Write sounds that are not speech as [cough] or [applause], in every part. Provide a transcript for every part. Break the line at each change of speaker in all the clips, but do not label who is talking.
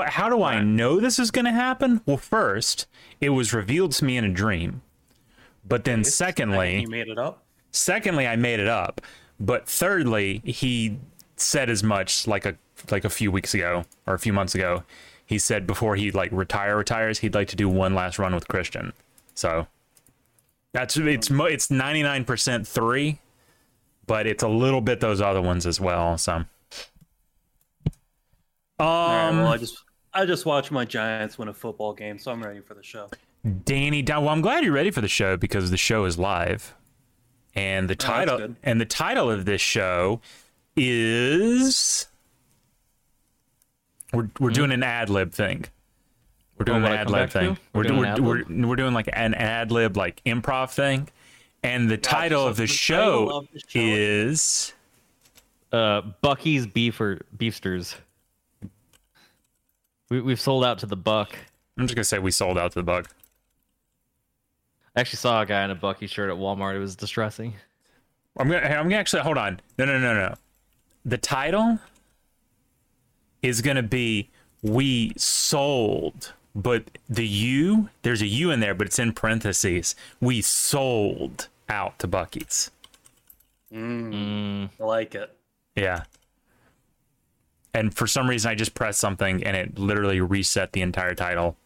How do I know this is going to happen? Well, first, it was revealed to me in a dream. But then, secondly,
you made it up.
Secondly, I made it up. But thirdly, he said as much like a like a few weeks ago or a few months ago. He said before he like retire retires, he'd like to do one last run with Christian. So that's it's mo- it's 99% 3, but it's a little bit those other ones as well, so um
All right, well, I just I just watched my Giants win a football game, so I'm ready for the show.
Danny Down. Well, I'm glad you're ready for the show because the show is live, and
Oh,
the title
good.
and the title of this show is we're we're doing an ad lib thing. We're doing
what
an
I
ad
Hmm.
lib
Oh, come back to?
thing.
We're
We're
doing
doing
an
we're,
ad
we're, we're doing like an ad lib like improv thing, and the title of the
title
show
of the show-
is
Uh, Bucky's Beefer Beefsters. We, we've sold out to the Buck.
I'm just gonna say we sold out to the bug.
I actually saw a guy in a Bucky shirt at Walmart. It was distressing.
I'm gonna. hey, I'm gonna actually hold on. No, no, no, no. The title is gonna be "We Sold," but the "you" there's a "u" in there, but it's in parentheses. We sold out to Bucky's.
I like it.
Yeah. And for some reason, I just pressed something, and it literally reset the entire title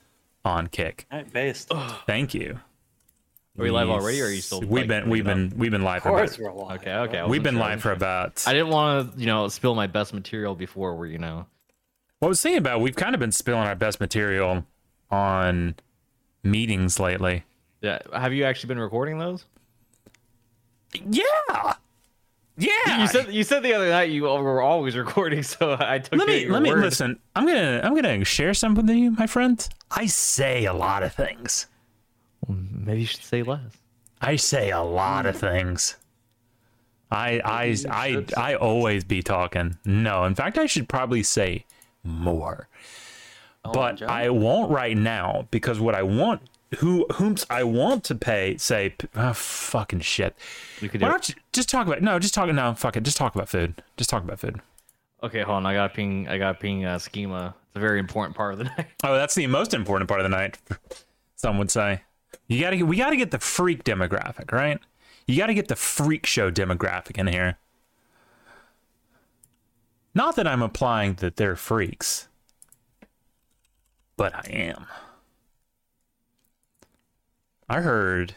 on kick.
All right, based. Of
Thank you.
Are we live already, or are you still?
We've
like,
been we've
looking
been we've been live for
course,
about,
we're alive.
up? Okay, okay. I
we've
wasn't
been
sure.
live for about
I didn't want to, you know, spill my best material before we're, you know.
What I was thinking about, we've kind of been spilling our best material on meetings lately.
Yeah. Have you actually been recording those?
Yeah, yeah.
You said you said the other night you were always recording, [laughs] so I took.
let
you
me
at your
let me
word.
listen. I'm gonna I'm gonna share something with you, my friend. I say a lot of things.
Maybe you should say less.
I say a lot of things. I I I I always be talking. No, in fact, I should probably say more. but
John.
I won't right now because what I want, who whom I want to pay, say, p- ah, fucking shit.
You could do.
Why
It.
don't you just talk about no? Just talk no. Fuck it. Just talk about food. Just talk about food.
Okay, hold on. I got ping. I got ping. Uh, schema. It's a very important part of the [laughs] night.
Oh, that's the most important part of the night. Some would say you gotta we gotta get the freak demographic right. You gotta get the freak show demographic in here. Not that I'm implying that they're freaks, but I am. I heard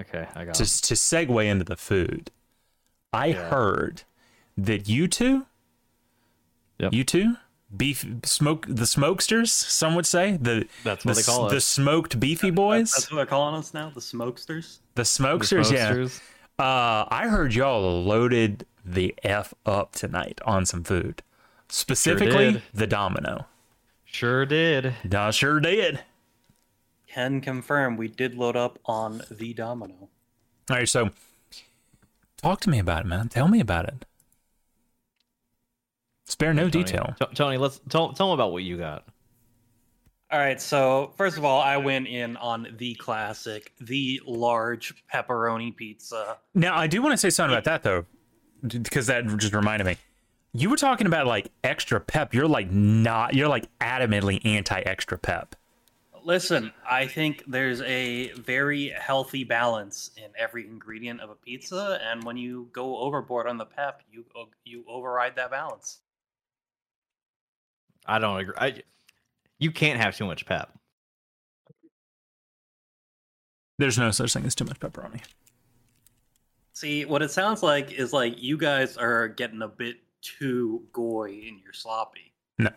Okay, I got.
to,
it.
to segue into the food, I heard that you two,
Yep.
you two, beef smoke the smokesters. Some would say the
That's
the,
what they
s-
call
the
us.
smoked beefy boys,
That's what they're calling us now, the smokesters.
the
The
smokesters. Yeah,
posters.
uh, I heard y'all loaded the f up tonight on some food, specifically
did.
the Domino.
Sure did.
I sure did.
Can confirm we did load up on the Domino.
All right, so talk to me about it, man. Tell me about it. Spare no
Tony,
detail.
T- Tony, let's tell tell them about what you got.
All right, so first of all, I went in on the classic, the large pepperoni pizza.
Now, I do want to say something about that though, because that just reminded me. You were talking about like extra pep. You're like not. You're like adamantly anti extra pep.
Listen, I think there's a very healthy balance in every ingredient of a pizza, and when you go overboard on the pep, you uh, you override that balance.
I don't agree. I, you can't have too much pep.
There's no such thing as too much pepperoni.
See, what it sounds like is like you guys are getting a bit too goy in your sloppy.
No,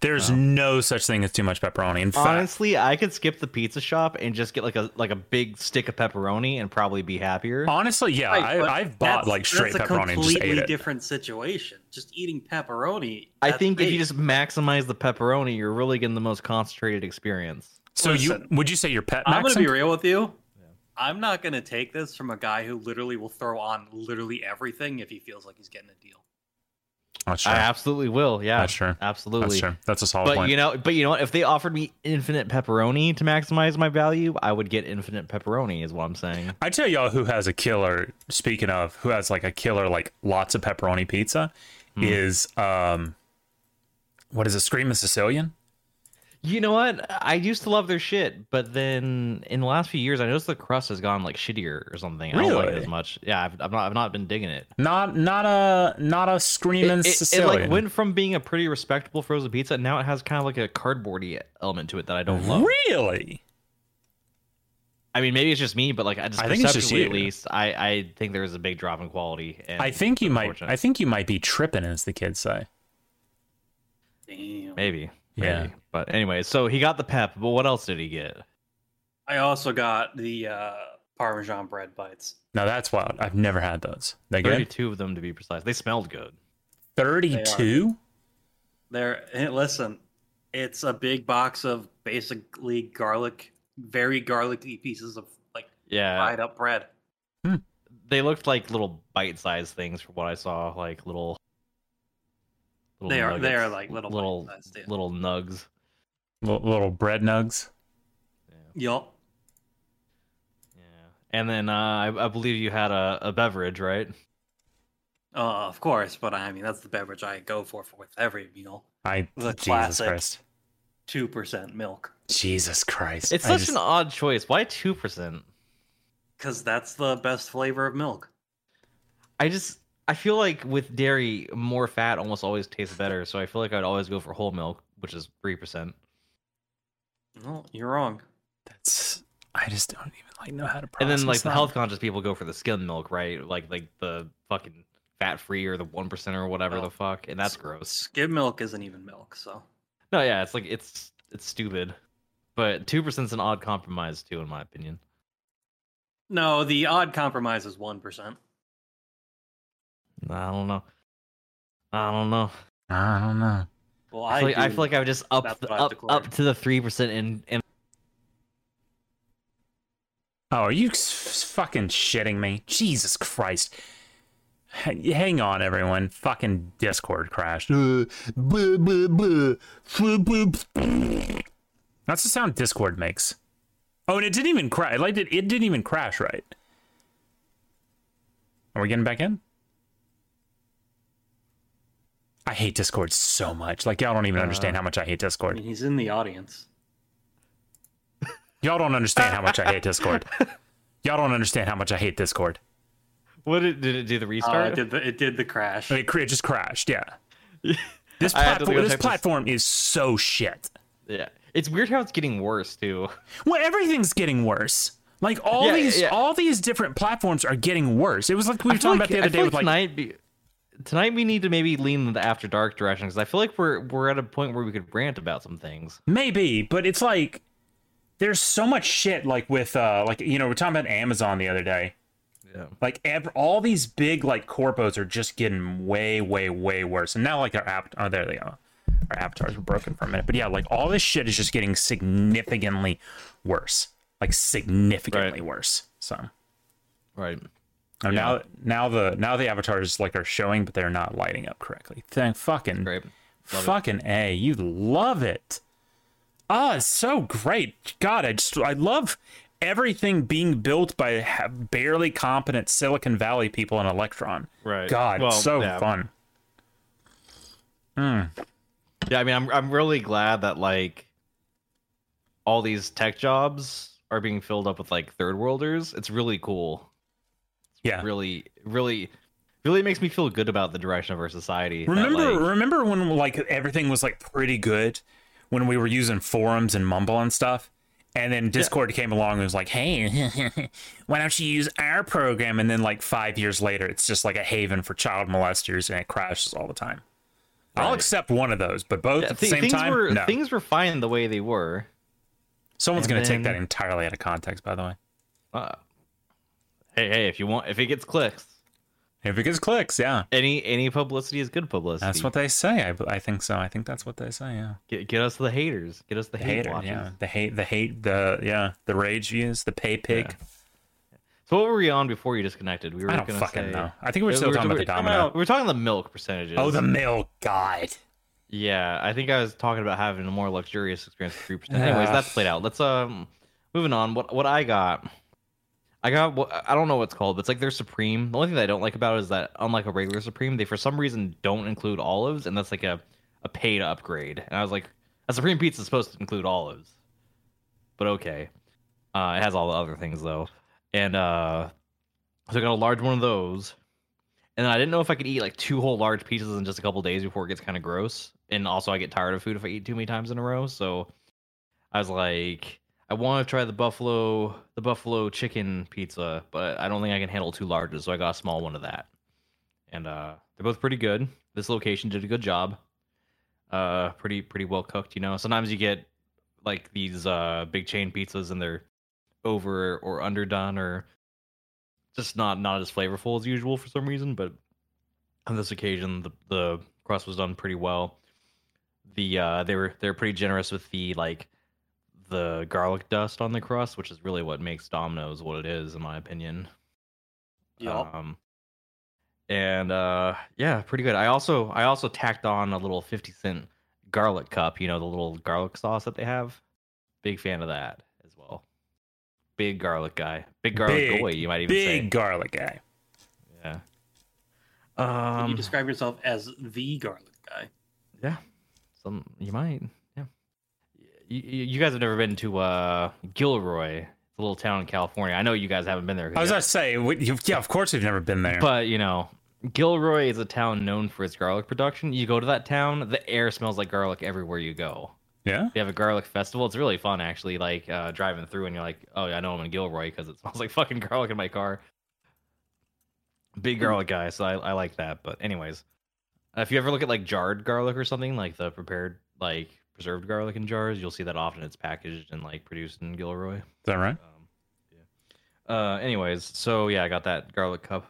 there's
Oh.
no such thing as too much pepperoni. In fact,
Honestly, I could skip the pizza shop and just get like a like a big stick of pepperoni and probably be happier.
honestly, yeah,
Right, but
I, I've bought
that's-
like straight
that's
pepperoni
a
and just
completely
ate it.
different situation. Just eating pepperoni.
I
that's
think if you
big.
just maximize the pepperoni, you're really getting the most concentrated experience.
So
Listen,
you would you say your pet?
I'm gonna
maxing?
be real with you. I'm not gonna take this from a guy who literally will throw on literally everything if he feels like he's getting a deal.
That's
I
true.
absolutely will. Yeah,
That's true. That's
Absolutely.
true. That's a solid
But
point.
you know, but you know, what? if they offered me infinite pepperoni to maximize my value, I would get infinite pepperoni. Is what I'm saying.
I tell y'all who has a killer. Speaking of who has like a killer, like lots of
Hmm.
pepperoni pizza, is um, what is it? Screaming Sicilian.
You know what? I used to love their shit, but then in the last few years, I noticed the crust has gone like shittier or something. I don't like it
Really?
as much. Yeah, I've, I've not I've not been digging it.
Not not a not a
It,
screaming
it- it,
Sicilian.
like went from being a pretty respectable frozen pizza, now it has kind of like a cardboardy element to it that I don't love.
really?
I mean, maybe it's just me, but like I just
I
I
think it's just
at
you.
least I I think there is a big drop in quality. And
I think you might.
unfortunate.
I think you might be tripping, as the kids say.
Damn.
maybe.
Yeah.
maybe. But anyway, so he got the pep, but what else did he get?
I also got the uh, Parmesan bread bites.
Now that's wild. I've never had those. They good.
Thirty-two of them to be precise. They smelled good.
are.
Thirty-two.
There, hey, listen, it's a big box of basically garlic, very garlicky pieces of like
Yeah,
fried up bread.
they looked like little bite-sized things from what I saw, like little. little
They are- they are
nuggets,
like little
little
bite-sized, yeah.
little nugs.
L- little bread nugs.
Yup.
Yeah, and then uh, I, I believe you had a, a beverage, right?
Uh, of course, but I mean that's the beverage I go for, for with every meal.
I
The
Jesus
classic.
Christ.
Two percent milk,
Jesus Christ.
It's
I
such
just-
an odd choice. Why two percent?
because that's the best flavor of milk.
I just I feel like with dairy, more fat almost always tastes better. So I feel like I'd always go for whole milk, which is three percent.
No, you're wrong.
That's. I just don't even like know how to
And
process.
then like the
that.
health conscious people go for the skim milk, right? Like like the fucking fat free or the one percent or whatever
No.
the fuck. And that's gross.
Skim milk isn't even milk, so
No, yeah, it's like it's it's stupid. But two percent's an odd compromise too, in my opinion.
no. The odd compromise is one percent.
I don't know. I don't know.
I don't know.
Well,
I
I,
feel, like, I
do-
feel like I would just
That's
up
what I've
up,
declared.
up to the three percent and and
Oh, are you s- fucking shitting me? Jesus Christ. H- hang on, everyone. Fucking Discord crashed. Uh, buh, buh, buh. Fuh, buh, pff. That's the sound Discord makes. Oh, and it didn't even crash. Like it, it didn't even crash, right? Are we getting back in? I hate Discord so much. Like y'all don't even understand how much I hate
I
Discord.
mean, he's in the audience.
Y'all don't understand how much I hate Discord. Y'all don't understand how much I hate Discord.
what did, did it do the
Uh,
restart?
it did the, it did the crash.
It, cr- it just crashed.
[laughs]
Yeah. This
I had to
platform,
go
this
check this-
platform is so shit.
yeah, it's weird how it's getting worse too. [laughs]
Well, everything's getting worse. Like all
Yeah,
these,
yeah.
all these different platforms are getting worse. It was like we were
I
talking
feel
about
like-
the
I
other
feel
day with like,
tonight. Be, tonight we need to maybe lean in the after dark direction because I feel like we're we're at a point where we could rant about some things.
maybe, but it's like there's so much shit. Like with, uh, like you know, we're talking about Amazon the other day.
Yeah.
Like ev- all these big like corpos are just getting way, way, way worse. And now like our app, oh there they are. Our avatars were broken for a minute, but yeah, like all this shit is just getting significantly worse. Like significantly worse. So.
Right.
Oh,
Yeah.
Now, now the now the avatars like are showing, but they're not lighting up correctly. Thank fucking
Great. Love it.
fucking a, you love it. Ah, it's so great. God, I just I love everything being built by ha- barely competent Silicon Valley people in Electron.
Right.
God,
Well,
so
yeah.
fun.
Yeah. I mean, I'm I'm really glad that like all these tech jobs are being filled up with like third worlders. It's really cool.
Yeah.
Really, really, really makes me feel good about the direction of our society. that,
Remember,
like-
remember when like everything was like pretty good when we were using forums and Mumble and stuff, and then Discord came along and was like, "Hey, [laughs] why don't you use our program?" And then like five years later, it's just like a haven for child molesters, and it crashes all the time. I'll
Right.
accept one of those, but both
Yeah,
at the
thi-
same
things
time,
were
no.
things were fine the way they were.
Someone's
and
going to take
then-
that entirely out of context, by the way.
Uh, hey, hey, if you want, if it gets clicks,
If it gets clicks, yeah,
any any publicity is good publicity.
that's what they say. I, I think so. I think that's what they say. Yeah,
get, get us the haters, get us the
the
hate
hater,
watches.
yeah, the hate, the hate, the yeah, the rage views, the pay pig.
So what were we on before you disconnected? We were
I don't
gonna
fucking
say,
know. I think we were
Yeah,
still
we were-
talking about the
we were talking
domino.
We were talking the milk percentages.
Oh, the milk god.
yeah. I think I was talking about having a more luxurious experience with three percent. Anyways,
Yeah.
that's played out. Let's um, moving on. What what I got. I got what I don't know what's called, but it's like their supreme. The only thing that I don't like about it is that unlike a regular supreme, they for some reason don't include olives, and that's like a a paid upgrade. And I was like, A supreme pizza is supposed to include olives, but okay. Uh, it has all the other things though, and uh, so I got a large one of those, and I didn't know if I could eat like two whole large pizzas in just a couple days before it gets kind of gross, and also I get tired of food if I eat too many times in a row. So I was like, I want to try the buffalo the buffalo chicken pizza, but I don't think I can handle two larges, so I got a small one of that. And uh, they're both pretty good. This location did a good job. Uh, pretty pretty well cooked, you know. Sometimes you get like these uh big chain pizzas and they're over or underdone or just not not as flavorful as usual for some reason, but on this occasion the the crust was done pretty well. The uh they were they were pretty generous with the like the garlic dust on the crust, which is really what makes Domino's what it is, in my opinion. Um, and uh, yeah, pretty good. I also I also tacked on a little fifty cent garlic cup. You know the little garlic sauce that they have. Big fan of that as well. Big garlic guy. Big garlic
Big,
boy. You might even
Big
say.
garlic guy.
Yeah.
Did you
Um.
describe yourself as the garlic guy.
Yeah. Some you might. Yeah. You, you you guys have never been to uh Gilroy, it's a little town in California. I know you guys haven't been there. 'cause
I was
you-
gonna say, we, you, yeah, of course we've never been there.
But you know, Gilroy is a town known for its garlic production. You go to that town, the air smells like garlic everywhere you go.
yeah,
They have a garlic festival. It's really fun, actually. Like uh, driving through, and you're like, "Oh, yeah, I know I'm in Gilroy because it smells [laughs] like fucking garlic in my car." Big garlic guy, so I, I like that. But anyways, if you ever look at like jarred garlic or something, like the prepared, like preserved garlic in jars, you'll see that often it's packaged and like produced in Gilroy.
is that right?
Um, yeah. Uh, anyways, so yeah, I got that garlic cup.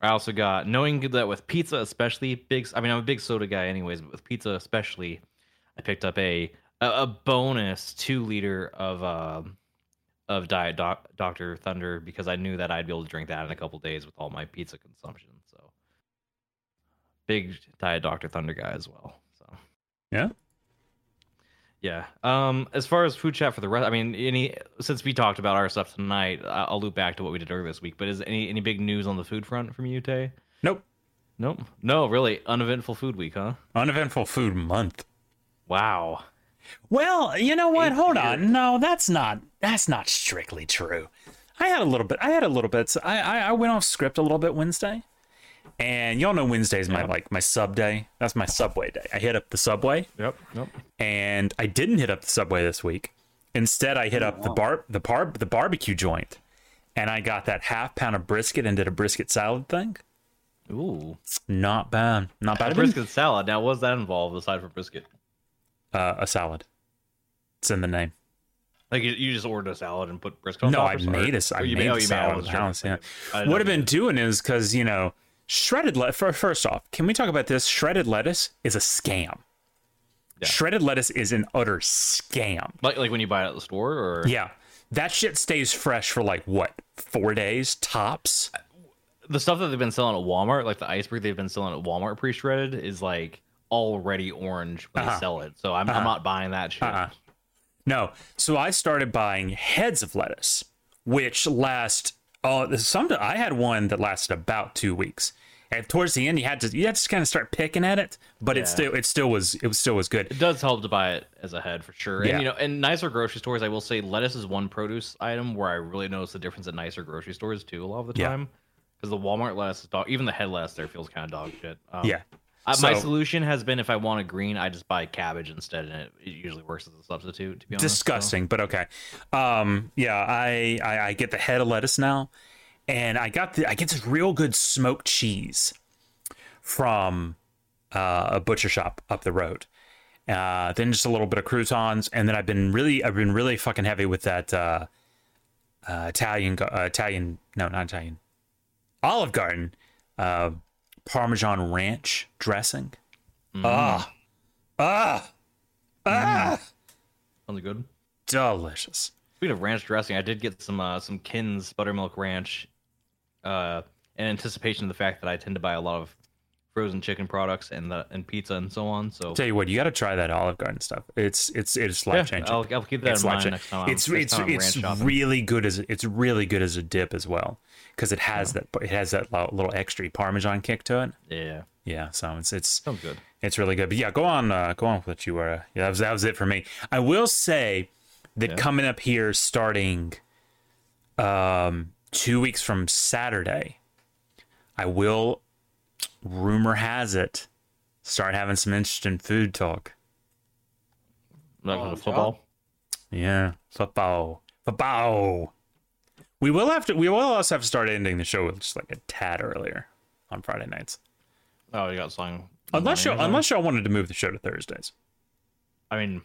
I also got knowing that with pizza, especially big. I mean, I'm a big soda guy, anyways, but with pizza especially, I picked up a a, a bonus two liter of um of diet doc, Doctor Thunder because I knew that I'd be able to drink that in a couple days with all my pizza consumption. So big diet Doctor Thunder guy as well. So
Yeah.
yeah. Um, as far as food chat for the rest, I mean, any since we talked about our stuff tonight, I- I'll loop back to what we did earlier this week. But is any any big news on the food front from you, Tay?
Nope.
Nope. No, really, uneventful food week, huh?
Uneventful food month.
Wow.
Well, you know what?
Eight
Hold
years.
on. No, that's not that's not strictly true. I had a little bit. I had a little bit. So I, I I went off script a little bit Wednesday, and y'all know Wednesday's my
Yeah.
like my sub day. That's my subway day. I hit up the subway,
Yep. Nope.
and I didn't hit up the subway this week. Instead, I hit
Oh,
up the bar the bar the barbecue joint, and I got that half pound of brisket and did a brisket salad thing.
Ooh.
Not bad. Not bad. I
A
didn't-
brisket salad. Now, what's that involved aside from brisket?
Uh, a salad. It's in the name.
Like you, you just ordered a salad and put brisket on
no,
top.
I
or something?
made a, I
Or you
made
oh,
a
you
salad
I
in
was
the
sure.
house. Yeah.
I didn't
What
know
I've
you
been
made
doing is because you know, shredded lettuce. First off, can we talk about this? Shredded lettuce is a scam.
Yeah.
Shredded lettuce is an utter scam.
it. like like when you buy it at the store, or
Yeah, that shit stays fresh for like what four days tops.
the stuff that they've been selling at Walmart, like the iceberg they've been selling at Walmart pre-shredded, is like already orange when
Uh-huh.
they sell it. So I'm, I'm not buying that shit.
Uh-uh. No, so I started buying heads of lettuce, which last oh some I had one that lasted about two weeks. And towards the end, you had to you had to kind of start picking at it, but
Yeah.
it still it still was it was still was good.
It does help to buy it as a head for sure.
Yeah.
And you know, in nicer grocery stores, I will say lettuce is one produce item where I really notice the difference at nicer grocery stores too a lot of the
Yeah.
time. Because the Walmart lettuce is dog, even the head lettuce there feels kind of dog shit. Um,
Yeah.
I, my
So-
solution has been if I want a green, I just buy cabbage instead, and it, it usually works as a substitute. To be honest, so-
disgusting but okay um yeah I, I i get the head of lettuce now and i got the i get this real good smoked cheese from uh, a butcher shop up the road uh then just a little bit of croutons and then i've been really i've been really fucking heavy with that uh, uh italian gar- uh, italian no not italian olive garden uh parmesan ranch dressing ah ah ah
Sounds good.
delicious
Speaking of ranch dressing, I did get some uh, some Kins buttermilk ranch, uh, in anticipation of the fact that I tend to buy a lot of frozen chicken products and the and pizza and so on. So
Tell you what, you got to try that Olive Garden stuff. It's it's it's life
yeah,
changing.
I'll, I'll keep that
it's
in
life
mind
changing.
next time. I'm,
It's
next
it's
time I'm ranch
it's
shopping.
really good as it's really good as a dip as well because it has that it has that lo- little extra parmesan kick to it.
yeah,
Yeah, so it's it's
Oh. sounds good.
It's really good. But yeah, go on, uh, go on with what you were. Yeah, that was, that was it for me. I will say that
Yeah.
coming up here, starting um, two weeks from Saturday, I will. Rumor has it, start having some interesting food talk.
Like
Oh,
with football.
Yeah, football, football. We will have to. We will also have to start ending the show with just like a tad earlier on Friday nights,
Oh, you got song.
unless you
Name or
unless y'all wanted to move the show to Thursdays.
something? I mean,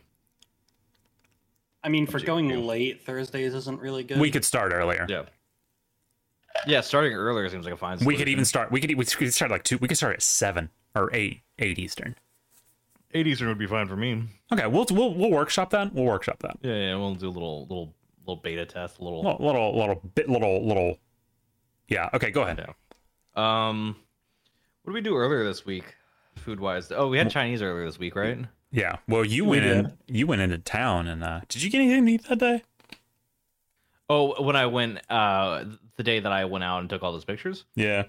I mean, for
to
going
you.
late, Thursdays isn't really good.
We could start earlier.
yeah, yeah. Starting earlier seems like a fine.
We could
solution.
even start. We could we could start like two. We could start at seven or eight eight Eastern.
eight Eastern would be fine for me.
Okay, we'll we'll we'll workshop that. We'll workshop that.
Yeah, yeah. We'll do a little little little beta test. A little
Little little little bit little little. Yeah. Okay. Go ahead.
Yeah. Um, what did we do earlier this week, food wise? Oh, we had Chinese earlier this week, right?
Yeah. Well, you
We
went in. You went into town, and uh did you get anything to eat that day?
Oh, when I went, uh, the day that I went out and took all those pictures,
Yeah.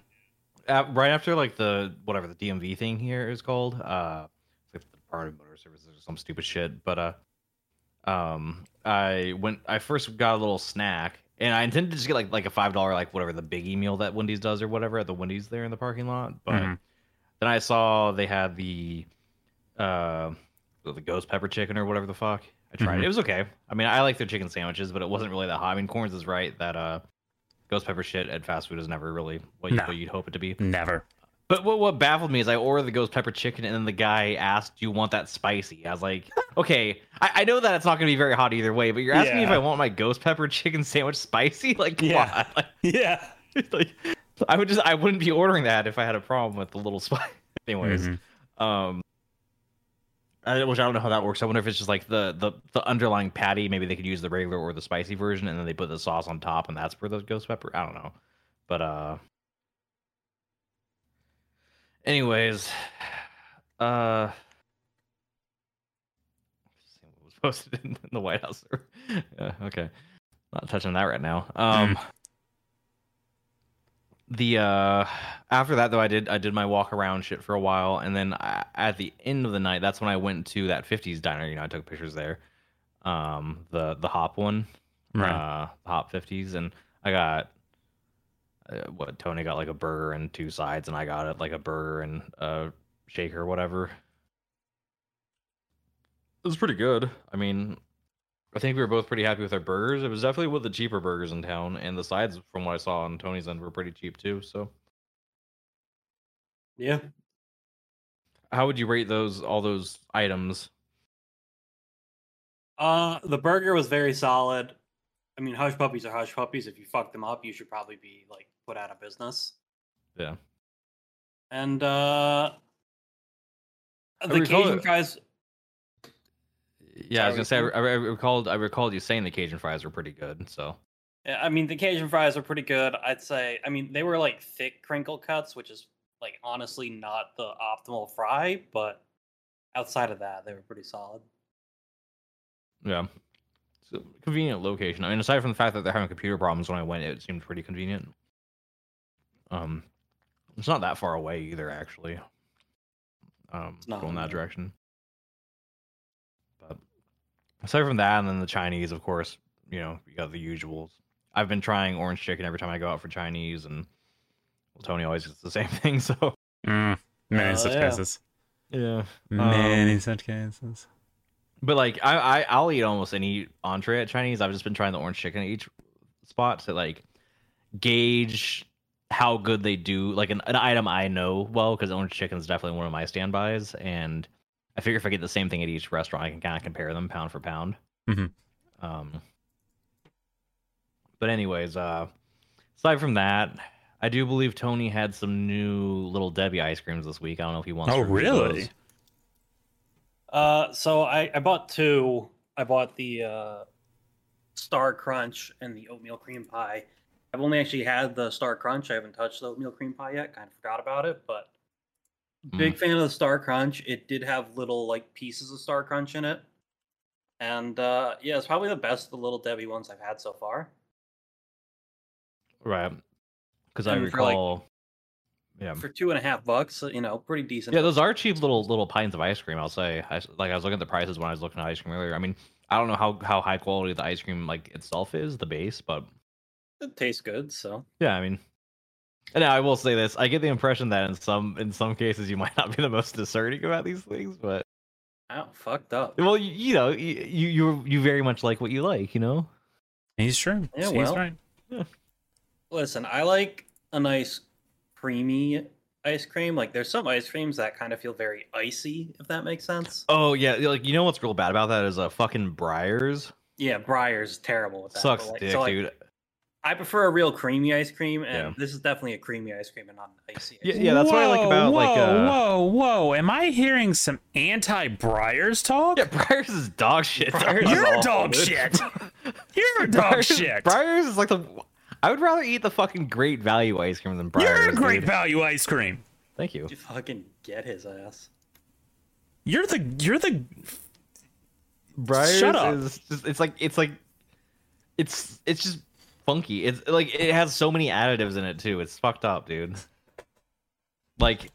uh, right after like the whatever the DMV thing here is called, uh, like the Department of Motor Services or some stupid shit. But uh, um, I went. I first got a little snack, and I intended to just get like like a five dollar like whatever the biggie meal that Wendy's does or whatever at the Wendy's there in the parking lot, but.
Mhm.
Then I saw they had the uh the ghost pepper chicken or whatever the fuck. I tried
Mhm.
it. It was okay. I mean, I like their chicken sandwiches, but it wasn't really that hot. I mean, Corns is right that uh ghost pepper shit at fast food is never really what, you,
No.
what you'd hope it to be.
Never.
But what what baffled me is I ordered the ghost pepper chicken and then the guy asked, "Do you want that spicy?" I was like,
[laughs]
"Okay, I, I know that it's not going to be very hot either way, but you're asking me if
Yeah.
I want my ghost pepper chicken sandwich spicy? [laughs] Like, come
Yeah.
on. [laughs]
Yeah.
like I would just I wouldn't be ordering that if I had a problem with the little spice. [laughs]
Mm-hmm.
Anyways, um, I, which I don't know how that works. I wonder if it's just like the the the underlying patty. Maybe they could use the regular or the spicy version, and then they put the sauce on top, and that's where the ghost pepper. I don't know, but uh. Anyways, [sighs] uh. [laughs] What was posted in the White House. [laughs] yeah, okay, not touching that right now. Um, the uh after that though i did i did my walk around shit for a while and then I, at the end of the night that's when i went to that 50s diner you know i took pictures there um the the hop one
Right.
uh the hop 50s and i got uh, what tony got like a burger and two sides and i got it like a burger and a shake or whatever it was pretty good i mean i think we were both pretty happy with our burgers it was definitely one of the cheaper burgers in town and the sides from what i saw on tony's end were pretty cheap too so
yeah.
how would you rate those all those items
Uh, the burger was very solid. I mean, hush puppies are hush puppies. If you fuck them up, you should probably be like put out of business.
Yeah.
And uh, the
recall
Cajun
it-
fries.
yeah i was gonna say I,
Sorry.
I recalled i recalled you saying the cajun fries were pretty good so
yeah, I mean, the Cajun fries are pretty good. I'd say. I mean, they were like thick crinkle cuts, which is like honestly not the optimal fry, but outside of that, they were pretty solid.
Yeah. It's a convenient location. I mean, aside from the fact that they're having computer problems when I went, it seemed pretty convenient. Um, it's not that far away either, actually. Um,
It's not,
going that
no.
direction. But aside from that, and then the Chinese, of course, you know, you got the usuals. I've been trying orange chicken every time I go out for Chinese, and well, Tony always gets the same [laughs] thing. So
Mm. Many
Uh,
Oh,
such
yeah.
cases.
yeah,
Many such cases.
But like I, I I'll eat almost any entree at Chinese. I've just been trying the orange chicken at each spot to like gauge how good they do. Like an, an item I know well because orange chicken is definitely one of my standbys, and I figure if I get the same thing at each restaurant, I can kind of compare them pound for pound.
Mhm.
Um. But anyways, uh, aside from that, I do believe Tony had some new little Debbie ice creams this week. I don't know if he wants.
Oh,
to review
really?
those.
Uh, so I, I bought two. I bought the uh, Star Crunch and the oatmeal cream pie. I've only actually had the Star Crunch. I haven't touched the oatmeal cream pie yet. Kind of forgot about it, but
Hmm.
big fan of the Star Crunch. It did have little like pieces of Star Crunch in it, and uh, yeah, it's probably the best of the Little Debbie ones I've had so far.
Right. Because I
And for, like-
recall Yeah.
for two and a half bucks. You know, pretty decent.
Yeah, those are cheap little little pints of ice cream. I'll say, I, s- like I was looking at the prices when I was looking at ice cream earlier. I mean, I don't know how how high quality the ice cream like itself is, the base, but
It tastes good, so
yeah, I mean, and I will say this: I get the impression that in some in some cases you might [laughs] not be the most discerning about these things, but
I do fucked up.
well, you, you know, you you you very much like what you like, you know.
He's true.
Yeah,
He's
well.
right.
Listen, I like a nice creamy ice cream. Like there's some ice creams that kind of feel very icy, if that makes sense.
Oh yeah, like you know what's real bad about that is a uh, fucking Briars
Yeah, Briar's terrible with that. but,
sucks
like-
dick,
so, like,
dude.
I prefer a real creamy ice cream, and
Yeah.
this is definitely a creamy ice cream and not an icy. Ice
Yeah,
cream.
yeah, that's what I like about
whoa,
like uh,
whoa, whoa. Am I hearing some anti Briars talk?
yeah, Briars is dog shit.
Briar's
Dog
is
You're
awful,
dog
dude.
shit.
[laughs]
You're dog
Briar's-
shit.
Briar's is like the. I would rather eat the fucking great value ice cream than Briar's.
You're a great
dude.
value ice cream.
Thank you.
You fucking get his ass.
You're the you're the
Briar's
Shut up.
is just. It's like it's like, it's it's just funky. It's like it has so many additives in it too. It's fucked up, dude. Like,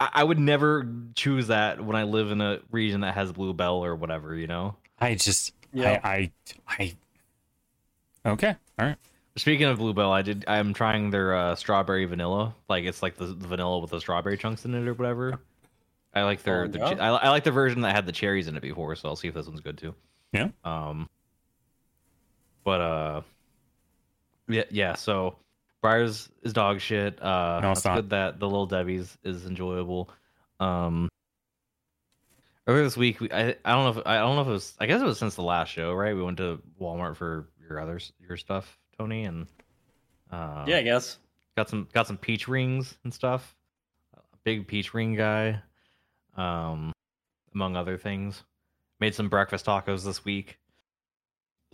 I, I would never choose that when I live in a region that has Bluebell or whatever. You know.
I just
Yeah.
I, I I Okay. All right.
Speaking of Bluebell, I did. I'm trying their uh, strawberry vanilla. Like it's like the, the vanilla with the strawberry chunks in it or whatever. I like their.
Oh,
the,
yeah?
che- I, I like the version that had the cherries in it before, so I'll see if this one's good too.
Yeah.
Um. But uh. Yeah. Yeah. So, Briar's is dog shit. Uh,
No, it's
that's
not.
good that the little Debbie's is enjoyable. Um. Earlier this week, we, I I don't know if I don't know if it was I guess it was since the last show, right? We went to Walmart for your others your stuff, Tony, and uh,
yeah, I guess.
got some got some peach rings and stuff. A big peach ring guy, um, among other things. Made some breakfast tacos this week.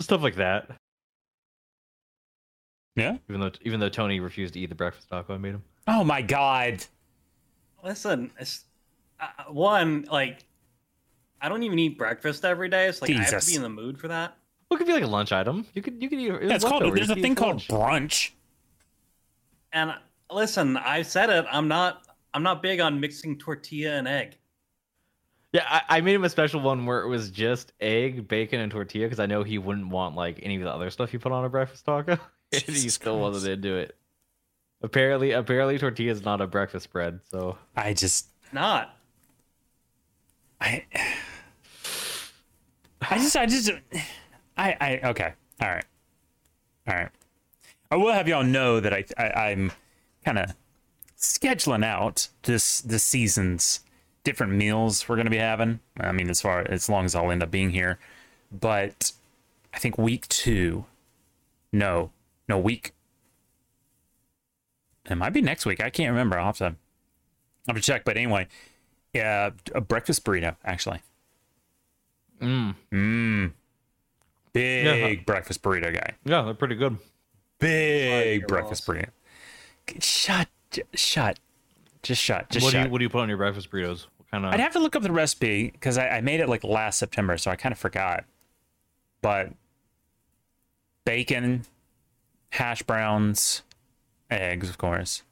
Stuff like that.
Yeah?
Even though even though Tony refused to eat the breakfast taco, I made him.
Oh my god.
Listen, it's, uh, one like I don't even eat breakfast every day, so like I have to
Jesus.
be in the mood for that.
Well, it could be like a lunch item. You could you could eat. it was
That's called
leftovers.
there's
You
a
could eat it
thing
for
called
lunch.
brunch.
And listen, I said it. I'm not. I'm not big on mixing tortilla and egg.
Yeah, I, I made him a special one where it was just egg, bacon, and tortilla because I know he wouldn't want like any of the other stuff you put on a breakfast taco. [laughs]
[laughs]
and he
Jesus
still
Christ.
wasn't into it. Apparently, apparently, tortilla is not a breakfast bread. So
I just
Not.
I I just I just I I okay. All right. All right. I will have y'all know that I, I I'm kind of scheduling out this this season's different meals we're going to be having. I mean as far as long as I'll end up being here, but I think week 2 no. No week it might be next week. I can't remember. I'll have to I'll have to check, but anyway, yeah, a breakfast burrito actually.
mm,
Mmm. Big
Yeah.
breakfast burrito guy.
yeah, they're pretty good.
Big
your
breakfast burrito. Shut, j- shut, just shut, just
what do
shut.
you what do you put on your breakfast burritos? What kind of?
I'd have to look up the recipe because I, I made it like last September, so I kind of forgot. But bacon, hash browns, eggs, of course,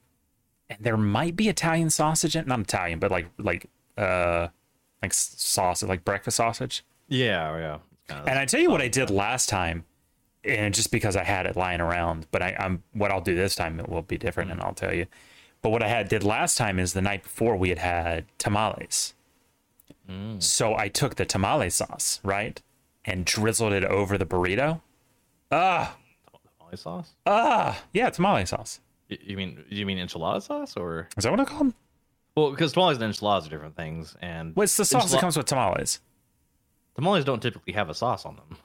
and there might be Italian sausage in not Italian, but like like uh like s- sausage, like breakfast sausage.
yeah, oh, yeah. Kinda-
And I tell you what I did last time, and just because I had it lying around, but I, I'm what I'll do this time it will be different, and I'll tell you. But what I had did last time is the night before we had had tamales, so I took the tamale sauce right and drizzled it over the burrito. Ah,
Tamale sauce?
ah, yeah, tamale sauce.
Y- You mean you mean enchilada sauce or?
Is that what I call them?
Well, because tamales and enchiladas are different things, and
Well, it's the sauce
enchila-
that comes with tamales.
tamales don't typically have a sauce on them.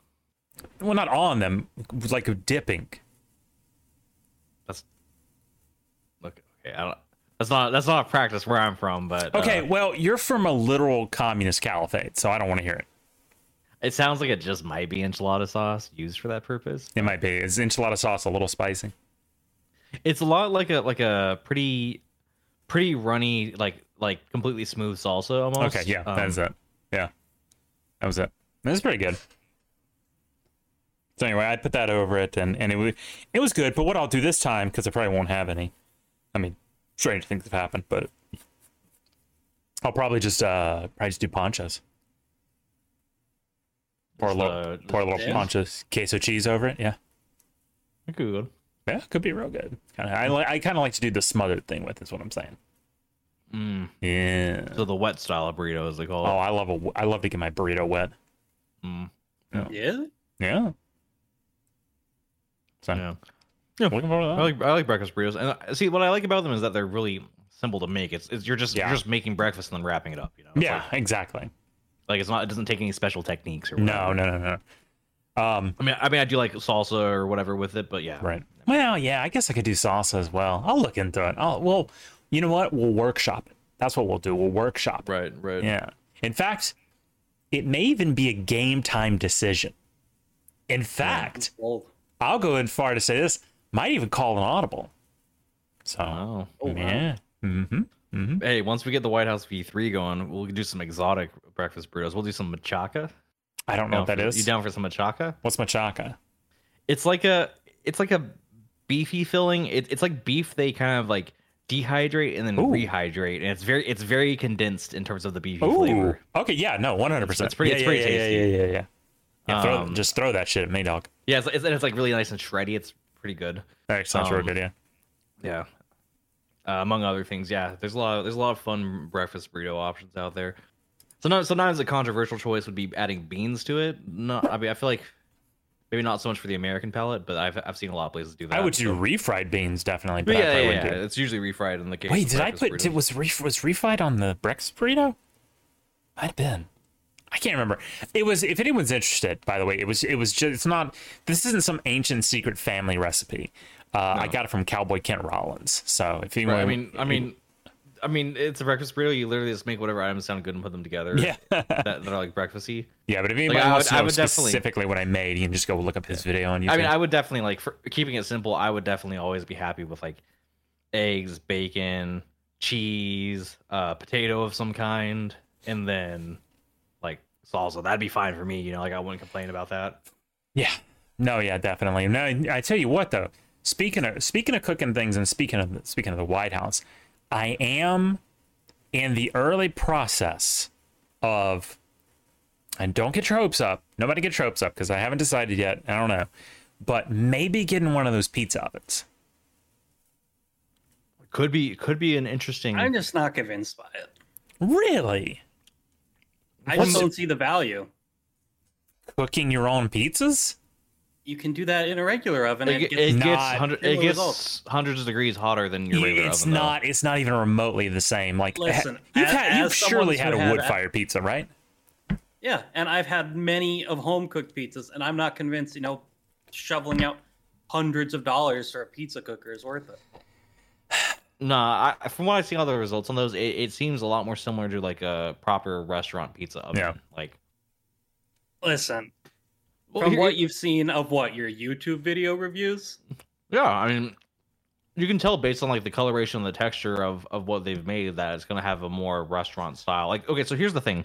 Well, not on them, like dipping.
That's look okay. I don't, that's not that's not a practice where I'm from, but uh,
Okay, well, you're from a literal communist caliphate, so I don't want to hear it.
it sounds like it just might be enchilada sauce used for that purpose.
It might be. Is enchilada sauce a little spicy?
It's a lot like a like a pretty pretty runny like like completely smooth salsa almost.
Okay, yeah,
Um,
that's it. Yeah, that was it. That's pretty good. So anyway, I put that over it, and and it was it was good. But what I'll do this time, because I probably won't have any. I mean, strange things have happened, but I'll probably just uh probably just do ponchos. Pour a
Just,
little,
uh,
pour a little
cheese?
ponchos, queso cheese over it. Yeah,
It could be good.
yeah, it could be real good. Kind of, I, li- I kind of like to do the smothered thing with. Is what I'm saying.
Mm.
Yeah.
So the wet style of burrito, as they
Oh,
call it.
I love a, I love to get my burrito wet.
Mm.
Yeah.
Yeah. So
Yeah.
looking forward to that.
I like I like breakfast burritos, and uh, see what I like about them is that they're really simple to make. It's, it's you're just
Yeah.
you're just making breakfast and then wrapping it up. You know. It's
yeah,
Like,
exactly.
like, it's not it doesn't take any special techniques or
No,
whatever.
no, no, no. Um,
I mean I mean I do like salsa or whatever with it, but yeah.
right. Well, yeah, I guess I could do salsa as well. I'll look into it. I'll, well, you know what? We'll workshop it. That's what we'll do. We'll workshop it.
Right. Right.
Yeah. In fact, it may even be a game time decision. In fact,
Well,
I'll go in far to say this might even call an audible. So,
Oh.
oh, wow.
yeah. Mm-hmm. Mm-hmm.
Hey, once we get the White House V3 going, we'll do some exotic breakfast burritos. We'll do some machaca.
I don't know what that is.
You down for some machaca?
What's machaca?
It's like a it's like a beefy filling. It, it's like beef they kind of like dehydrate and then
Ooh.
rehydrate, and it's very it's very condensed in terms of the beefy
Ooh.
flavor.
Okay. Yeah. No. One hundred percent.
It's pretty-
Yeah,
it's
yeah,
pretty
yeah,
tasty.
Yeah. Yeah. Yeah. yeah. Yeah, throw,
Um,
just throw that shit at me, dog.
Yeah, it's, it's, and it's like really nice and shreddy. It's pretty good.
That sounds real
um,
good. Yeah.
Yeah. Uh, among other things, yeah. There's a lot of there's a lot of fun breakfast burrito options out there. Sometimes sometimes a controversial choice would be adding beans to it. No, I mean I feel like maybe not so much for the American palate, but I've I've seen a lot of places do that.
I would do
so-
refried beans definitely, but
But
I
yeah,
probably
yeah,
wouldn't
yeah,
do.
It's usually refried in the case.
Wait,
of
did I
breakfast
put did,
burritos.
was ref, was refried on the breakfast burrito? Might have been. I can't remember. It was if anyone's interested, by the way, it was it was just it's not this isn't some ancient secret family recipe. Uh, I got it from Cowboy Kent Rollins. So if anyone
Right, I mean, I mean, I mean, it's a breakfast burrito. You literally just make whatever items sound good and put them together.
[laughs] [laughs] Yeah.
that, that are like breakfasty.
Yeah, but if anybody
I
wants
would-
to
I
know
would definitely-
specifically what I made, you can just go look up his video on YouTube.
I mean, I would definitely like for keeping it simple. I would definitely always be happy with like eggs, bacon, cheese, uh, potato of some kind, and then like salsa. That'd be fine for me. You know, like I wouldn't complain about that.
Yeah. No, yeah, definitely. No, I tell you what though. Speaking of speaking of cooking things and speaking of speaking of the White House, I am in the early process of and don't get your hopes up. Nobody get your hopes up because I haven't decided yet. I don't know. But maybe getting one of those pizza ovens.
Could be, could be an interesting.
I'm just not convinced by it.
Really?
I
Well,
just
so-
don't see the value.
Cooking your own pizzas?
You can do that in a regular oven.
it,
and
ge-
get-
it gets
not-
hundred,
Similar
it gets
results.
hundreds of degrees hotter than your regular
it's
oven. though.
not it's not even remotely the same. Like ha-
Listen,
you've
as-
had you've
as someone
surely
who
had a
had-
wood fire pizza, right?
yeah, and I've had many of home cooked pizzas, and I'm not convinced. You know, shoveling out hundreds of dollars for a pizza cooker is worth it.
Nah, I, from what I see all the results on those, it, it seems a lot more similar to like a proper restaurant pizza oven.
Yeah.
Like
Listen,
well,
from
here-
what you've seen of what your YouTube video reviews,
Yeah, I mean, you can tell based on like the coloration and the texture of of what they've made that it's gonna have a more restaurant style. Like, okay, so here's the thing.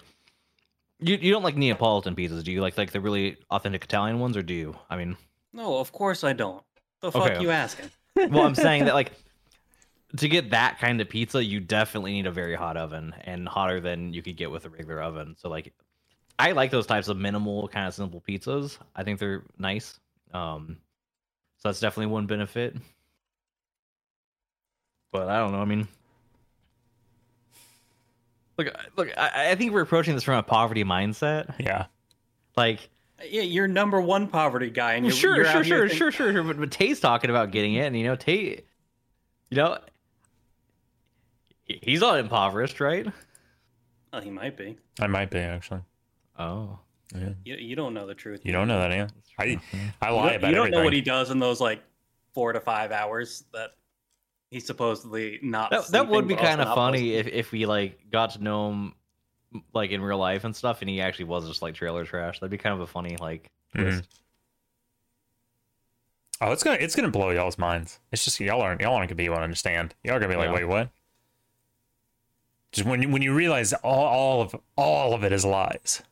You, you don't like Neapolitan pizzas, do you? Like like the really authentic Italian ones, or do you? I mean,
no, of course I don't. The fuck
Okay.
you asking?
well, I'm saying that like to get that kind of pizza, you definitely need a very hot oven and hotter than you could get with a regular oven. So like, I like those types of minimal kind of simple pizzas. I think they're nice. Um, so that's definitely one benefit. But I don't know. I mean, look, I- look. I, I think we're approaching this from a poverty mindset.
Yeah.
Like,
Yeah, you're number one poverty guy, and
well,
you're
sure,
you're out
sure,
here
sure,
thinking-
sure, sure, sure. But, but Tay's talking about getting it, and you know, Tay, you know, he- he's not impoverished, right?
Oh, he might be.
I might be actually.
Oh,
You, you don't know the truth.
You don't know that, eh? yeah. I I lie
You don't,
about
you don't
everything.
know what he does in those like four to five hours that he's supposedly not.
that, that would
sleeping,
be
but also
kind of
not
funny if, if we like got to know him like in real life and stuff, and he actually was just like trailer trash. That'd be kind of a funny like
Mhm.
twist.
oh, it's gonna it's gonna blow y'all's minds. It's just y'all aren't y'all aren't gonna be able to understand. Y'all are gonna be like,
Yeah.
wait, what? Just when you when you realize all, all of all of it is lies.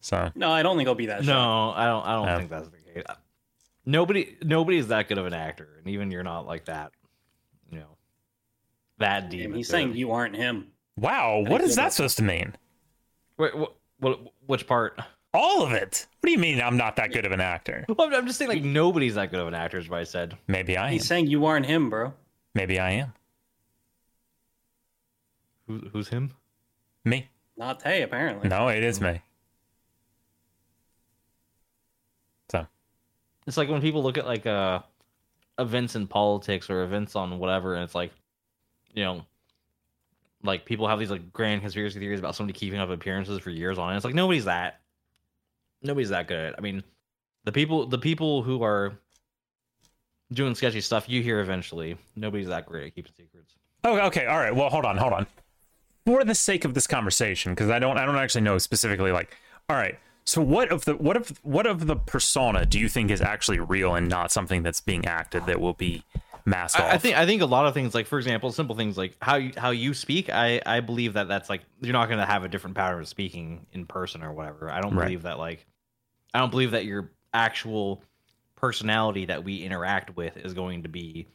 So
posted. No, I don't think he'll be that. shocked.
No, I don't. I don't
Yeah.
think that's the case. Nobody, nobody's that good of an actor, and even you're not like that. you know, that deep.
Damn, he's saying you aren't him.
Wow, what
think
is
so.
that supposed to mean?
Wait, what, what, which part?
All of it. What do you mean I'm not that good of an actor?
[laughs] Well, I'm- I'm just saying, like nobody's that good of an actor, is what I said.
Maybe I am.
He's saying you aren't him, bro.
Maybe I am.
Who, who's him?
Me.
Not Tay, apparently.
No, it
mm-hmm.
is me.
It's like when people look at like uh events in politics or events on whatever, and it's like, you know, like people have these like grand conspiracy theories about somebody keeping up appearances for years on. end. It's like nobody's that, nobody's that good at it. I mean, the people, the people who are doing sketchy stuff, you hear eventually. Nobody's that great at keeping secrets.
Oh, okay. All right. Well, hold on, hold on. For the sake of this conversation, because I don't, I don't actually know specifically. Like, all right. So, what of the, what of, what of the persona do you think is actually real and not something that's being acted that will be masked off?
I,
[laughs]
I think I think a lot of things, like for example, simple things like how you, how you speak. I I believe that that's like you're not going to have a different pattern of speaking in person or whatever. I don't
Right.
believe that like I don't believe that your actual personality that we interact with is going to be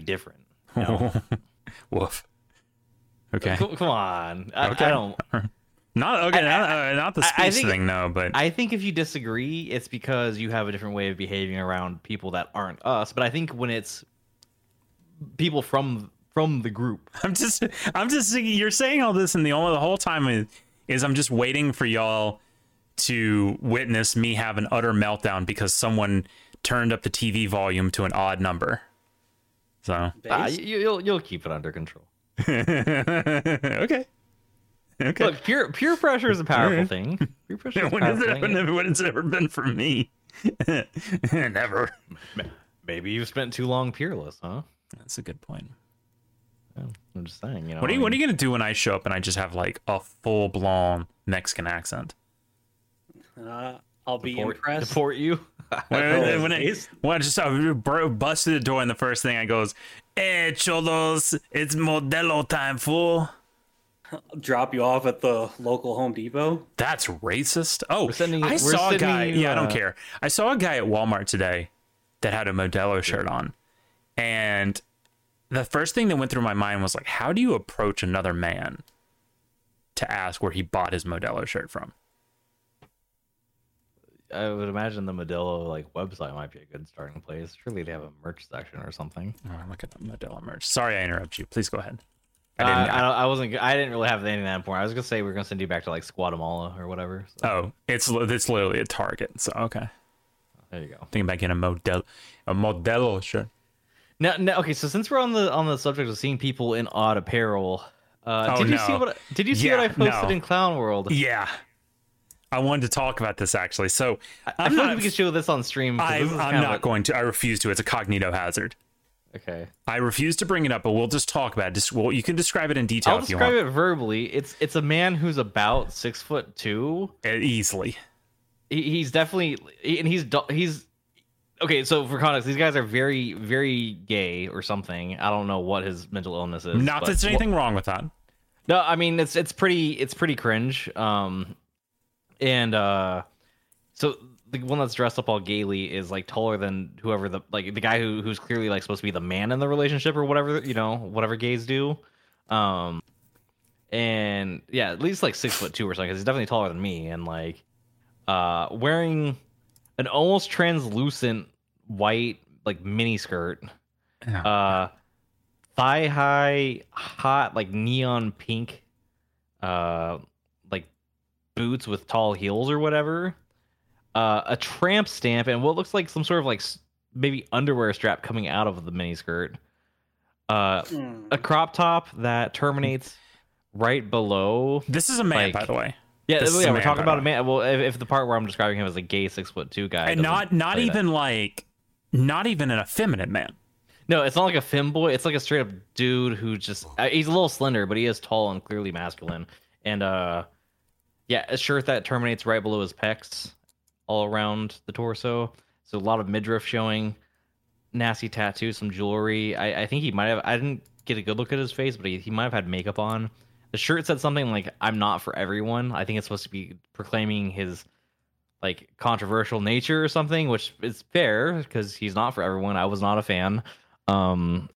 [laughs]
different. you know?
Woof. Okay.
C- Come on, I, I
Okay.
don't.
Not okay.
I-
not, uh, not the
I-
speech
I think-
thing, no. But
I think if you disagree, it's because you have a different way of behaving around people that aren't us. But I think when it's people from from the group
I'm just, I'm just. thinking- You're saying all this, and the only the whole time is, is I'm just waiting for y'all to witness me have an utter meltdown because someone turned up the TV volume to an odd number. So
Ah,
Based?
you, you'll you'll keep it under control.
[laughs] okay, okay.
Look, peer peer pressure is a powerful
Alright.
thing.
[laughs]
Peer pressure is a
when, has
powerful
it,
thing.
when, when has it ever been for me? [laughs] Never.
Maybe you've spent too long peerless, huh?
That's a good point.
Yeah, I'm just saying, you know.
What are
I
you What are
mean,
you gonna do when I show up and I just have like a full blown Mexican accent?
Uh, I'll be
deport-
impressed.
Deport you? [laughs]
When, [laughs]
know.
when, I, when I just uh, bro, busted the door, and the first thing I goes, "Eh, cholos, it's Modelo time, fool."
Drop you off at the local Home Depot.
That's racist. Oh,
sending you-
I
we're
saw a
sending
guy.
you,
yeah, I don't
uh,
care. I saw a guy at Walmart today that had a Modelo shirt on, and the first thing that went through my mind was like, "How do you approach another man to ask where he bought his Modelo shirt from?"
I would imagine the Modelo like website might be a good starting place. Surely they have a merch section or something.
Oh, look at that Modelo merch. Sorry, I interrupt you. Please go ahead. I
I,
didn't.
Uh, I, don't- I wasn't. I didn't really have anything that important. I was gonna say we are gonna send you back to like Guatemala or whatever. So,
oh, it's li- it's literally a Target. So okay.
there you go.
Thinking about getting a Modelo, a Modelo shirt.
Now, now, okay. So since we're on the on the subject of seeing people in odd apparel, uh,
Oh,
did you see
no.
what? I- Did you see
Yeah,
what I
no.
posted in Clown World?
Yeah, I wanted to talk about this actually. So
I
I'm
feel
not-
like we can show this on stream. 'cause
I,
this is
I'm
kind of
not
a-
going to. I refuse to. It's a cognito hazard.
Okay.
I refuse to bring it up, but we'll just talk about it. Just, well, you can describe it in detail
I'll
if you
describe
want.
it verbally. It's it's a man who's about six foot two.
Uh, Easily.
He, he's definitely he- and he's du- he's okay. So for context, these guys are very very gay or something. I don't know what his mental illness is.
Not that
but-
there's anything wrong with that.
No, I mean it's it's pretty it's pretty cringe. Um, and uh, so the one that's dressed up all gaily is like taller than whoever the like the guy who who's clearly like supposed to be the man in the relationship or whatever you know whatever gays do. Um, and yeah, at least like six foot two or something. 'cause he's definitely taller than me, and like uh, wearing an almost translucent white like mini skirt uh thigh high hot like neon pink uh like boots with tall heels or whatever uh a tramp stamp and what looks like some sort of like s- maybe underwear strap coming out of the miniskirt uh
Hmm.
a crop top that terminates right below
This is a man,
Like,
by the way,
yeah,
This is
yeah
a
we're
man,
talking
by
about a
the
man well if, if the part where i'm describing him as a gay six foot two guy
and
doesn't
not not
say that.
even like not even an effeminate man.
No, it's not like a femboy. It's like a straight up dude who just uh, he's a little slender, but he is tall and clearly masculine. And uh yeah, a shirt that terminates right below his pecs all around the torso. So a lot of midriff showing, nasty tattoos, some jewelry. I, I think he might have I didn't get a good look at his face, but he, he might have had makeup on. The shirt said something like I'm not for everyone. I think it's supposed to be proclaiming his like controversial nature or something, which is fair because he's not for everyone. I was not a fan. Um,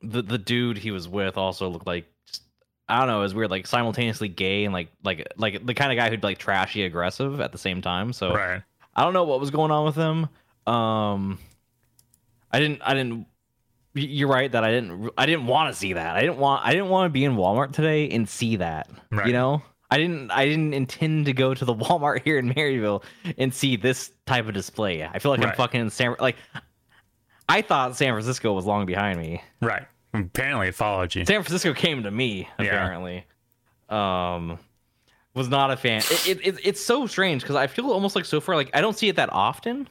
the the dude he was with also looked like just I don't know, it was weird, like simultaneously gay and like like like the kind of guy who'd like trashy aggressive at the same time. So
Right.
I don't know what was going on with him. Um, I didn't. I didn't. y- You're right that I didn't. I didn't want to see that. I didn't want. I didn't want to be in Walmart today and see that.
Right.
You know. I didn't. I didn't intend to go to the [laughs] Walmart here in Maryville and see this type of display. I feel like I'm
Right.
fucking in San. Like, I thought San Francisco was long behind me.
Right. Apparently, it followed you.
San Francisco came to me
Yeah.
apparently. Um, was not a fan. It, it, it- it's so strange because I feel almost like so far like I don't see it that often,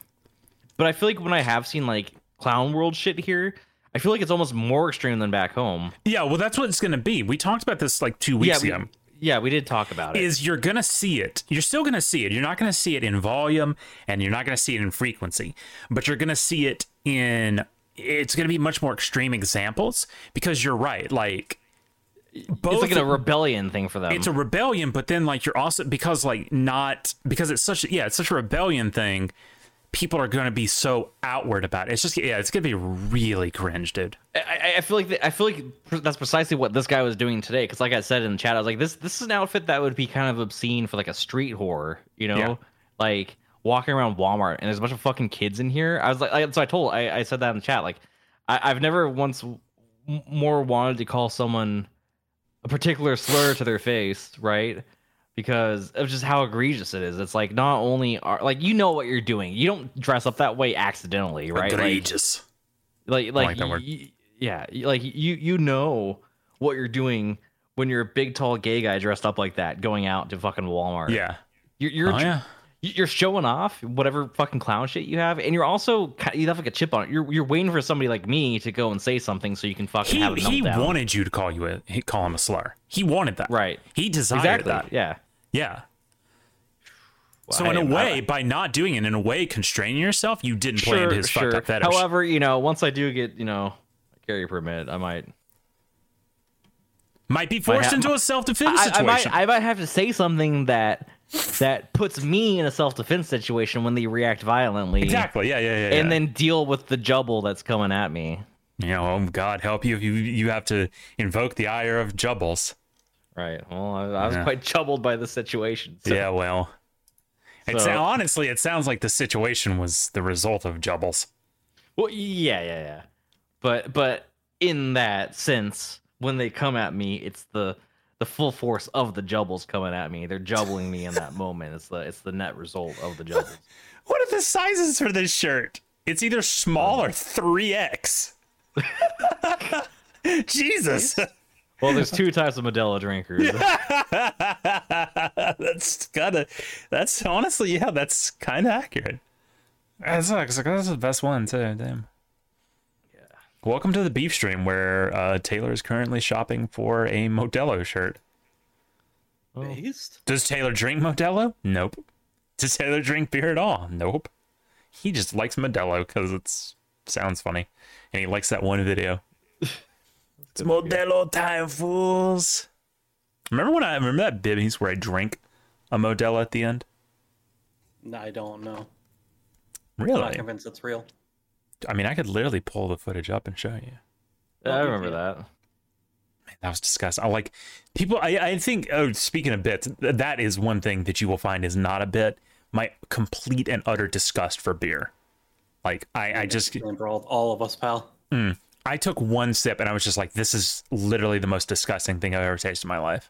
but I feel like when I have seen like clown world shit here, I feel like it's almost more extreme than back home.
Yeah. Well, that's what it's going to be. We talked about this like two weeks
yeah,
ago.
we, yeah, we did talk about it.
is you're gonna see it. You're still gonna see it. You're not gonna see it in volume, and you're not gonna see it in frequency, but you're gonna see it in. It's gonna be much more extreme examples because you're right. Like both,
it's like a rebellion thing for them.
it's a rebellion, but then like you're also because like not because it's such yeah it's such a rebellion thing. People are gonna be so outward about it. It's just yeah, it's gonna be really cringe, dude.
I, I- I feel like the, I feel like pr- that's precisely what this guy was doing today. Because like I said in the chat, I was like, this this is an outfit that would be kind of obscene for like a street horror, you know,
Yeah.
like walking around Walmart and there's a bunch of fucking kids in here. I was like, I, so I told I, I said that in the chat. Like, I, I've never once w- m- more wanted to call someone a particular slur to their face, right? Because of just how egregious it is. It's like not only are like you know what you're doing. You don't dress up that way accidentally, right? Like,
Egregious.
like
like
like,
that word.
y- y- yeah y- like you you know what you're doing when you're a big tall gay guy dressed up like that going out to fucking walmart
yeah.
you're you're,
oh yeah.
y- you're showing off whatever fucking clown shit you have and you're also ki- you have like a chip on it you're, you're waiting for somebody like me to go and say something so you can fucking
He,
have a
he
meltdown.
wanted you to call you a he- call him a slur. He wanted that.
right
He desired
exactly
that.
yeah
Yeah.
Well,
So
I
in a
am- I-
way, by not doing it, in a way constraining yourself, you didn't play into his fucked up fetish.
However, you know, once I do get, you know, a carry permit, I might
might be forced
ha-
into a self-defense
I, I
situation.
might I might have to say something that that puts me in a self defense situation when they react violently.
exactly. Yeah, yeah, yeah.
And
yeah.
then deal with the jubble that's coming at me.
you know, oh, God help you if you you have to invoke the ire of Jubbles.
Right. Well, I, I was
Yeah.
quite troubled by the situation. So,
yeah, well, it
So-
sound, honestly, it sounds like the situation was the result of Jubbles.
Well, yeah, yeah, yeah. But but in that sense, when they come at me, it's the the full force of the jubbles coming at me. They're jubbling me in
[laughs]
that moment. It's the it's the net result of the jubbles.
What are the sizes for this shirt? It's either small or three X. [laughs] Jesus,
Well, there's two types of Modelo drinkers.
[laughs] that's gotta. That's honestly, yeah, that's kind of accurate. That's, that's the best one too. Damn. Yeah. Welcome to the beef stream, where uh, Taylor is currently shopping for a Modelo shirt.
Based?
Does Taylor drink Modelo? Nope. Does Taylor drink beer at all? Nope. He just likes Modelo because it's sounds funny, and he likes that one video. it's Modelo time, fools. Remember when I remember that Bibby's where I drank a Modelo at the end?
No, I don't know. I'm not
Really?
convinced it's real.
I mean, I could literally pull the footage up and show you.
I remember that.
That was disgusting. I like people. I, I think. Oh, speaking of bits, th- that is one thing that you will find is not a bit. My complete and utter disgust for beer. Like I, I just
Remember all, all of us, pal.
I took one sip and I was just like, this is literally the most disgusting thing I've ever tasted in my life.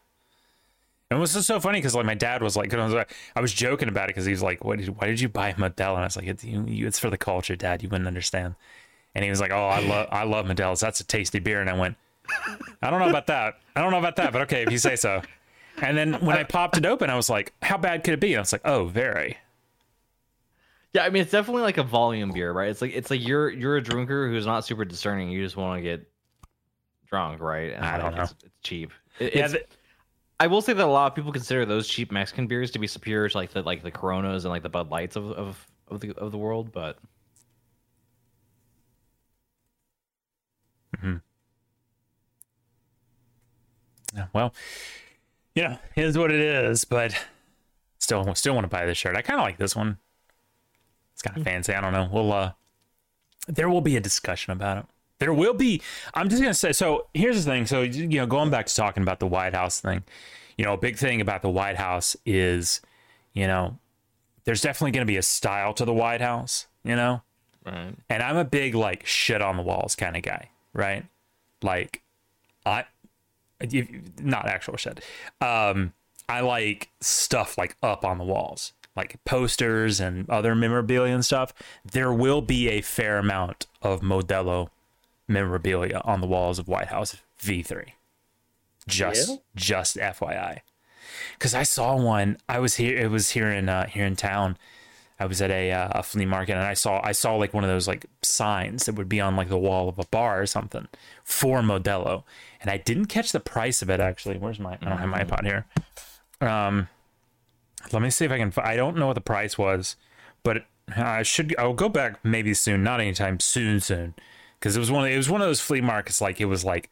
And it was just so funny because like my dad was like, 'cause I was, like- I was joking about it because he was like, what did, why did you buy Modelo? And I was like, it's, you, you, it's for the culture, dad. You wouldn't understand. And he was like, oh, I love, I love Modelo's. That's a tasty beer. And I went, I don't know about that. I don't know about that, but okay, if you say so. And then when I popped it open, I was like, how bad could it be? And I was like, oh, very.
Yeah, I mean it's definitely like a volume beer, right? It's like it's like you're you're a drinker who's not super discerning. You just want to get drunk, right? And
I don't
like,
know.
It's, it's cheap. It-
Yeah,
it's-
th-
I will say that a lot of people consider those cheap Mexican beers to be superior to like the like the Coronas and like the Bud Lights of of, of the of the world, but
Yeah, well, you know, it is what it is, but still still want to buy this shirt. I kind of like this one. It's kind of fancy. I don't know. We'll uh there will be a discussion about it. There will be. I'm just gonna say. So here's the thing. So you know, going back to talking about the White House thing, you know, a big thing about the White House is, you know, there's definitely gonna be a style to the White House. You know,
Right.
and I'm a big like shit on the walls kind of guy, right? Like, I, if, not actual shit. Um, I like stuff like up on the walls, like posters and other memorabilia and stuff. There will be a fair amount of Modelo memorabilia on the walls of White House V3. Just,
Yeah?
just FYI, because I saw one. I was here. It was here in uh, here in town. I was at a, uh, a flea market and I saw I saw like one of those like signs that would be on like the wall of a bar or something for Modelo, and I didn't catch the price of it actually. Where's my? I don't have my iPod here. Um, let me see if I can. fi- I don't know what the price was, but I should. I'll go back maybe soon. Not anytime soon, soon, because it was one. Of, it was one of those flea markets. Like it was like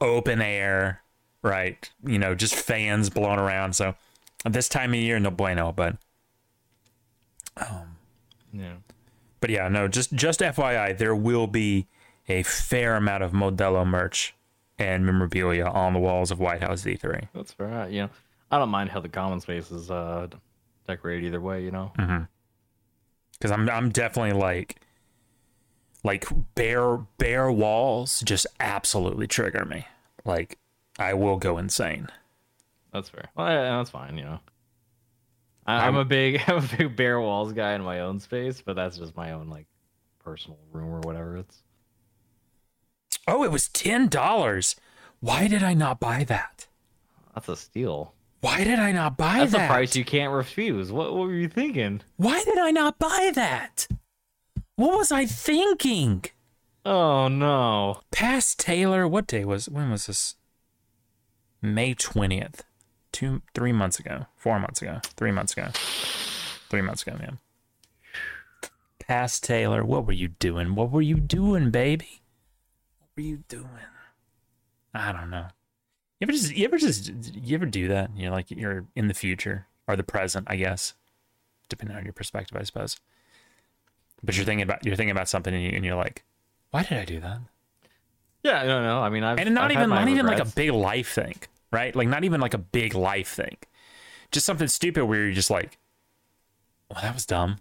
open air, right? You know, just fans blowing around. So at this time of year, no bueno. But
Yeah.
but yeah, no, just just FYI, there will be a fair amount of Modelo merch and memorabilia on the walls of White House D3.
That's right. You know, I don't mind how the common space is uh, decorated either way. You know.
Because I'm I'm definitely like like bare bare walls just absolutely trigger me. Like I will go insane.
That's fair. Well, yeah, that's fine. You know, I, I'm a big [laughs] I'm a big bare walls guy in my own space, but that's just my own like personal room or whatever. It's
Oh, it was ten dollars. Why did I not buy that?
that's a steal.
Why did I not buy
That's
that?
a price you can't refuse. What what were you thinking?
Why did I not buy that? What was I thinking?
Oh no.
past Taylor. What day was? When was this? May twentieth, two, three months ago, four months ago, three months ago, three months ago, man. Past Taylor, what were you doing? What were you doing, baby? What were you doing? I don't know. You ever just, you ever just, you ever do that? You're like, you're in the future or the present, I guess, depending on your perspective, I suppose. But you're thinking about, you're thinking about something, and, you, and you're like, why did I do that?
Yeah, no, no. I mean, I've
and not
I've had
even
my
not even like a
regrets.
big life thing, right? Like not even like a big life thing, just something stupid where you're just like, "Well, that was dumb.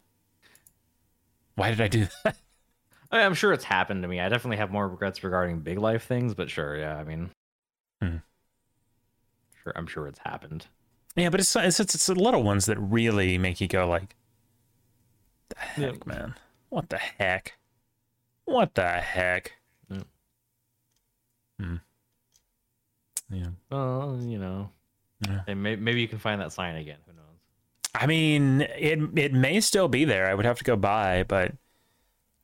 Why did I do [laughs] that?"
I mean, I'm sure it's happened to me. I definitely have more regrets regarding big life things, but sure, yeah. I mean,
Hmm.
sure, I'm sure it's happened.
Yeah, but it's it's it's, it's the little ones that really make you go like, "The heck, man! What the heck? What the heck?"
Yeah.
Hmm. Yeah.
Well, you know,
Yeah.
and may- maybe you can find that sign again. Who knows?
I mean, it it may still be there. I would have to go buy, but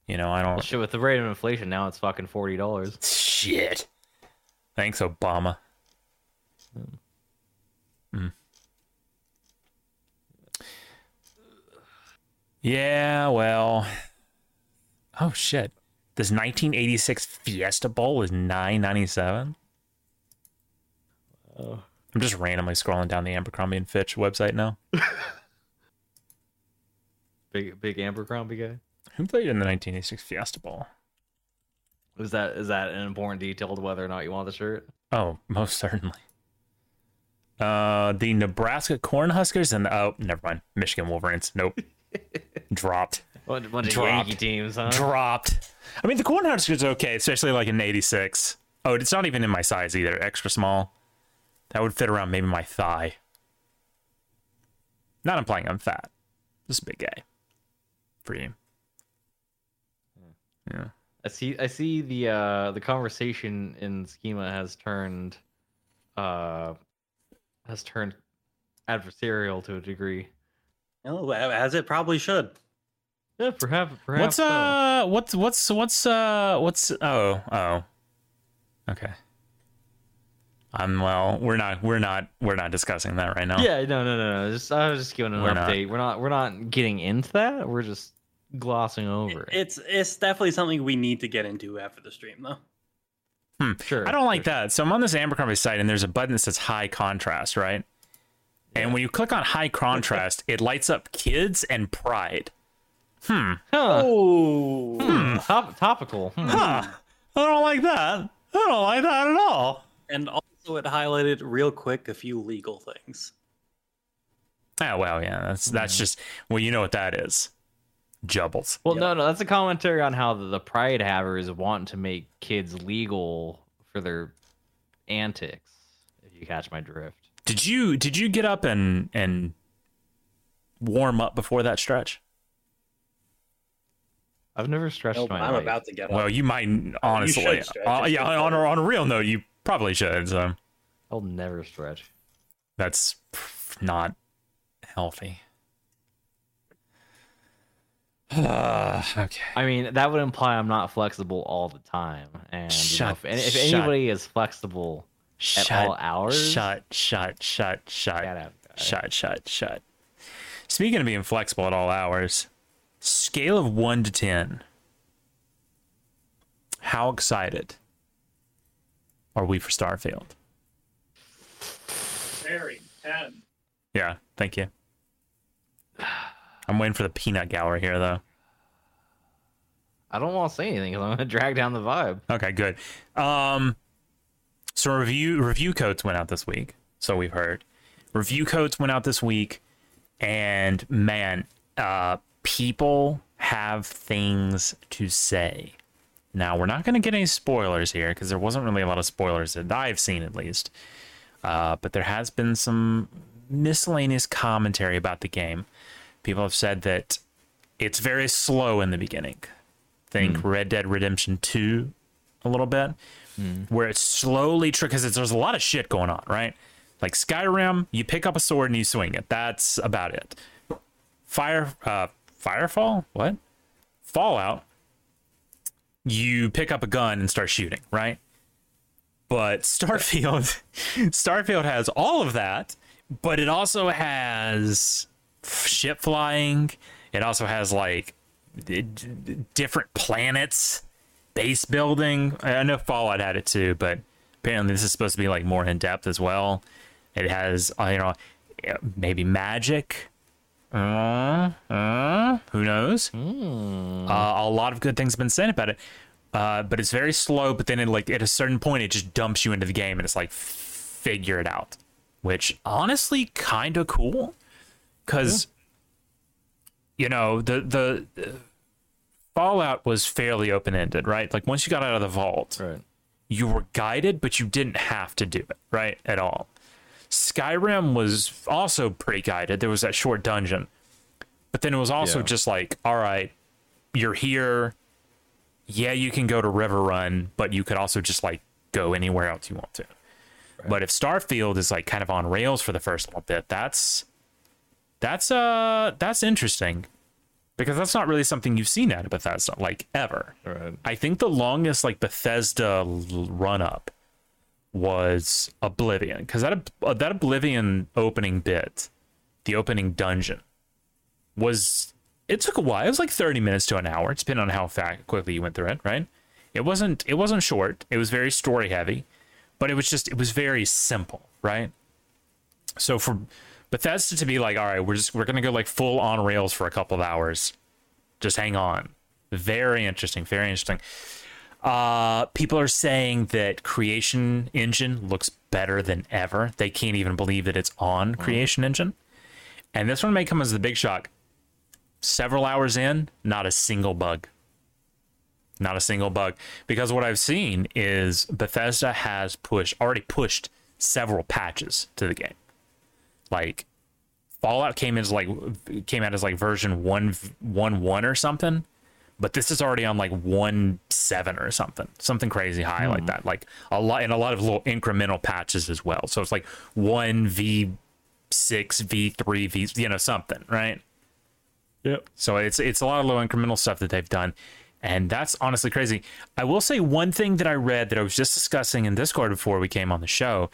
you know, I don't.
Shit, with the rate of inflation now, it's fucking forty dollars.
Shit. Thanks, Obama. Mm. Yeah, well. Oh shit. This 1986 Fiesta Bowl is 9.97.
Oh.
I'm just randomly scrolling down the Abercrombie and Fitch website now.
Big, big Abercrombie guy.
Who played in the 1986 Fiesta Bowl?
Is that is that an important detail to whether or not you want the shirt?
Oh, most certainly. Uh, the Nebraska Cornhuskers and the, oh, never mind. Michigan Wolverines. Nope. Dropped.
What bunch of
Dropped.
Yankee teams, huh?
dropped. I mean, the Cornhuskers is okay, especially like in '86. Oh, it's not even in my size either. Extra small. That would fit around maybe my thigh. Not implying I'm fat. Just a big guy. For you. Yeah.
I see. I see the uh, the conversation in schema has turned, uh, has turned adversarial to a degree.
No, as it probably should.
Yeah, perhaps. perhaps
What's
so.
uh? What's what's what's uh? What's oh oh? Okay. I'm well. We're not. We're not. We're not discussing that right now.
Yeah, no, no, no, no. Just I was just giving an
We're not.
update. We're not. We're not getting into that. We're just glossing over it.
It's it's definitely something we need to get into after the stream, though.
sure.
I don't like that. So I'm on this Abercrombie site and there's a button that says high contrast, right? And when you click on high contrast, it lights up kids and pride.
Huh. Hmm,
Oh,
Oh. Top, topical. Hmm.
[laughs] Huh. I don't like that. I don't like that at all.
And also, it highlighted real quick a few legal things.
Oh well, yeah. That's that's just well, you know what that is. Jubbles.
Well,
Yeah.
no, no, that's a commentary on how the, the pride havers want to make kids legal for their antics. If you catch my drift.
Did you did you get up and and warm up before that stretch?
I've never stretched
Nope,
my.
Oh, I'm
life.
about to get
Well,
up.
you might honestly.
should stretch.
uh, yeah, on, a- on a real note, you probably should. So
I'll never stretch.
that's pff, not healthy. okay.
I mean, that would imply I'm not flexible all the time. And you know,
Shut-
if, any- if
shut-
anybody is flexible at all hours,
Shut, shut, shut, shut.
shout out, guys.
Shut, shut, shut. Speaking of being flexible at all hours, scale of one to 10. How excited are we for Starfield?
Very ten.
Yeah, thank you. I'm waiting for the peanut gallery here, though.
I don't want to say anything because I'm gonna [laughs] drag down the vibe.
Okay, good. Um, so review review codes went out this week. So we've heard review codes went out this week, and man, uh, people have things to say. Now we're not going to get any spoilers here because there wasn't really a lot of spoilers that I've seen, at least. Uh, but there has been some miscellaneous commentary about the game. People have said that it's very slow in the beginning. Think Red Dead Redemption 2 a little bit, where it's slowly because there's a lot of shit going on, right? Like Skyrim, you pick up a sword and you swing it. That's about it. Fire, uh, Firefall, what? Fallout. You pick up a gun and start shooting, right? But Starfield, [laughs] Starfield has all of that, but it also has ship flying. It also has like d- d- different planets, base building. I I know Fallout had it too, but apparently this is supposed to be like more in depth as well. It has uh, you know yeah, maybe magic. Uh, uh, who knows? Uh, a lot of good things have been said about it, uh, but it's very slow. But then, it, like at a certain point, it just dumps you into the game, and it's like figure it out, which honestly kind of cool because you know the the uh, fallout was fairly open-ended right like once you got out of the vault
Right.
you were guided but you didn't have to do it right at all skyrim was also pretty guided there was that short dungeon but then it was also
Yeah.
just like all right you're here yeah you can go to river run but you could also just like go anywhere else you want to but if starfield is like kind of on rails for the first little bit that's that's uh that's interesting because that's not really something you've seen out of Bethesda like ever.
Right.
I think the longest like Bethesda run up was Oblivion because that Ob- uh, that Oblivion opening bit, the opening dungeon, was it took a while. It was like thirty minutes to an hour, It's depending on how fa- quickly you went through it. Right? It wasn't it wasn't short. It was very story heavy, but it was just it was very simple. Right? So for Bethesda to be like, all right, we're just we're gonna go like full on rails for a couple of hours just hang on. Very interesting. Very interesting. Uh, people are saying that Creation Engine looks better than ever. They can't even believe that it's on Creation Engine. And this one may come as the big shock. Several hours in, not a single bug. Not a single bug. Because what I've seen is Bethesda has pushed, already pushed several patches to the game. Like, Fallout came as like came out as like version one one one or something, but this is already on like one seven or something, something crazy high like that. Like a lot and a lot of little incremental patches as well. So it's like one v six v three v you know something right. Yep. So it's it's a lot of low incremental stuff that they've done, and that's honestly crazy. I will say one thing that I read that I was just discussing in Discord before we came on the show,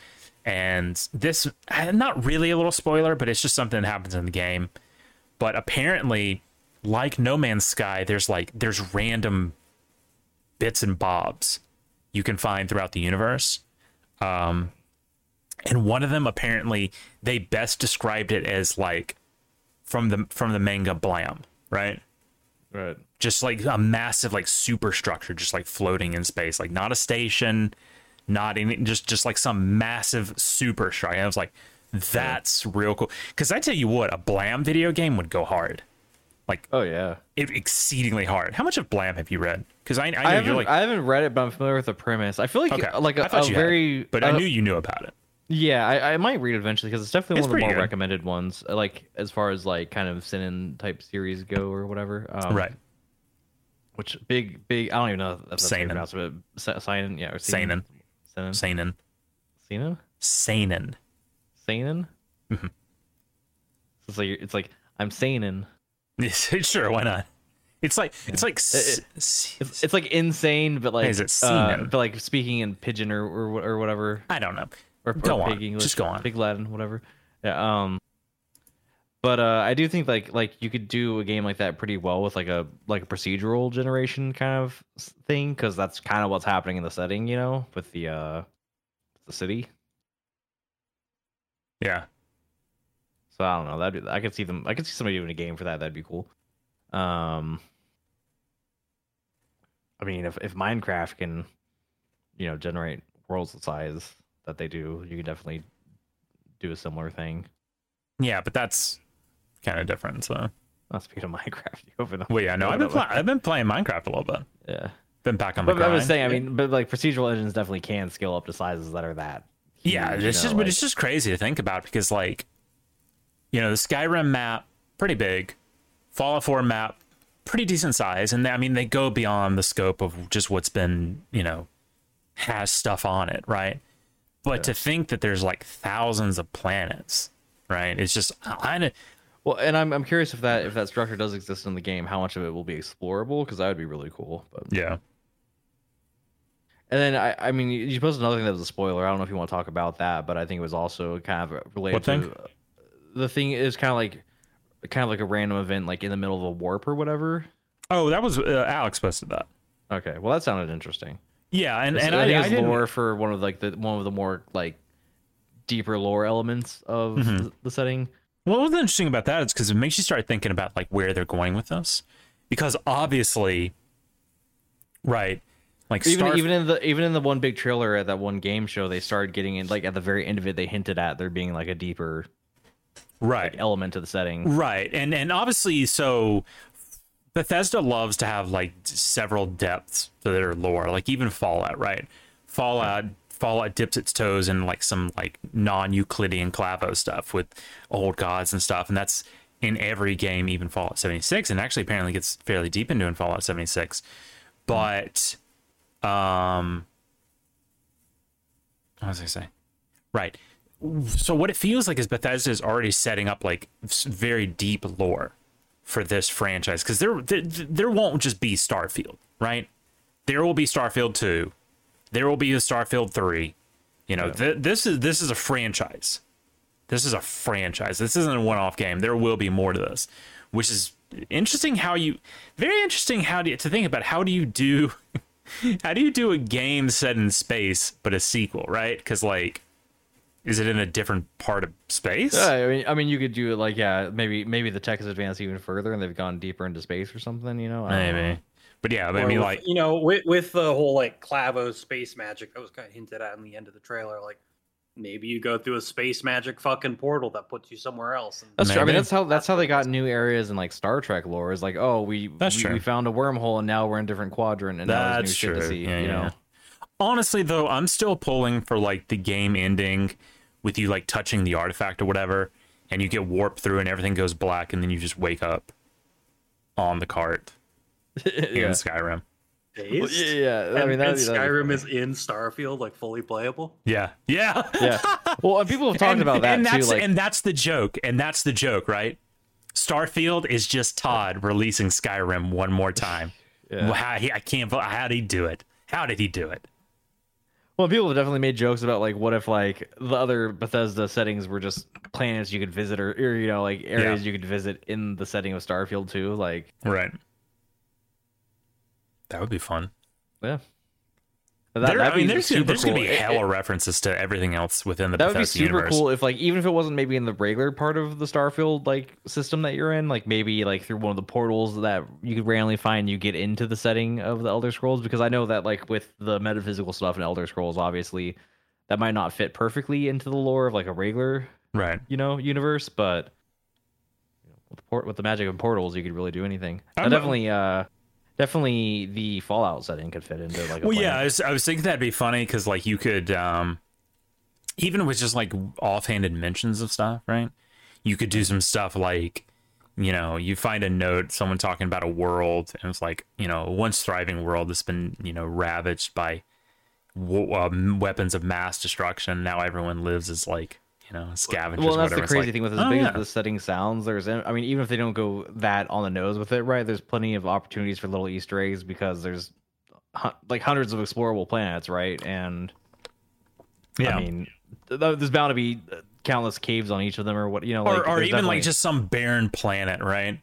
and this not really a little spoiler, but it's just something that happens in the game. But apparently, like No Man's Sky, there's like there's random bits and bobs you can find throughout the universe. Um, and one of them apparently they best described it as like from the from the manga Blam, right?
Right.
just like a massive like superstructure just like floating in space like not a station not any just just like some massive superstructure and i was like that's real cool because i tell you what a blam video game would go hard like
Oh yeah.
it, exceedingly hard how much of blam have you read because i, I know
I
you're
haven't,
like
I haven't read it, but I'm familiar with the premise. I feel like
okay
like
I
a,
thought
a
you had it,
very
but
uh,
i knew you knew about it
Yeah, I, I might read it eventually because it's definitely
It's
one of the
pretty
more
good.
recommended ones. uh, Like as far as like kind of sin type series go or whatever. Um,
right
Which big big I don't even know if that's
Seinen.
Seinen. Pronounced, but Se- Seinen, yeah, or Seinen. Seinen.
seinen
Seinen.
seinen [laughs]
Seinen.
Mhm.
It's like it's like I'm seinen.
sure why not it's like it's like s-
It-
s-
It's, it's like insane, but like
Is it
uh,
seinen?
but like speaking in pigeon or or, wha- or whatever.
i don't know
or,
Go
or
on.
Pig English,
Just go on.
Pig Latin, whatever. Yeah. Um. But uh, I do think like like you could do a game like that pretty well with like a like a procedural generation kind of s- thing because that's kind of what's happening in the setting, you know, with the uh the city.
yeah
So I don't know. That I could see them. I could see somebody doing a game for that. That'd be cool. Um. I mean, if if Minecraft can, you know, generate worlds the size that they do, you could definitely do a similar thing.
Yeah, but that's kind of different. So,
Not speaking of [laughs] Minecraft, you open up.
well, yeah, no, I've been
open
pl-
up-
I've been playing Minecraft a little bit.
Yeah,
Been back on the
but I was
grind.
saying, I mean, but like procedural engines definitely can scale up to sizes that are that.
yeah, it's
huge, you
just
know,
but
like-
it's just crazy to think about because like, you know, the Skyrim map pretty big, Fallout 4 map pretty decent size, and they, I mean they go beyond the scope of just what's been you know has stuff on it, right? But to think that there's like thousands of planets, right? It's just I, I
well, and I'm I'm curious if that if that structure does exist in the game, how much of it will be explorable? Because that would be really cool. But
yeah.
And then I, I mean, you- you posted another thing that was a spoiler. I don't know if you want to talk about that, but I think it was also kind of related.
What thing?
To, the thing is kind of like, kind of like a random event, like in the middle of a warp or whatever.
Oh, that was uh, Alex posted that.
Okay, well that sounded interesting.
Yeah, and
And
and
I,
I,
think
I
it's
didn't-
lore for one of like the one of the more like deeper lore elements of
Mhm.
the, the setting.
Well, what's interesting about that is because it makes you start thinking about like where they're going with this, because obviously, right, like
Even
Starf-
even in the even in the one big trailer at that one game show, they started getting in like at the very end of it, they hinted at there being like a deeper
right,
element to the setting.
right, and and obviously, so Bethesda loves to have like several depths to their lore, like even Fallout, right? Fallout. Fallout dips its toes in like some like non-Euclidean Clavo stuff with old gods and stuff, and that's in every game, even Fallout 76, and actually apparently gets fairly deep into in Fallout 76. But um what was i say right so what it feels like is bethesda is already setting up like s- very deep lore for this franchise because there, there there won't just be starfield right there will be starfield 2 there will be a starfield 3 you know th- this is this is a franchise this is a franchise this isn't a one-off game there will be more to this which is interesting how you very interesting how do you, to think about how do you do [laughs] how do you do a game set in space but a sequel, right? Because like, is it in a different part of space?
Yeah, I mean, I mean, you could do it like yeah, maybe maybe the tech has advanced even further and they've gone deeper into space or something. You know, I don't know.
Maybe, but yeah, but I
Or
mean,
with-
like,
you know, with, with the whole like Clavo space magic that was kind of hinted at in the end of the trailer, like maybe you go through a space magic fucking portal that puts you somewhere else. And
That's true. I mean,
Maybe.
that's how that's how they got new areas in like Star Trek lore. Is like, oh, we
That's
we,
true.
we found a wormhole and now we're in a different quadrant and now
That's
there's new shit to
true.
see.
Yeah,
you
yeah,
know,
yeah.
[laughs]
honestly though, I'm still pulling for like the game ending with you like touching the artifact or whatever, and you get warped through and everything goes black, and then you just wake up on the cart in
yeah.
Skyrim.
Well,
based?
yeah, yeah. I
And,
mean, that'd
and
be- that'd be
Skyrim
funny.
is in Starfield, like fully playable.
Yeah, yeah, [laughs]
yeah. Well, and people have [laughs] talked
and,
about that
and
too.
that's
Like,
and that's the joke, and that's the joke, right? Starfield is just Todd releasing Skyrim one more time.
[laughs] yeah.
How he, I can't. bel- How did he do it? How did he do it?
well, people have definitely made jokes about like, what if like the other Bethesda settings were just planets you could visit or, or you know like areas you could visit in the setting of Starfield too. Like,
Right. That would be fun.
yeah, That,
There,
that'd
I mean,
be
there's,
super
there's
cool.
gonna be
It-
hella
it-
references to everything else within the
that would
Bethesda
be super
universe.
cool if like even if it wasn't maybe in the regular part of the starfield like system that you're in like maybe like through one of the portals that you could randomly find you get into the setting of the elder scrolls because i know that like with the metaphysical stuff in elder scrolls obviously that might not fit perfectly into the lore of like a regular
Right.
you know universe but you know, with, port- with the magic of portals you could really do anything Now,
I'm-
definitely uh definitely the fallout setting could fit into like a
Well, yeah, I
planet.
was, I was thinking that'd be funny because like you could, um, even with just like offhanded mentions of stuff, right? You could do some stuff like, you know, you find a note, someone talking about a world, and it's like, you know, a once thriving world that's been, you know, ravaged by w- uh, weapons of mass destruction. Now everyone lives as like, you know, scavengers.
well
or
that's
whatever.
the
It's
crazy
like,
thing with as
oh,
big
yeah.
as the setting sounds there's i mean even if they don't go that on the nose with it right there's plenty of opportunities for little easter eggs because there's hu- like hundreds of explorable planets right and
yeah.
i mean th- th- there's bound to be uh, countless caves on each of them or what you know like,
or, or
there's
even
definitely-
like just some barren planet, right?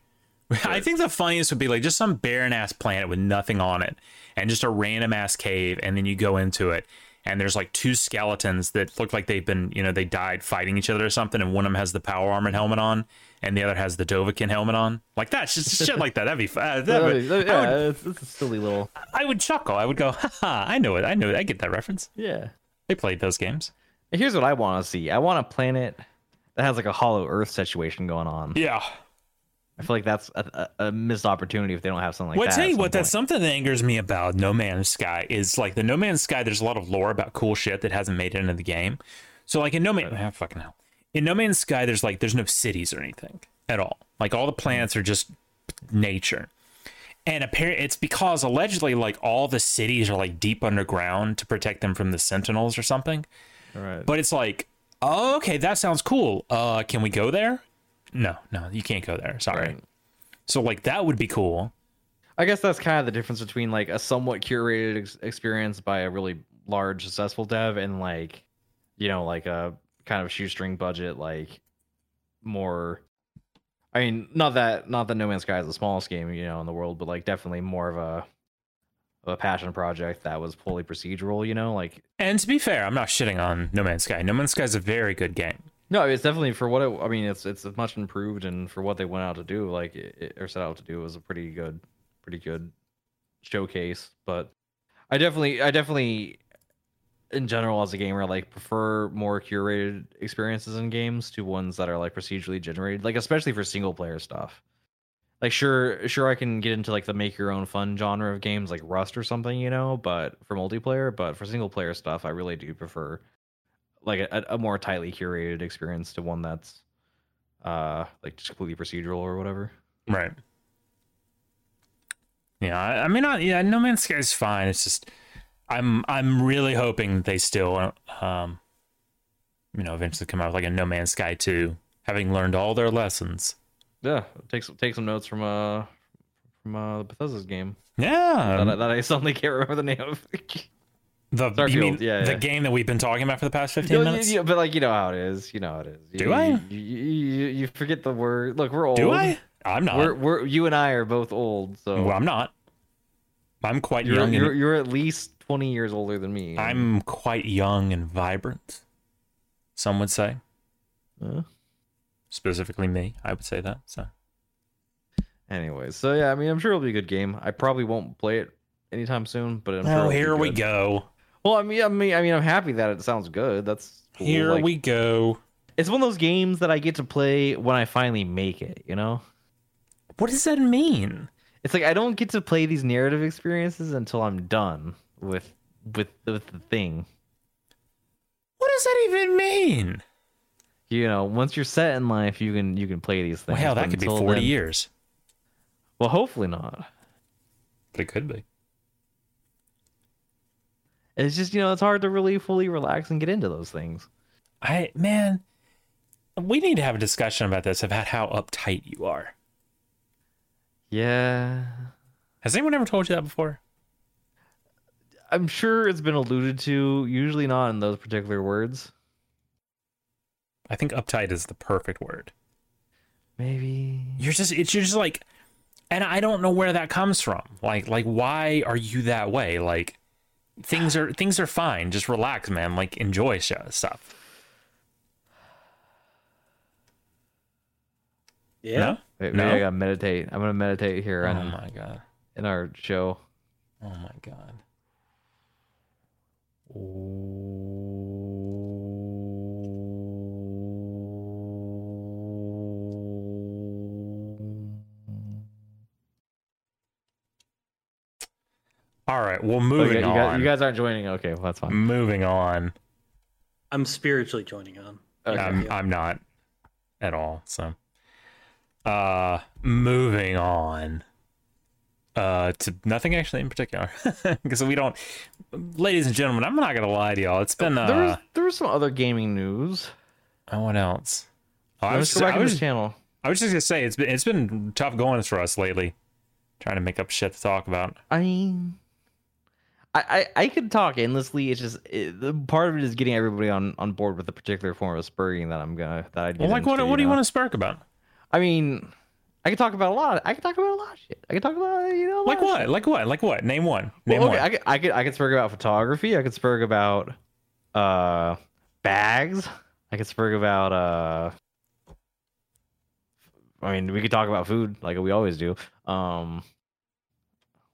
[laughs] I think the funniest would be like just some barren ass planet with nothing on it and just a random ass cave. And then you go into it and there's like two skeletons that look like they've been, you know, they died fighting each other or something. And one of them has the power armored helmet on and the other has the Dovahkiin helmet on. Like that, just shit like that. That'd be fun. that
yeah,
would- I, would,
it's, it's a silly little
I would chuckle. I would go, haha, I know it. I know it. I get that reference.
yeah
They played those games.
Here's what I want to see. I want a planet that has like a hollow Earth situation going on.
Yeah.
I feel like that's a, a, a missed opportunity if they don't have something like
well,
that.
tell
at
you
some
what, that's
point.
something that angers me about No Man's Sky is like the No Man's Sky. There's a lot of lore about cool shit that hasn't made it into the game. So like in No Man, ah, fucking hell, in No Man's Sky, there's like there's no cities or anything at all. Like all the planets are just nature, and apparently it's because allegedly like all the cities are like deep underground to protect them from the Sentinels or something.
Right.
But it's like, oh, okay, that sounds cool. Uh, can we go there? No, no, you can't go there. Sorry.
Right.
So like that would be cool.
I guess that's kind of the difference between like a somewhat curated ex- experience by a really large successful dev and like you know like a kind of shoestring budget like more I mean not that not that No Man's Sky is the smallest game you know in the world but like definitely more of a of a passion project that was fully procedural you know like
And to be fair, I'm not shitting on No Man's Sky. No Man's Sky is a very good game.
No, it's definitely for what it, I mean. It's it's much improved, and for what they went out to do, like it, it- or set out to do, it was a pretty good, pretty good showcase. But I definitely, I definitely, in general, as a gamer, like prefer more curated experiences in games to ones that are like procedurally generated, like especially for single player stuff. Like sure, sure, I can get into like the make your own fun genre of games, like Rust or something, you know. But for multiplayer, but for single player stuff, I really do prefer like a, a more tightly curated experience to one that's uh like just completely procedural or whatever.
Right. Yeah, I, I mean, I, yeah, No Man's Sky is fine. It's just I'm I'm really hoping that they still, um, you know, eventually come out with like a No Man's Sky two, having learned all their lessons.
Yeah, take some take some notes from uh from uh Bethesda's game
Yeah, um,
that, I- that I suddenly [laughs] can't remember the [laughs] name of.
the
Starfield,
you mean
yeah,
the
yeah.
game that we've been talking about for the past fifteen
You know,
minutes?
you- but like you know how it is, you know how it is. You,
Do I?
You, you, you forget the word. Look, we're old.
Do I? I'm not.
We're, we're you and I are both old, so
well, I'm not. I'm quite
you're,
young.
you're
and,
you're at least twenty years older than me.
I'm quite young and vibrant. Some would say. Uh?
Huh?
specifically me. I would say that. So
Anyway, so yeah, I mean, I'm sure it'll be a good game. I probably won't play it anytime soon, but I'm sure. it'll
oh,
be
here we
good.
go.
Well, I mean, I mean, I mean, I'm happy that it sounds good. That's cool.
Here
Like,
we go.
It's one of those games that I get to play when I finally make it. You know,
What does that mean?
it's like I don't get to play these narrative experiences until I'm done with with with the thing.
What does that even mean?
You know, once you're set in life, you can you can play these things.
Well,
but
that could be
until
40
then-
years.
Well, hopefully not.
But it could be.
It's just you know, it's hard to really fully relax and get into those things.
I man, we need to have a discussion about this about how uptight you are.
Yeah.
Has anyone ever told you that before?
I'm sure it's been alluded to, usually not in those particular words.
I think uptight is the perfect word.
Maybe.
You're just it's you're just like and I don't know where that comes from. Like like why are you that way? Like things are things are fine. Just relax, man. Like enjoy sh- stuff.
Yeah.
No?
Wait,
No?
maybe I gotta meditate. I'm gonna meditate here
Oh
on,
my god.
in our show.
Oh my god. All right, well,
Oh, you,
moving
gu- you guys,
on. Mm,
you guys aren't joining. Okay, well, that's fine.
moving on.
I'm spiritually joining on.
Okay.
I'm,
Yeah.
I'm not at all. So, uh, moving on. Uh, to nothing actually in particular, [laughs] because we don't. Ladies and gentlemen, I'm not gonna lie to y'all. It's been
there
uh,
was there was some other gaming news.
oh, what else? Oh, I was
Let's
just,
go back
I
to
was
this
just-
channel.
I was just gonna say it's been it's been tough going for us lately, trying to make up shit to talk about.
I mean, I, I I could talk endlessly. It's just it, the part of it is getting everybody on on board with a particular form of spurring that I'm gonna that I.
Well, like, what what do you want to spark about?
I mean, I could talk about a lot. I could talk about a lot of shit. I could talk about you know a lot
Like
of
what?
shit.
Like what? Like what? Name one. Name
Well, okay,
one.
I could I could I could spurg about photography. I could spurg about uh bags. I could spurg about uh. I mean, we could talk about food like we always do. Um,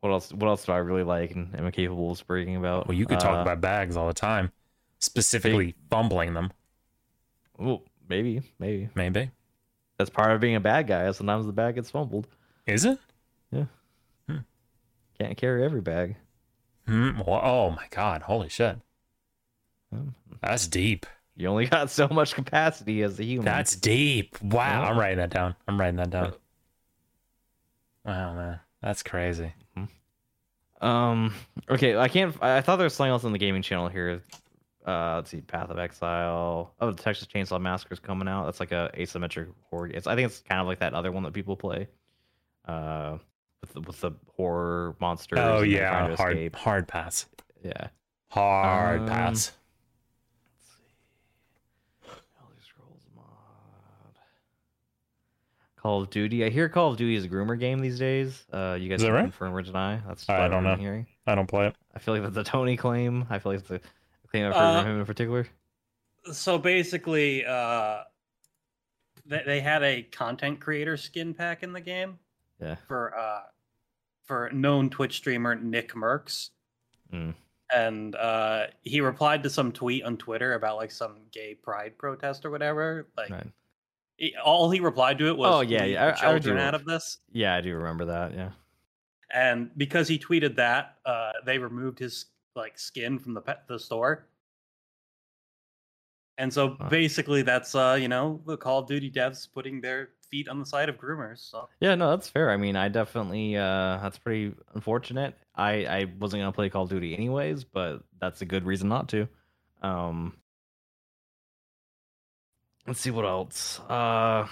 what else? What else do I really like and am I capable of spurging about?
Well, you could
Uh,
talk about bags all the time, specifically fumbling them.
Well, maybe, maybe
Maybe.
that's part of being a bad guy. Sometimes the bag gets fumbled.
Is it?
Can't carry every bag.
Hmm. Well, oh my God! Holy shit!
Um,
That's deep.
You only [laughs] got so much capacity as a human.
That's deep. Wow!
Yeah.
I'm writing that down. I'm writing that down.
Uh.
Wow, man, that's crazy.
um. Okay, I can't. I I thought there was something else on the gaming channel here. Uh, let's see, Path of Exile. Oh, the Texas Chainsaw Massacre is coming out. That's like a asymmetric horror. It's I think it's kind of like that other one that people play. Uh, with the, with the horror monsters.
Oh
and they're trying
yeah,
to
hard
escape.
hard pass.
Yeah.
Hard
Um,
pass.
Let's see. Elder Scrolls mod. Call of Duty. I hear Call of Duty is a groomer game these days. Uh, you guys
Is that
can
right?
confirm or deny. That's
I
what
don't
I've been
know.
hearing.
I don't play it.
I feel like that's a Tony claim. I feel like it's a claim I've heard
Uh,
from him in particular.
So basically, uh, they, they had a content creator skin pack in the game.
Yeah.
For uh, for known Twitch streamer Nick Merckx.
Mm.
and uh, he replied to some tweet on Twitter about like some gay pride protest or whatever. Like
Right.
he- all he replied to it was,
Oh, yeah,
"Leave
yeah, I-
the
I would
children
do-
out of this."
Yeah, I do remember that. Yeah.
And because he tweeted that, uh, they removed his like skin from the pet the store. And so
Huh.
basically, that's uh, you know the Call of Duty devs putting their feet on the side of groomers. So
Yeah, no, that's fair. I mean, I definitely uh that's pretty unfortunate. I I wasn't going to play Call of Duty anyways, but that's a good reason not to. Um Let's see what else. Uh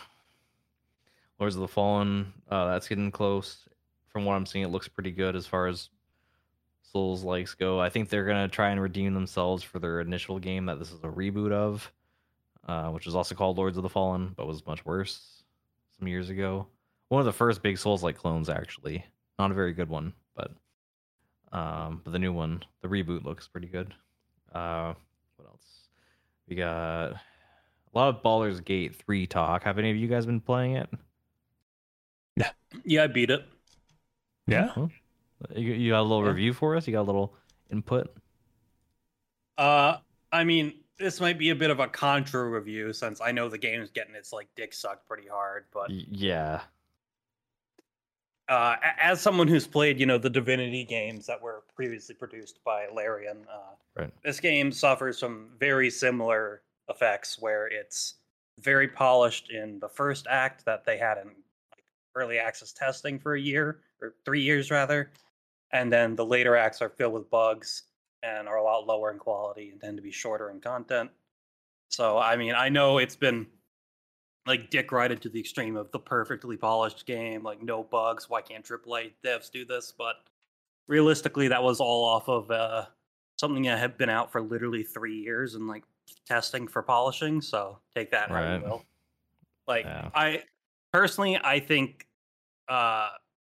Lords of the Fallen, uh that's getting close. From what I'm seeing, it looks pretty good as far as Souls likes go. I think they're going to try and redeem themselves for their initial game that this is a reboot of, uh which was also called Lords of the Fallen, but was much worse some years ago one of the first big souls like clones actually not a very good one but um but the new one the reboot looks pretty good uh what else we got a lot of ballers gate 3 talk have any of you guys been playing it
yeah, I beat it.
Yeah.
Huh? you, you got a little
Yeah.
review for us you got a little input
Uh, I mean, this might be a bit of a contra review since I know the game's getting its like dick sucked pretty hard, but
Y- yeah
uh, a- as someone who's played, you know, the Divinity games that were previously produced by Larian, uh,
Right.
this game suffers from very similar effects where it's very polished in the first act that they had in like, early access testing for a year or three years rather, and then the later acts are filled with bugs and are a lot lower in quality and tend to be shorter in content. So, I mean, I know it's been like dick rided to the extreme of the perfectly polished game, like no bugs. Why can't AAA devs do this? But realistically, that was all off of uh, something that had been out for literally three years and like testing for polishing. So take that how
Right.
you will. Like
Yeah.
I personally, I think uh,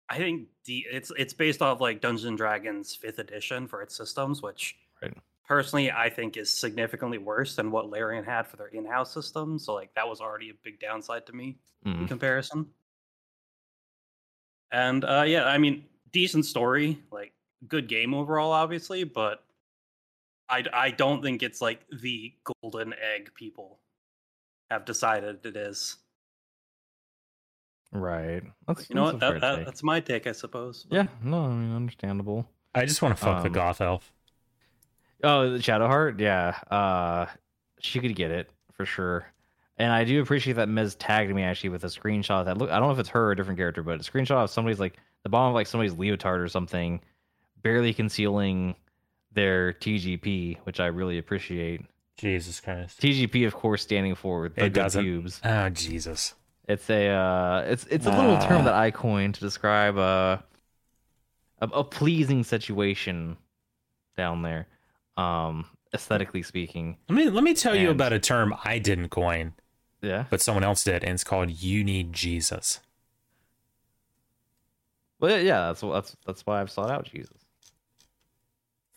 I think D, it's it's based off like Dungeons and Dragons Fifth Edition for its systems, which
Right.
personally I think is significantly worse than what Larian had for their in-house system. So like that was already a big downside to me in
Mm.
comparison. And uh, yeah, I mean, decent story, like good game overall, obviously, but I d- I don't think it's like the golden egg people have decided it is.
Right. That's
You know
that's
what?
a
That,
fair
that,
take.
that's my take, I suppose.
yeah. No, I mean understandable.
I just want to fuck the
Um,
goth elf.
Oh, the Shadowheart, yeah. Uh she could get it for sure. And I do appreciate that Miz tagged me actually with a screenshot that look I don't know if it's her or a different character, but a screenshot of somebody's like the bottom of like somebody's leotard or something, barely concealing their TGP, which I really appreciate.
Jesus Christ.
TGP, of course, standing for the
It
Good
doesn't.
Pubes.
Oh Jesus.
It's a uh, it's it's a little
Ah.
term that I coined to describe uh, a a pleasing situation down there, um, aesthetically speaking.
Let me let me tell you
And-
about a term I didn't coin,
Yeah.
but someone else did, and it's called "you need Jesus."
Well, yeah, yeah, that's that's that's why I've sought out Jesus.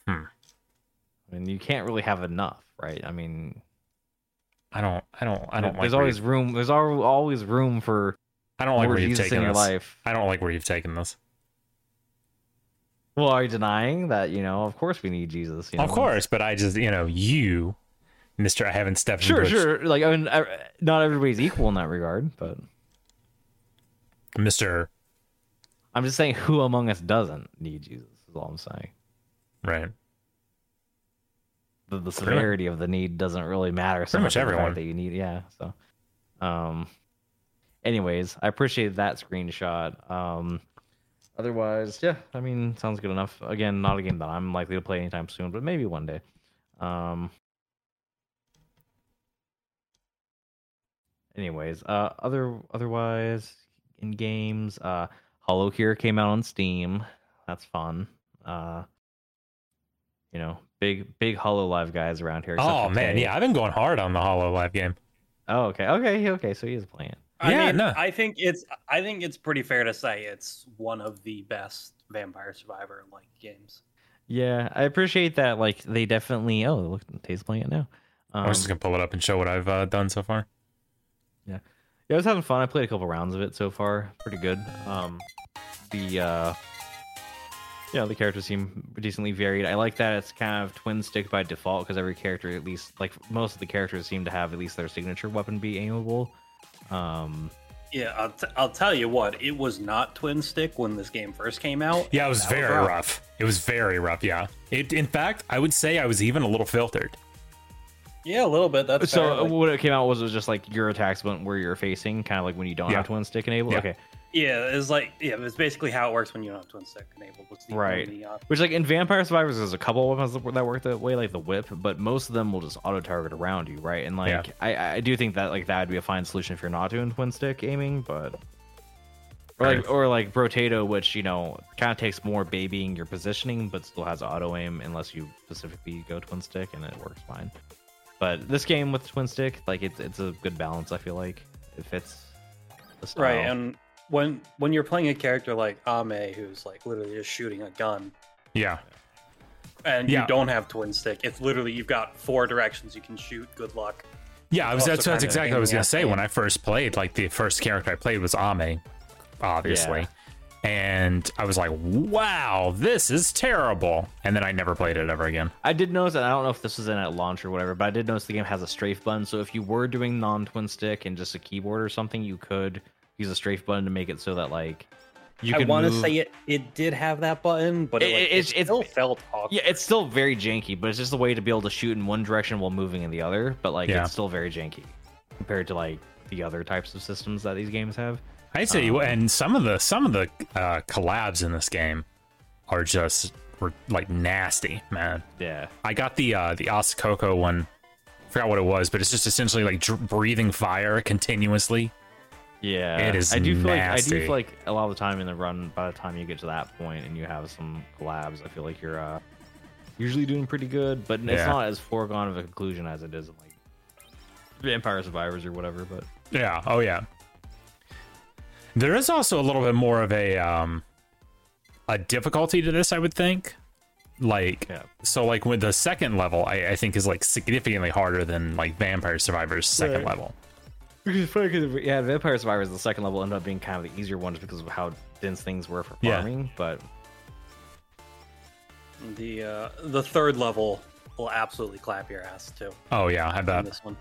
Hmm.
I mean, you can't really have enough, right? I mean,
I don't. I don't. I don't like.
There's
Where
always
you've-
room. There's al- always room for
I don't like
more
where you've
Jesus in
taken
your
this.
life.
I don't like where you've taken this.
Well, are you denying that? You know, of course we need Jesus. You know?
Of course, but I just you know you, Mister. I haven't stepped.
Sure,
into
sure. Like, I mean, I- not everybody's equal in that regard, but
Mister.
I'm just saying, who among us doesn't need Jesus? Is all I'm saying.
Right.
The, the
much-
severity of the need doesn't really matter. So
Pretty much
much as the fact
everyone.
that you need, yeah. So, um, anyways, I appreciated that screenshot. Um, otherwise, yeah, I mean, sounds good enough. Again, not a game that I'm likely to play anytime soon, but maybe one day. Um. Anyways, uh, other otherwise in games, uh, Hollow Cure came out on Steam. That's fun. Uh, you know, big big Hollow Live guys around here. except
Oh
for
man,
Tay.
yeah. I've been going hard on the Hollow Live game.
Oh, okay, okay, okay. So he is playing.
I
Yeah,
mean,
no.
I think it's I think it's pretty fair to say it's one of the best Vampire Survivor like games.
Yeah, I appreciate that. Like they definitely. Oh, look, Tay's playing it now. Um,
I was just Oh, gonna pull it up and show what I've uh, done so far.
Yeah, I was having fun. I played a couple rounds of it so far. Pretty good. Um, the uh, yeah, the characters seem decently varied. I like that it's kind of twin stick by default because every character, at least like most of the characters, seem to have at least their signature weapon be aimable. Um,
Yeah, I'll, t- I'll tell you what, it was not twin stick when this game first came out.
Yeah, it was
That
very
rough.
rough. It was very rough. Yeah. It. In fact, I would say I was even a little filtered.
Yeah, a little bit. That's
so
fair, like-
when it came out was it was just like your attacks went where you're facing, kind of like when you don't
Yeah.
have twin stick enabled.
Yeah.
Okay,
yeah, it's like yeah, it's basically how it works when you don't have twin stick enabled. Was the
Right.
only op-
Which, like in Vampire Survivors, there's a couple weapons that that work that way, like the whip, but most of them will just auto target around you, right? And like,
Yeah.
I, I do think that like that would be a fine solution if you're not doing twin stick aiming, but or
Right.
like or like Brotato, which you know kind of takes more babying your positioning, but still has auto aim unless you specifically go twin stick, and it works fine. But this game with twin stick, like it's it's a good balance. I feel like it fits. The style.
Right, and when when you're playing a character like Ame, who's like literally just shooting a gun,
Yeah.
and
Yeah.
you don't have twin stick, it's literally you've got four directions you can shoot. Good luck.
Yeah, I was,
Also
that's, that's
kinda
exactly what I was
aiming
gonna
at
say.
the
When I first played, like the first character I played was Ame, obviously, and I was like, "Wow, this is terrible." And then I never played it ever again.
I did notice, and I don't know if this was in at launch or whatever, but I did notice the game has a strafe button. So if you were doing non twin stick and just a keyboard or something, you could use a strafe button to make it so that like you
I
could
want to
move-
say it it did have that button, but it,
It-
like,
it-
it,
it's- it's-
still felt awkward.
Yeah, it's still very janky, but it's just a way to be able to shoot in one direction while moving in the other. But like
Yeah.
it's still very janky compared to like the other types of systems that these games have.
I tell
Oh.
you, what, and some of the some of the uh, collabs in this game are just were like nasty, man.
Yeah,
I got the uh, the Asakoko one. Forgot what it was, but it's just essentially like dr- breathing fire continuously.
yeah.
It is
I do feel like I
nasty.
do feel like a lot of the time in the run, by the time you get to that point and you have some collabs, I feel like you're uh, usually doing pretty good, but it's
Yeah.
not as foregone of a conclusion as it is in like Vampire Survivors or whatever. But
Yeah. Oh yeah. There is also a little bit more of a um a difficulty to this, I would think. Like
Yeah.
so, like with the second level, I, I think is like significantly harder than like Vampire Survivor's second
Right.
level.
Because [laughs] it's funny 'cause, yeah, Vampire Survivors, the second level ended up being kind of the easier one just because of how dense things were for
Yeah.
farming. But
The uh, the third level will absolutely clap your ass too.
Oh yeah, I
Uh,
on
bet.
this one.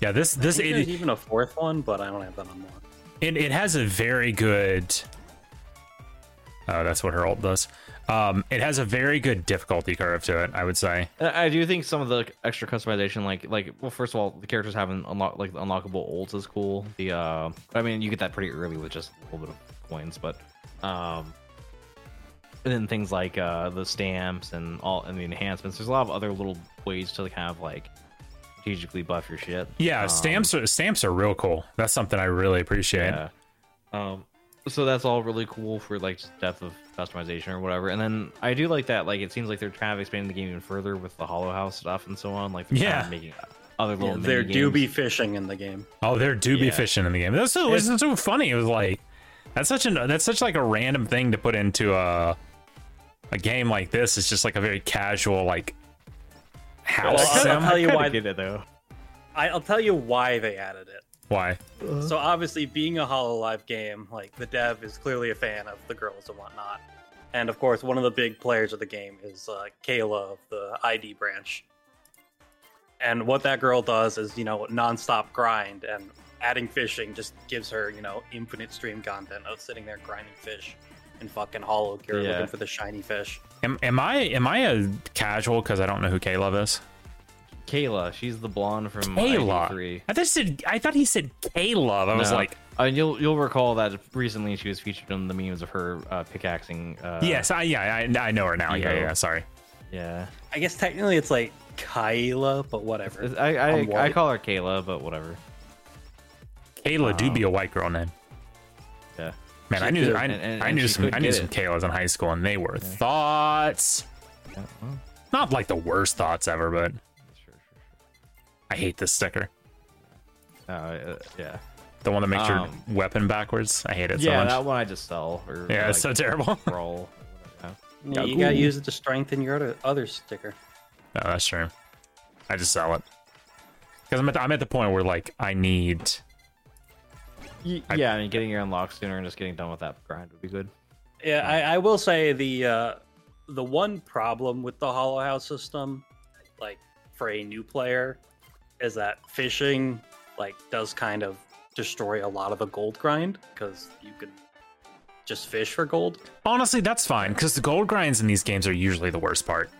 Yeah, this
I
this
think
it,
there's even a fourth one, but I don't have that on one.
it it has a very good. Oh, that's what her ult does. Um, it has a very good difficulty curve to it. I would say.
And I do think some of the extra customization, like like well, first of all, the characters having unlock like the unlockable ults is cool. The uh, I mean, you get that pretty early with just a little bit of coins, but um, and then things like uh the stamps and all and the enhancements. There's a lot of other little ways to kind of like strategically buff your shit.
Yeah,
Um,
stamps are stamps are real cool. That's something I really appreciate.
yeah. Um, so that's all really cool for like just depth of customization or whatever. And then I do like that. Like it seems like they're kind of expanding the game even further with the Hollow House stuff and so on. Like they're kind
Yeah.
of making other little.
Yeah, there
mini
do be
games.
fishing in the game.
Oh, they're doobie
Yeah.
fishing in the game. That's so it's so funny. It was like that's such an that's such like a random thing to put into a a game like this. It's just like a very casual like house
Well, I'll- I'll
sim.
tell you
kinda
why-
get it though.
I, I'll tell you why they added it.
Why?
So obviously, being a Hololive game, like the dev is clearly a fan of the girls and whatnot, and of course, one of the big players of the game is uh, Kayla of the ID branch. And what that girl does is, you know, nonstop grind, and adding fishing just gives her, you know, infinite stream content of sitting there grinding fish and fucking Hollow Gear
Yeah.
looking for the shiny fish.
Am, am I am I a casual because I don't know who Caleb is?
Kayla, she's the blonde from
Kayla.
Three.
I thought he said I thought he said Caleb. I was like,
I mean, you'll you'll recall that recently she was featured in the memes of her uh, pickaxing. Uh,
yes, I yeah, I, I know her now. Yeah,
Evo.
yeah, yeah, sorry.
Yeah.
I guess technically it's like Kayla, but whatever.
I
I'm
I, I
white.
call her Kayla, but whatever.
Kayla do
Wow.
be a white girl name.
Yeah.
Man,
She
I knew
could,
I,
and- and-
I
and
knew
she
some
could
I knew
get
some
it.
Kayla's in high school, and they were thoughts.
Yeah, well,
Not like the worst thoughts ever, but
sure, sure, sure.
I hate this sticker.
Uh, uh, yeah.
The one that makes
Um,
your weapon backwards. I hate it
yeah,
so much.
that one I just sell. Or,
Yeah,
or,
it's
like,
so terrible.
[laughs] Roll. or whatever.
you gotta use it to strengthen your other, other sticker.
no, Oh, that's true. I just sell it because I'm at the, I'm at the point where like I need.
Y-
I-
yeah, I mean, getting your unlock sooner and just getting done with that grind would be good.
Yeah, I, I will say the uh, the one problem with the Hollow House system, like for a new player, is that fishing like does kind of destroy a lot of the gold grind because you can just fish for gold.
Honestly, that's fine because the gold grinds in these games are usually the worst part.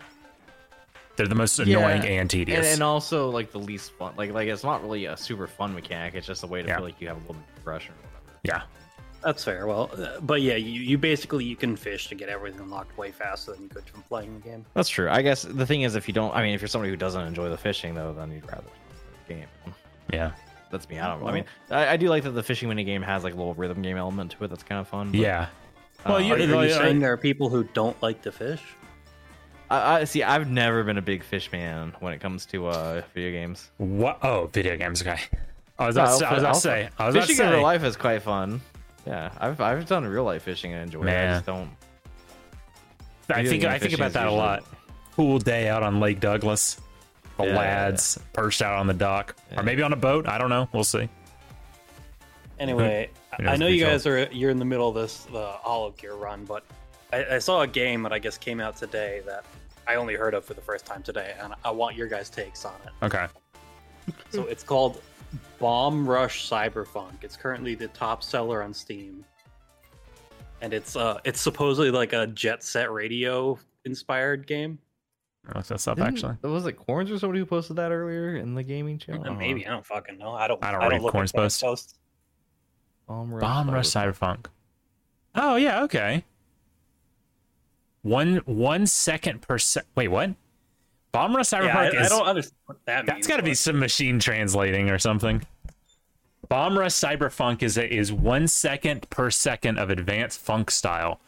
They're the most
Yeah,
annoying and tedious.
And, and also like the least fun. Like like it's not really a super fun mechanic. It's just a way to
Yeah.
feel like you have a little bit of pressure. Or whatever.
yeah,
That's fair. Well, uh, but yeah, you, you basically you can fish to get everything locked way faster than you could from playing the game.
That's true. I guess the thing is, if you don't, I mean, if you're somebody who doesn't enjoy the fishing, though, then you'd rather just play the game.
yeah,
That's me. I don't. I mean, I, I do like that the fishing mini game has like a little rhythm game element to it. That's kind of fun. but-
yeah.
Uh,
Well, you,
Are, you- are you
uh,
saying there are people who don't like to fish?
I, I see. I've never been a big fish man when it comes to uh video games.
what? Oh, video games. Okay. I was about to say. I was about to say. I was about to
fishing in real
say.
life is quite fun. Yeah, I've I've done real life fishing and enjoyed it.
Man.
I just don't.
I
video
think.
game
I think
fishing
about
is
that a
usually-
lot. Cool day out on Lake Douglas. The
Yeah.
lads perched out on the dock,
Yeah.
or maybe on a boat. I don't know. We'll see.
Anyway,
Who
I
knows
know
if we
you
shall.
guys are you're in the middle of this the Olive Gear run, but I, I saw a game that I guess came out today that I only heard of for the first time today, and I want your guys' takes on it.
Okay.
So it's called Bomb Rush Cyberpunk. It's currently the top seller on Steam, and it's uh it's supposedly like a Jet Set Radio inspired game.
Look this up
Didn't-
actually.
was it Corns or somebody who posted that earlier in the gaming channel?
Uh, Maybe I don't fucking know. I don't.
Uh-huh. I don't read
look at
Corn's
Corn's
posts.
posts.
Bomb Rush.
Bomb Rush Cyberpunk. Oh yeah, okay. One one second per se- wait, what? Bomb Rush
Yeah, I,
Cyberpunk
I
is
don't understand what that means.
that's gotta be
but-
some machine translating or something. Bomb Rush Cyberfunk is is one second per second of advanced funk style.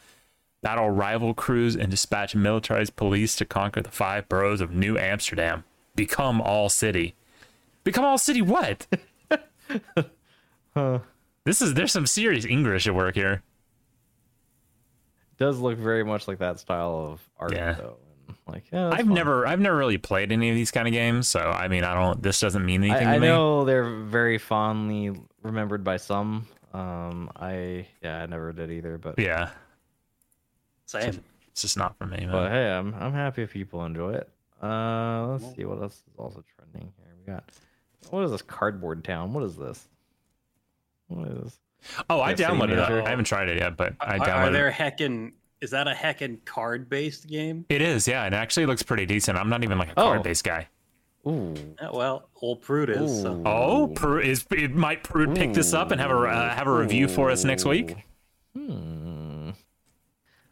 Battle rival crews and dispatch militarized police to conquer the five boroughs of New Amsterdam. Become all city. Become all city what? [laughs] This is there's some serious English at work here.
does look very much like that style of art
Yeah.
though. And like, yeah, that's
I've
fine.
never I've never really played any of these kind of games, so I mean I don't this doesn't mean anything
I, I
to me.
know they're very fondly remembered by some. Um, I yeah, I never did either, but
Yeah.
Same.
It's just not for me, man.
but hey, I'm I'm happy if people enjoy it. Uh, let's see what else is also trending here. We got what is this cardboard town? What is this? What is this?
oh, I
Yeah, City
downloaded that.
Manager.
I haven't tried it yet, but I
Are-
downloaded
are,
it.
there heckin' is that a heckin' card based game?
It is, yeah. It actually looks pretty decent. I'm not even like a
Oh.
card based guy.
Ooh,
Yeah, Oh, well, old Prude is. so-
Ooh.
Oh, Pru is it might Pru pick this up and have a uh, have a review for us next week?
Hmm.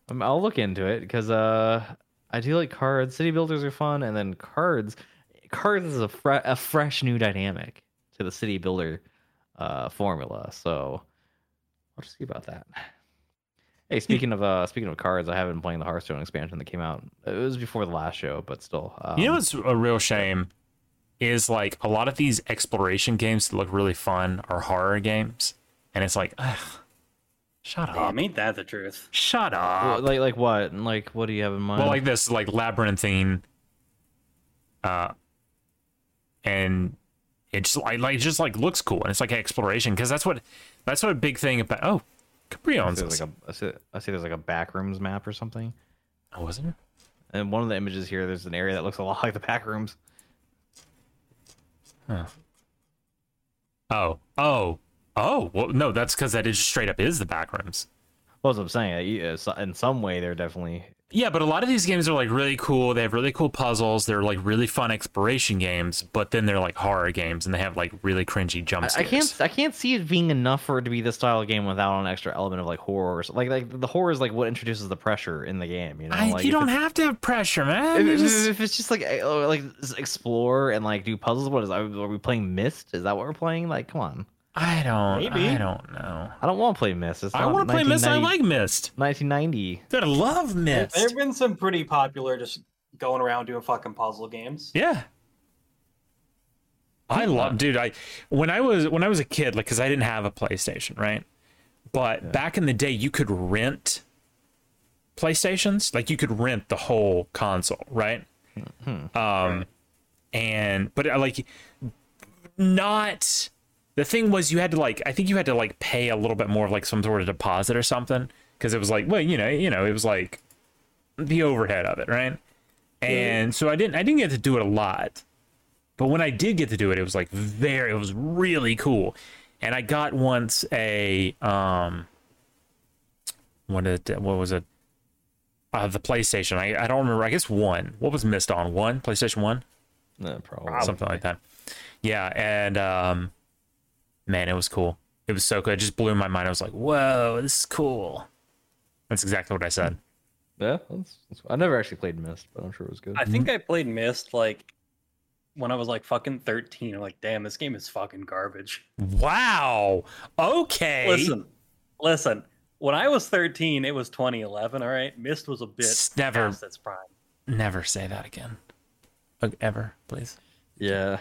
Um, I'll look into it because uh, I do like cards. City builders are fun, and then cards, cards is a fre- a fresh new dynamic to the city builder uh, formula. So I'll just see about that.
Hmm.
Hey, speaking of uh, speaking of cards, I have been playing the Hearthstone expansion that came out. It was before the last show, but still. Um,
you know what's a real shame is like a lot of these exploration games that look really fun are horror games, and it's like, ugh, shut up,
Damn, ain't that the truth?
shut
Well,
up.
like like what? Like what do you have in mind?
Well, like this like labyrinthine, uh, and it just like like it just like looks cool, and it's like exploration because that's what that's what a big thing about. Oh, Capri
I
owns
see
us.
there's like a I see, I see there's like a backrooms map or something.
Oh, wasn't it?
And one of the images here, there's an area that looks a lot [laughs] like the pack rooms.
Oh, oh, oh. Well, no, that's because that is straight up is the back rooms.
Well, that's what I'm saying. uh, you- uh, so- In some way, they're definitely.
Yeah, but a lot of these games are like really cool. They have really cool puzzles. They're like really fun exploration games, but then they're like horror games and they have like really cringy jump
I, I
scares.
can't. I can't see it being enough for it to be this style of game without an extra element of like horror. Or so- like like the horror is like what introduces the pressure in the game. You know,
I-
like
you
if
don't
it's-
have to have pressure, man.
If,
You
if-
just-
if it's just like uh, oh, like s- explore and like do puzzles, what is? Are we playing Mist? Is that what we're playing? Like, come on!
I don't.
Maybe.
I don't know.
I don't want to play Mist. It's
I
not
want to play Mist. I
1990
like Mist.
1990.
Dude, I love
There
Mist.
have been some pretty popular just going around doing fucking puzzle games.
Yeah. I love dude, I when I was when I was a kid like cuz I didn't have a PlayStation, right? But back in the day you could rent PlayStations, like you could rent the whole console, right? Um and but uh, like not the thing was you had to like I think you had to like pay a little bit more of like some sort of deposit or something cuz it was like well, you know, you know, it was like the overhead of it, right? and so I didn't I didn't get to do it a lot, but when I did get to do it, it was like very it was really cool, and I got once a um what it what was it uh, the PlayStation I I don't remember I guess one what was missed on one PlayStation one
No, probably.
something like that yeah and um man it was cool it was so cool it just blew my mind I was like whoa this is cool that's exactly what I said
Yeah, that's, that's, I never actually played Mist, but I'm sure it was good.
I think
Mm-hmm.
I played Mist like when I was like fucking 13. I'm like, damn, this game is fucking garbage.
wow okay
Listen, listen. When I was 13, it was 2011. All right, Mist was a bit
It's never-
past its prime.
Never say that again. Ug- Ever, please.
yeah.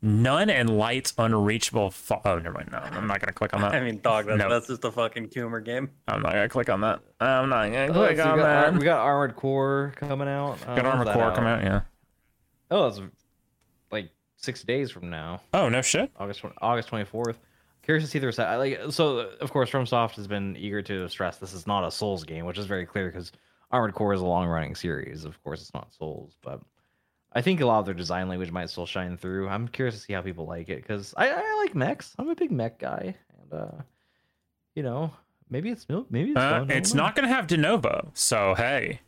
None and lights unreachable. Fo- oh, never mind. No, I'm not gonna click on that.
I mean, dog, that's,
No.
that's just a fucking Coomer game.
I'm not gonna click on that. I'm not gonna
Oh, so we,
click
got,
on
Ar-
that.
we got Armored Core coming out. Uh,
got
when's
Armor
that
Core coming out. Yeah.
Oh, it's like six days from now,
Oh no shit.
August twen- August twenty fourth. Curious to see the reception. Like, so of course, FromSoft has been eager to stress this is not a Souls game, which is very clear because Armored Core is a long running series. Of course, it's not Souls, but I think a lot of their design language might still shine through. I'm curious to see how people like it because I, I like mechs. I'm a big mech guy, and uh, you know, maybe it's maybe it's,
Uh,
fun, I
it's
don't know.
not gonna have de novo. So hey,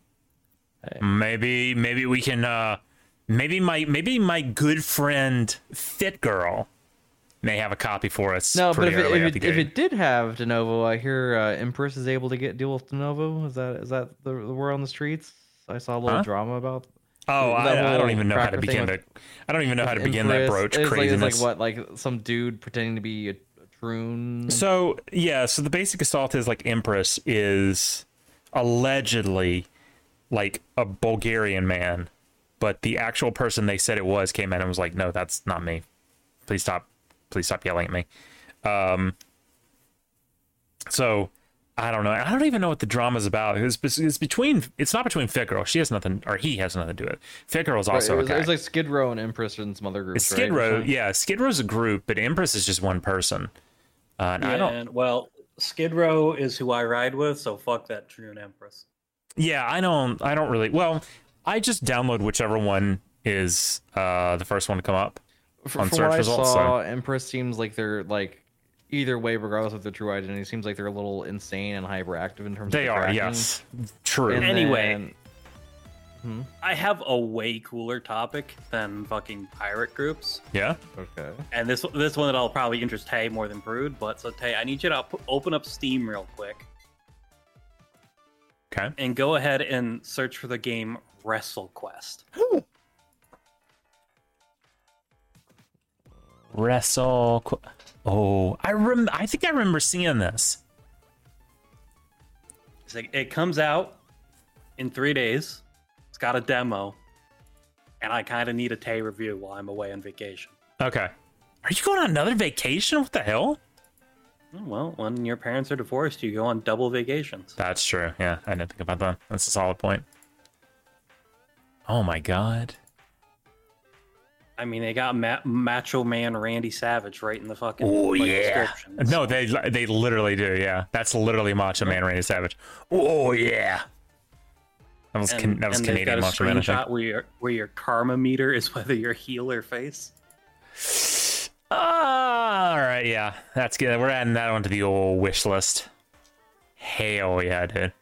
Hey.
maybe maybe we can. uh Maybe my maybe my good friend Fit Girl may have a copy for us.
No, but
pretty
if it,
early out
if,
the
it, if
gate.
it did have de novo, I hear uh, Empress is able to get deal with de novo. Is that is that the, the word on the streets? I saw a little
Huh?
drama about.
oh,
that
I, I
whole
don't even know how to
cracker thing
begin
with-
to. I don't even know how to begin that broach
Empress. It was like, it was
craziness.
like what, like some dude pretending to be a, a troon.
So yeah, so the basic assault is like Empress is allegedly like a Bulgarian man, but the actual person they said it was came in and was like, "No, that's not me. Please stop. Please stop yelling at me." Um. So I don't know. I don't even know what the drama's about. It's, it's between. It's not between Fit Girl. She has nothing, or he has nothing to do with it. Fit Girl's also
it was,
a guy.
it was like Skid Row and Empress and some other groups.
It's Skid
right?
Row, yeah. Skid Row's a group, but Empress is just one person. Uh, and I don't.
And well, Skid Row is who I ride with, so fuck that True Empress.
Yeah, I don't. I don't really. Well, I just download whichever one is uh, the first one to come up.
F-
on
from
search
what
results,
I
so-
saw, Empress seems like they're like either way, regardless of their true identity, seems like they're a little insane and hyperactive in terms of
They
their
are.
acting.
Yes, true.
And
Anyway.
then-
I have a way cooler topic than fucking pirate groups,
yeah.
okay.
and this this one that'll probably interest Tay more than Brood. But so Tay, I need you to op- open up Steam real quick
Okay.
and go ahead and search for the game Wrestle Quest.
Wrestle. Qu- Oh, I rem. I think I remember seeing this.
It's like, it comes out in three days. It's got a demo, and I kind of need a Tay review while I'm away on vacation.
Okay. Are you going on another vacation? What the hell?
Oh, Well, when your parents are divorced, you go on double vacations.
That's true. Yeah, I didn't think about that. That's a solid point. Oh my god.
I mean, they got Ma- Macho Man Randy Savage right in the fucking
Oh
like,
yeah. [laughs]
description.
No, they they literally do. Yeah, that's literally Macho Man Randy Savage. Oh yeah. That was
and,
can, that was
and they've got
Canadian
a
Macho Man. I think.
screenshot where your where your karma meter is [laughs] whether you're heel or face.
Ah, all right. Yeah, that's good. We're adding that onto the old wish list. Hell yeah, dude.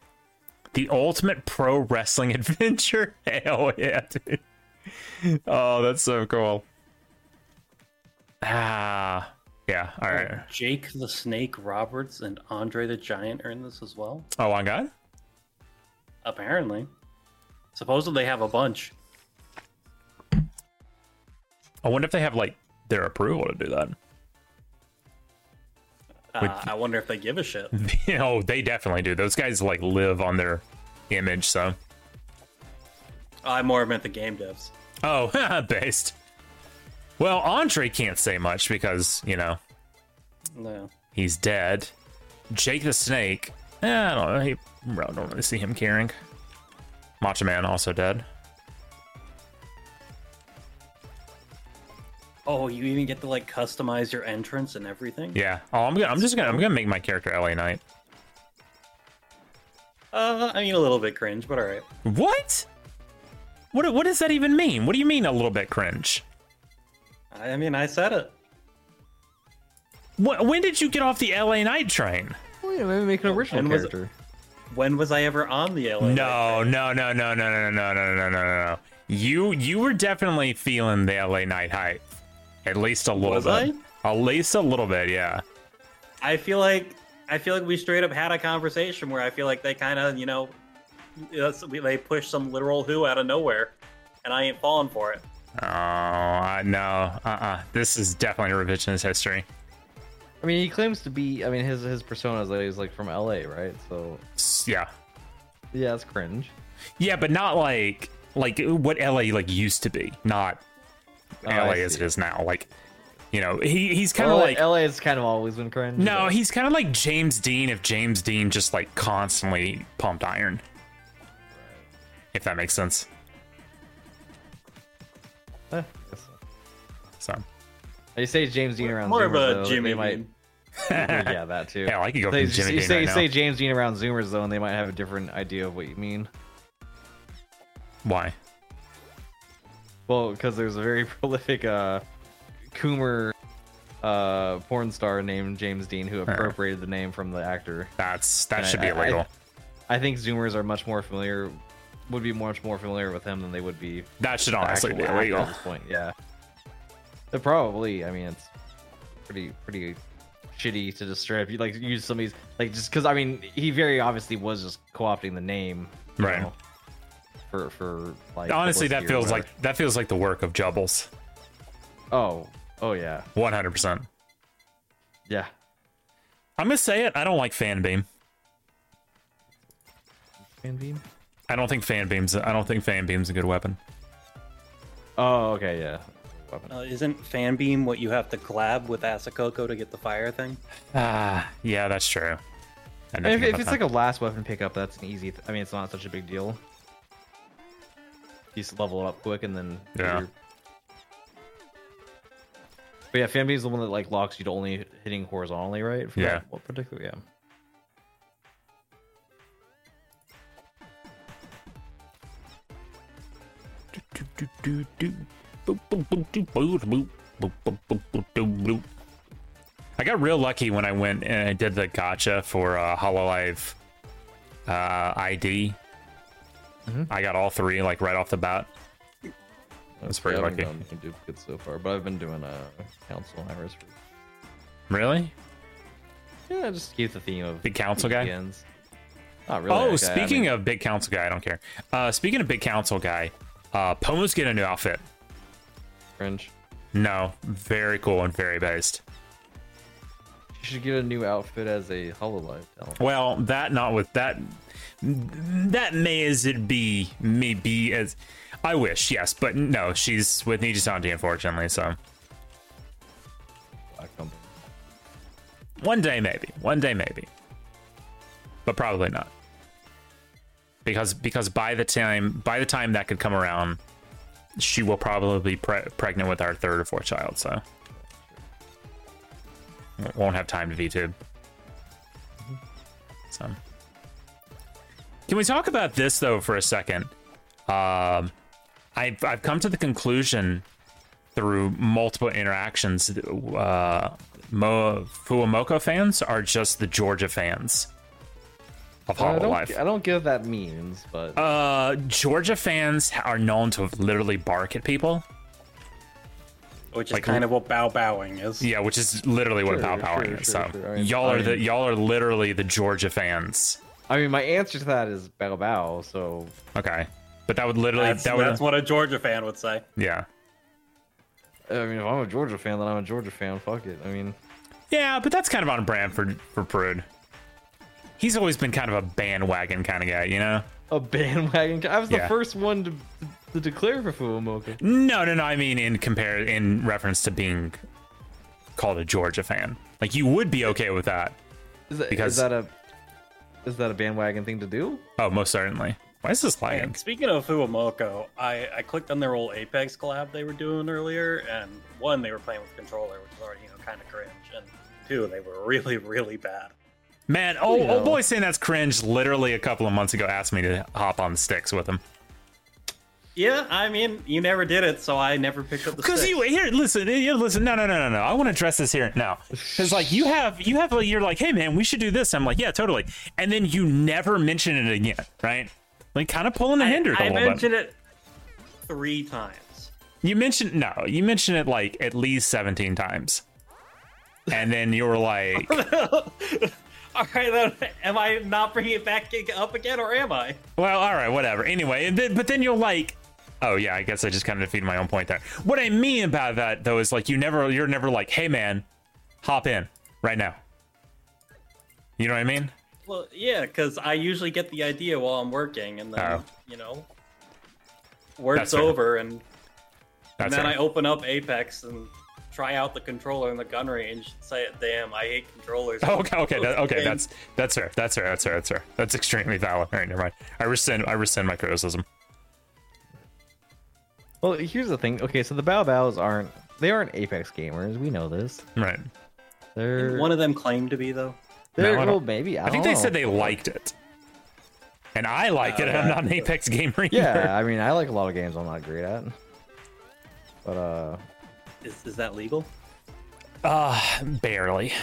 The ultimate pro wrestling [laughs] adventure. Hell yeah, dude. Oh, that's so cool. Ah, yeah. All right.
Jake the Snake Roberts and Andre the Giant are in this as well.
Oh, on God.
Apparently, supposedly they have a bunch.
I wonder if they have like their approval to do that. [laughs]
Uh, I wonder if they give a shit.
oh, they definitely do. Those guys like live on their image, so Mm-hmm.
I more meant the game devs.
oh, [laughs] based. Well, Andre can't say much because you know
No.
he's dead. Jake the Snake, eh, I don't know. He, I don't really see him caring. Macho Man also dead.
Oh, you even get to like customize your entrance and everything.
Yeah. Oh, I'm gonna, I'm just gonna I'm gonna make my character LA Knight.
Uh, I mean, a little bit cringe, but all right.
What? What what does that even mean? What do you mean a little bit cringe?
I I mean, I said it.
Wh- when did you get off the LA Knight train?
Well, yeah, maybe make an original
And was it-
character.
When was I ever on the LA?
No, no, no, no, no, no, no, no, no, no, no, no. You you were definitely feeling the LA Night hype, at least a little
Was
bit. At least a little bit, yeah.
I feel like I feel like we straight up had a conversation where I feel like they kind of you know that's, we- they pushed some literal who out of nowhere, and I ain't falling for it.
Oh I- no, uh, uh This is definitely revisionist history.
I mean, he claims to be. I mean, his his persona is that he's like from L.A., right? So
S- Yeah,
yeah, it's cringe.
yeah, but not like like what LA like used to be, not
Oh,
LA
I
as it
see.
is now. Like, you know, he he's kind of
LA,
like
L.A. has kind of always been cringe.
no,
but-
he's kind of like James Dean if James Dean just like constantly pumped iron. If that makes sense.
Eh, I guess so.
So.
You say James Dean around
More of
Zoomers,
a
though,
Jimmy.
They might,
meme.
[laughs]
[laughs]
yeah, that too.
Hell, I could go
They-
from Jimmy
you
Dean
say,
right now.
say James Dean around Zoomers though, and they might have a different idea of what you mean.
Why?
Well, because there's a very [laughs] prolific uh, Coomer uh, porn star named James Dean who appropriated the name from the actor.
That's that
I-
should be
I- I-
illegal.
I think Zoomers are much more familiar, would be much more familiar with him than they would be
that should
the
honestly be
actual actor
illegal.
at this point. Yeah, they're probably. I mean, it's pretty pretty shitty to distribute. Like use somebody's like just because I mean he very obviously was just co-opting the name, you
Right.
know, for for like
Honestly, that
publicity or
feels like
whatever.
that feels like the work of Jubbles.
oh oh yeah
One hundred percent.
yeah
I'm gonna say it. I don't like Fanbeam.
fanbeam.
I don't think Fanbeam's. I don't think Fanbeam's a good weapon.
Oh okay yeah. Weapon.
Uh, isn't Fanbeam what you have to collab with Asakoko to get the fire thing?
Ah, yeah, that's true. I didn't
If,
think
if
about
it's
that.
like a last weapon pickup, that's an easy. Th- I mean, it's not such a big deal. You just level it up quick and then.
Yeah.
you're- But yeah, Fanby is the one that like locks you to only hitting horizontally, right? For
Yeah.
that- What particular? Yeah.
I got real lucky when I went and I did the gotcha for uh, Hololive uh, ID.
Mm-hmm.
I got all three like right off the bat. That's pretty
I haven't
lucky.
done any duplicates so far, but I've been doing uh, council hours. For...
Really?
Yeah, just keep the theme of
Big council guy?
weekends. Not really.
Oh, speaking of big council guy, I don't care. Uh, speaking of big council guy, uh, Pomo's getting a new outfit.
of cringe,
No, very cool and very based.
you should get a new outfit as a Hololive talent.
Well, that not with that. That may as it be, maybe as I wish, yes, but no, she's with Nijisanji, unfortunately. So
Black company.
one day, maybe, one day, maybe, but probably not, because because by the time by the time that could come around, she will probably be pre- pregnant with our third or fourth child, so W- won't have time to VTube. So. Can we talk about this though for a second? Um, I've I've come to the conclusion through multiple interactions, that, uh, Mo, Fuamoko fans are just the Georgia fans of
I
Hollow
don't,
Life.
I don't get what that means, but
Uh, Georgia fans are known to literally bark at people.
Which is
Like-
kind of what bow bowing is.
Yeah, which is literally what
Sure,
pow powering
sure,
is.
sure,
so
sure. I mean-
y'all
I
are the
mean-
y'all are literally the Georgia fans.
I mean, my answer to that is bow bow. So
Okay, but that would literally
That's,
that would
that's what a Georgia fan would say.
yeah
I mean, if I'm a Georgia fan, then I'm a Georgia fan. Fuck it. I mean,
yeah, but that's kind of on brand for for Prude. He's always been kind of a bandwagon kind of guy, you know.
a [laughs] bandwagon. I was the
Yeah.
first one to, to declare for Fuamoka.
No, no, no. I mean in compare in reference to being called a Georgia fan. Like you would be okay with that.
Is that,
Because-
is that a is that a bandwagon thing to do?
Oh, most certainly. Why is this lagging?
And speaking of Fuamoko, I, I clicked on their old Apex collab they were doing earlier, and one, they were playing with controller, which is already, you know, kind of cringe, and two, they were [laughs] really, really bad.
Man, oh,
You
oh
know.
boy, saying that's cringe. Literally a couple of months ago, asked me to hop on sticks with him
Yeah, I mean, you never did it, so I never picked up the
because
stick.
you here. Listen, here, listen. No, no, no, no, no. I want to address this here now because like you have you have you're like, hey man, we should do this. I'm like, yeah, totally. And then you never mention it again, right? Like kind of pulling the
I-
hinder a
I
little bit.
mentioned it three times.
You mentioned no, you mentioned it like at least 17 times, and then you were like,
All right, then, am I not bringing it back up again, or am I?
Well, all right, whatever. Anyway, and then, but then you're like, oh yeah, I guess I just kind of defeated my own point there. What I mean about that though is like you never, you're never like, hey man, hop in right now. You know what I mean?
Well, yeah, because I usually get the idea while I'm working, and then
Oh.
you know, work's
That's fair.
over, and, and
That's
then
right.
I open up Apex and try out the controller in the gun range. And say, damn, I hate controllers.
Oh, [laughs] okay, okay, that, okay.
And-
That's that's fair. That's fair. That's fair. That's fair. That's extremely valid. All right, never mind. I rescind. I rescind my criticism.
Well, here's the thing. Okay, so the bow bows aren't they aren't Apex gamers. We know this.
Right.
They're
One of them claimed to be though.
they're
No, I don't-
well, maybe I,
I think
don't
they said
know.
they liked it, and I like it. and I'm not an Apex gamer. Either.
Uh,
[laughs]
Yeah, I mean, I like a lot of games I'm not great at. But uh,
Is is that legal?
Uh, barely.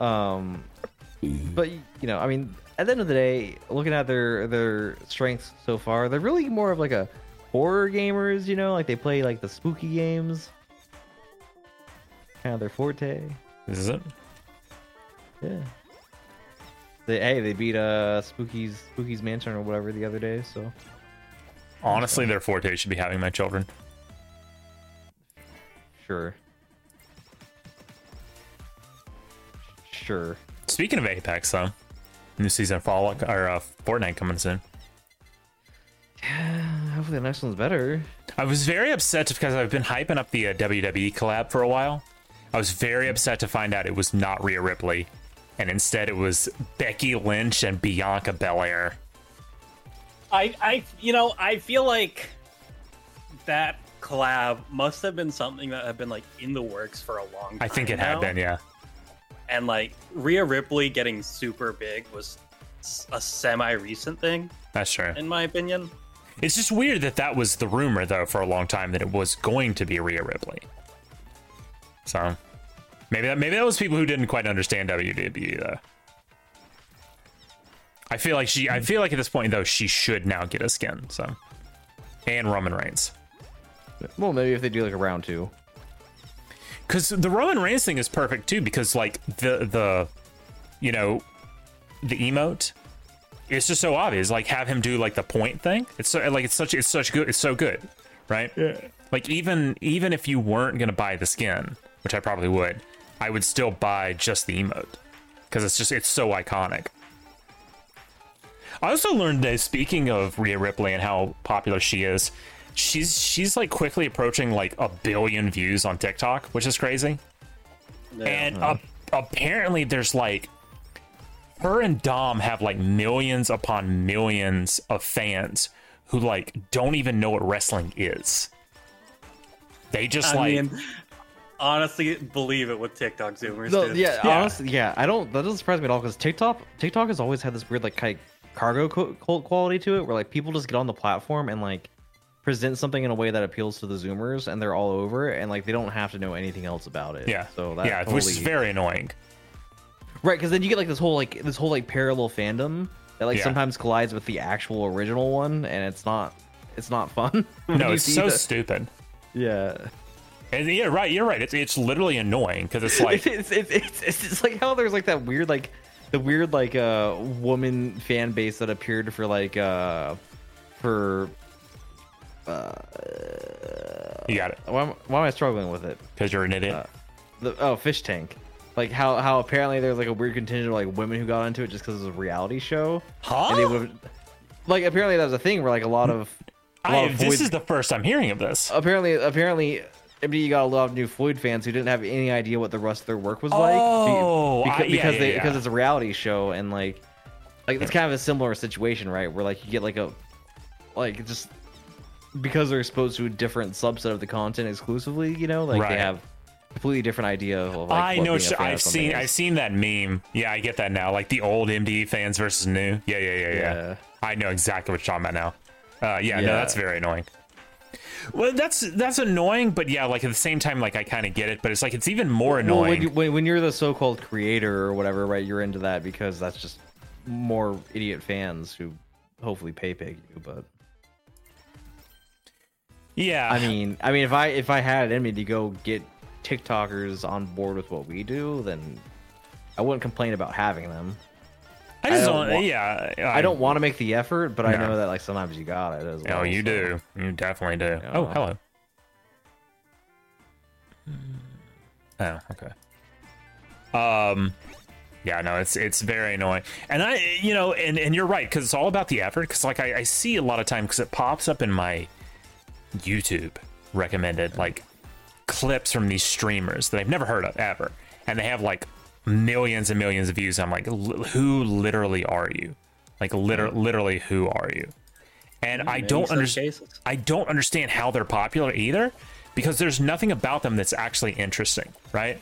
Um, but you know, I mean, at the end of the day, looking at their their strengths so far, they're really more of like a horror gamers. You know, like they play like the spooky games, kind of their forte.
Is it?
Yeah. They hey, they beat uh Spooky's Spooky's Mansion or whatever the other day. So
Honestly, their forte should be having my children.
sure, sure.
Speaking of Apex, though, new season of Fallout or uh, Fortnite coming soon.
[sighs] Hopefully the next one's better.
I was very upset because I've been hyping up E the uh, WWE collab for a while. I was very upset to find out it was not Rhea Ripley, and instead it was Becky Lynch and Bianca Belair.
I, I, you know, I feel like that collab must have been something that had been like in the works for a long time.
I think it
now.
had been, yeah.
And like Rhea Ripley getting super big was s- a semi recent thing,
That's true.
in my opinion.
It's just weird that that was the rumor though for a long time that it was going to be Rhea Ripley. So maybe that maybe that was people who didn't quite understand WWE though. I feel like she I feel like at this point though she should now get a skin. So and Roman Reigns.
Well, maybe if they do like a round two.
because the Roman Reigns thing is perfect too. Because like the the, you know, the emote, it's just so obvious. Like have him do like the point thing. It's so like it's such it's such good. It's so good, right? Yeah. Like even even if you weren't gonna buy the skin, which I probably would, I would still buy just the emote because it's just it's so iconic. I also learned that speaking of Rhea Ripley and how popular she is, she's she's like quickly approaching like a billion views on TikTok, which is crazy.
Yeah.
And
Uh-huh.
ap- apparently, there's like her and Dom have like millions upon millions of fans who like don't even know what wrestling is. They just
I
like
mean, honestly, believe it with TikTok Zoomers. dude.
yeah,
Yeah.
honestly, yeah. I don't. That doesn't surprise me at all because TikTok, TikTok has always had this weird like ki- cargo co- cult quality to it, where like people just get on the platform and like present something in a way that appeals to the Zoomers, and they're all over, it, and like they don't have to know anything else about it.
yeah,
So that
yeah,
totally...
which is very annoying.
Right, because then you get like this whole like this whole like parallel fandom that like
Yeah.
sometimes collides with the actual original one, and it's not it's not fun. [laughs] when
No,
you
it's
see
so
the-
stupid.
yeah.
And yeah, right. You're right. It's it's literally annoying because it's like
[laughs] it's, it's, it's, it's it's like how there's like that weird like the weird like uh woman fan base that appeared for like uh for
you got it
why am, why am I struggling with it?
because you're an idiot.
The oh fish tank. Like how how apparently there's like a weird contingent of like women who got into it just because it was a reality show.
Huh?
And they would like apparently that was a thing where like a lot of a
I,
lot of
this
Floyd-
is the first I'm hearing of this.
apparently apparently MDE got a lot of new Floyd fans who didn't have any idea what the rest of their work was like.
Oh,
beca-
I- yeah,
because
yeah,
they
yeah.
because it's a reality show and like like it's kind of a similar situation, right? Where like you get like a like it's just because they're exposed to a different subset of the content exclusively, you know, like
Right.
they have completely different idea of like
I know.
what being a
Sh-
fan of
I've
something
seen.
is.
I've seen that meme. Yeah, I get that now. Like the old MDE fans versus new. Yeah, yeah, yeah, yeah.
Yeah.
I know exactly what you're talking about now. Uh, yeah, no,
Yeah.
that's very annoying. Well, that's that's annoying, but yeah, like at the same time, like I kind of get it, but it's like it's even more annoying.
Well, when, you, when, when you're the so-called creator or whatever, right? You're into that because that's just more idiot fans who hopefully pay pig you. But
yeah,
I mean, I mean, if I if I had it in me to go get TikTokers on board with what we do, then I wouldn't complain about having them.
I just
I
don't.
don't wa-
yeah,
I don't want to make the effort, but I
No.
know that like sometimes you got it. As well,
Oh, you
so-
do. You definitely do. Oh,
Yeah.
hello. Oh, okay. Um, yeah, no, it's it's very annoying, and I, you know, and and you're right because it's all about the effort. Because like I, I see a lot of time because it pops up in my YouTube recommended like clips from these streamers that I've never heard of ever, and they have like millions and millions of views. I'm like, "Li- who literally are you? Like, liter- literally, who are you? And I
In
don't
some
understand.
cases.
I don't understand how they're popular either because there's nothing about them that's actually interesting, right?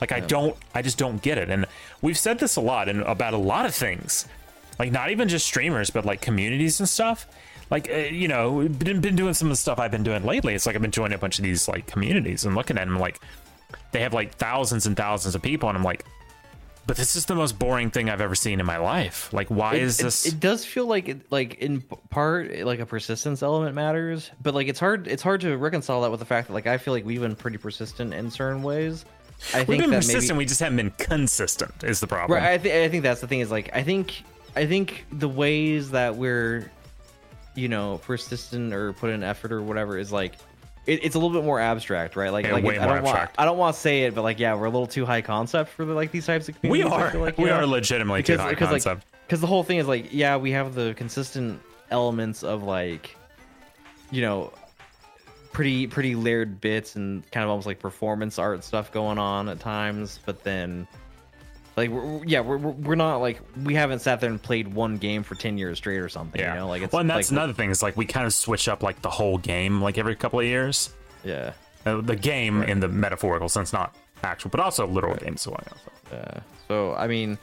Like I don't I just don't get it. And we've said this a lot and about a lot of things. Like not even just streamers but like communities and stuff. Like uh, you know, we've been, been doing some of the stuff I've been doing lately. It's like I've been joining a bunch of these like communities and looking at them like they have like thousands and thousands of people and I'm like but this is the most boring thing I've ever seen in my life. Like why
It-
is
it-
this
It, does feel like it, like in p- part like a persistence element matters, but like it's hard it's hard to reconcile that with the fact that like I feel like we've been pretty persistent in certain ways. I
We've
think
been
that
persistent,
maybe
we just haven't been consistent is the problem.
right. I, th- I think that's the thing is like I think I think the ways that we're you know persistent or put in effort or whatever is like. It, it's a little bit more abstract, right? Like,
Yeah,
like
way
I
more
don't want
abstract.
I don't want to say it, but like, yeah, we're a little too high concept for the, like these types of
We
communities. I
are.
feel like, you
we
know?
are legitimately too high
because
concept.
like because the whole thing is like yeah we have the consistent elements of like you know pretty pretty layered bits and kind of almost like performance art stuff going on at times but then Like, we're, we're- yeah, we're, we're we're not like we haven't sat there and played one game for ten years straight or something.
Yeah.
You know, like it's
well, and that's
like,
another thing is like we kind of switch up like the whole game like every couple of years.
Yeah.
Uh, the game in the metaphorical sense, not actual, but also literal games. So,
Yeah. So I mean,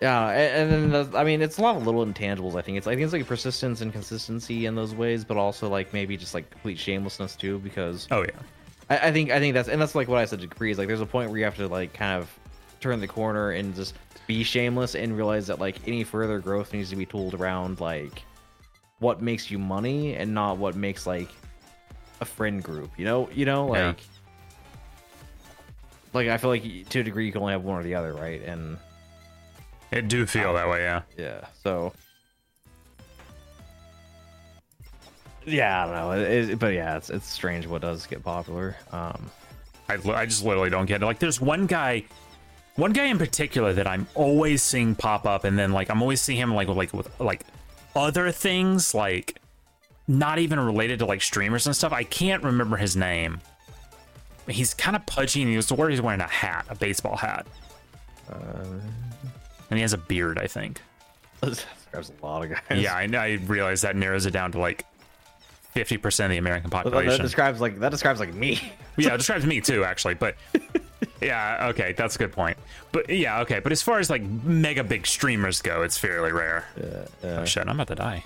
yeah, a- and, and then the, I mean, it's a lot of little intangibles. I think it's I think it's like persistence and consistency in those ways, but also like maybe just like complete shamelessness too, because
oh yeah.
I, I think I think that's and that's like what I said to Capri is like there's a point where you have to like kind of turn the corner and just be shameless and realize that like any further growth needs to be tooled around like what makes you money and not what makes like a friend group. You know, you know,
Yeah.
like like I feel like to a degree you can only have one or the other, right? And
It do feel that way, yeah.
yeah, so. Yeah, I don't know, it, it- but yeah, it's it's strange what does get popular. Um,
I, li- I just literally don't get it. Like, there's one guy, one guy in particular that I'm always seeing pop up, and then like I'm always seeing him like with like with like other things, like not even related to like streamers and stuff. I can't remember his name. He's kind of pudgy, and he was the word he's wearing a hat, a baseball hat, and he has a beard, I think.
[laughs] There's a lot of guys.
Yeah, I, I realize that narrows it down to like 50% of the American
But that, that
population.
describes like that describes like me.
yeah, it describes me too, actually. But [laughs] yeah, okay, that's a good point. But yeah, okay. But as far as like mega big streamers go, it's fairly rare. Oh shit, I'm about to die.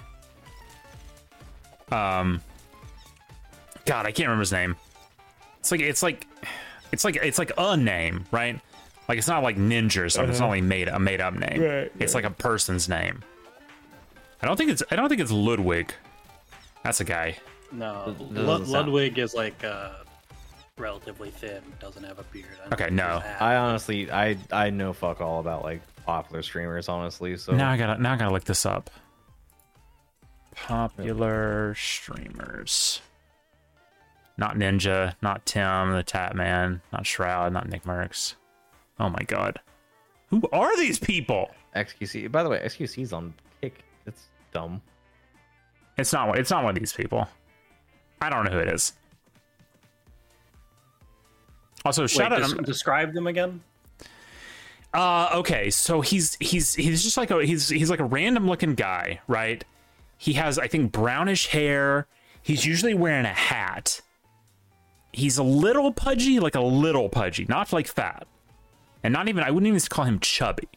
Um, God, I can't remember his name. It's like it's like it's like it's like a name, right? Like it's not like ninja or something. It's not like made a made up name.
Uh-huh. Right,
It's like a person's name. I don't think it's I don't think it's Ludwig. That's a guy.
No,
Doesn't
Lud-
sound-
Ludwig is like uh, relatively thin, doesn't have a beard. I don't
Okay,
think
no.
he's had-
[laughs] I honestly, I I know fuck all about like popular streamers, honestly. So
Now I gotta now I gotta look this up. Popular streamers. Not Ninja, not Tim, the Tap Man, not Shroud, not Nick Merckx. Oh my god. Who are these people?
XQC. By the way, XQC's on kick. It's dumb.
It's not one- it's not one of these people. I don't know who it is. Also,
Wait,
shout out.
des-
I'm-
describe them again.
Uh, okay, so he's he's he's just like a he's he's like a random looking guy, right? He has I think brownish hair. He's usually wearing a hat. He's a little pudgy, like a little pudgy, not like fat, and not even I wouldn't even call him chubby.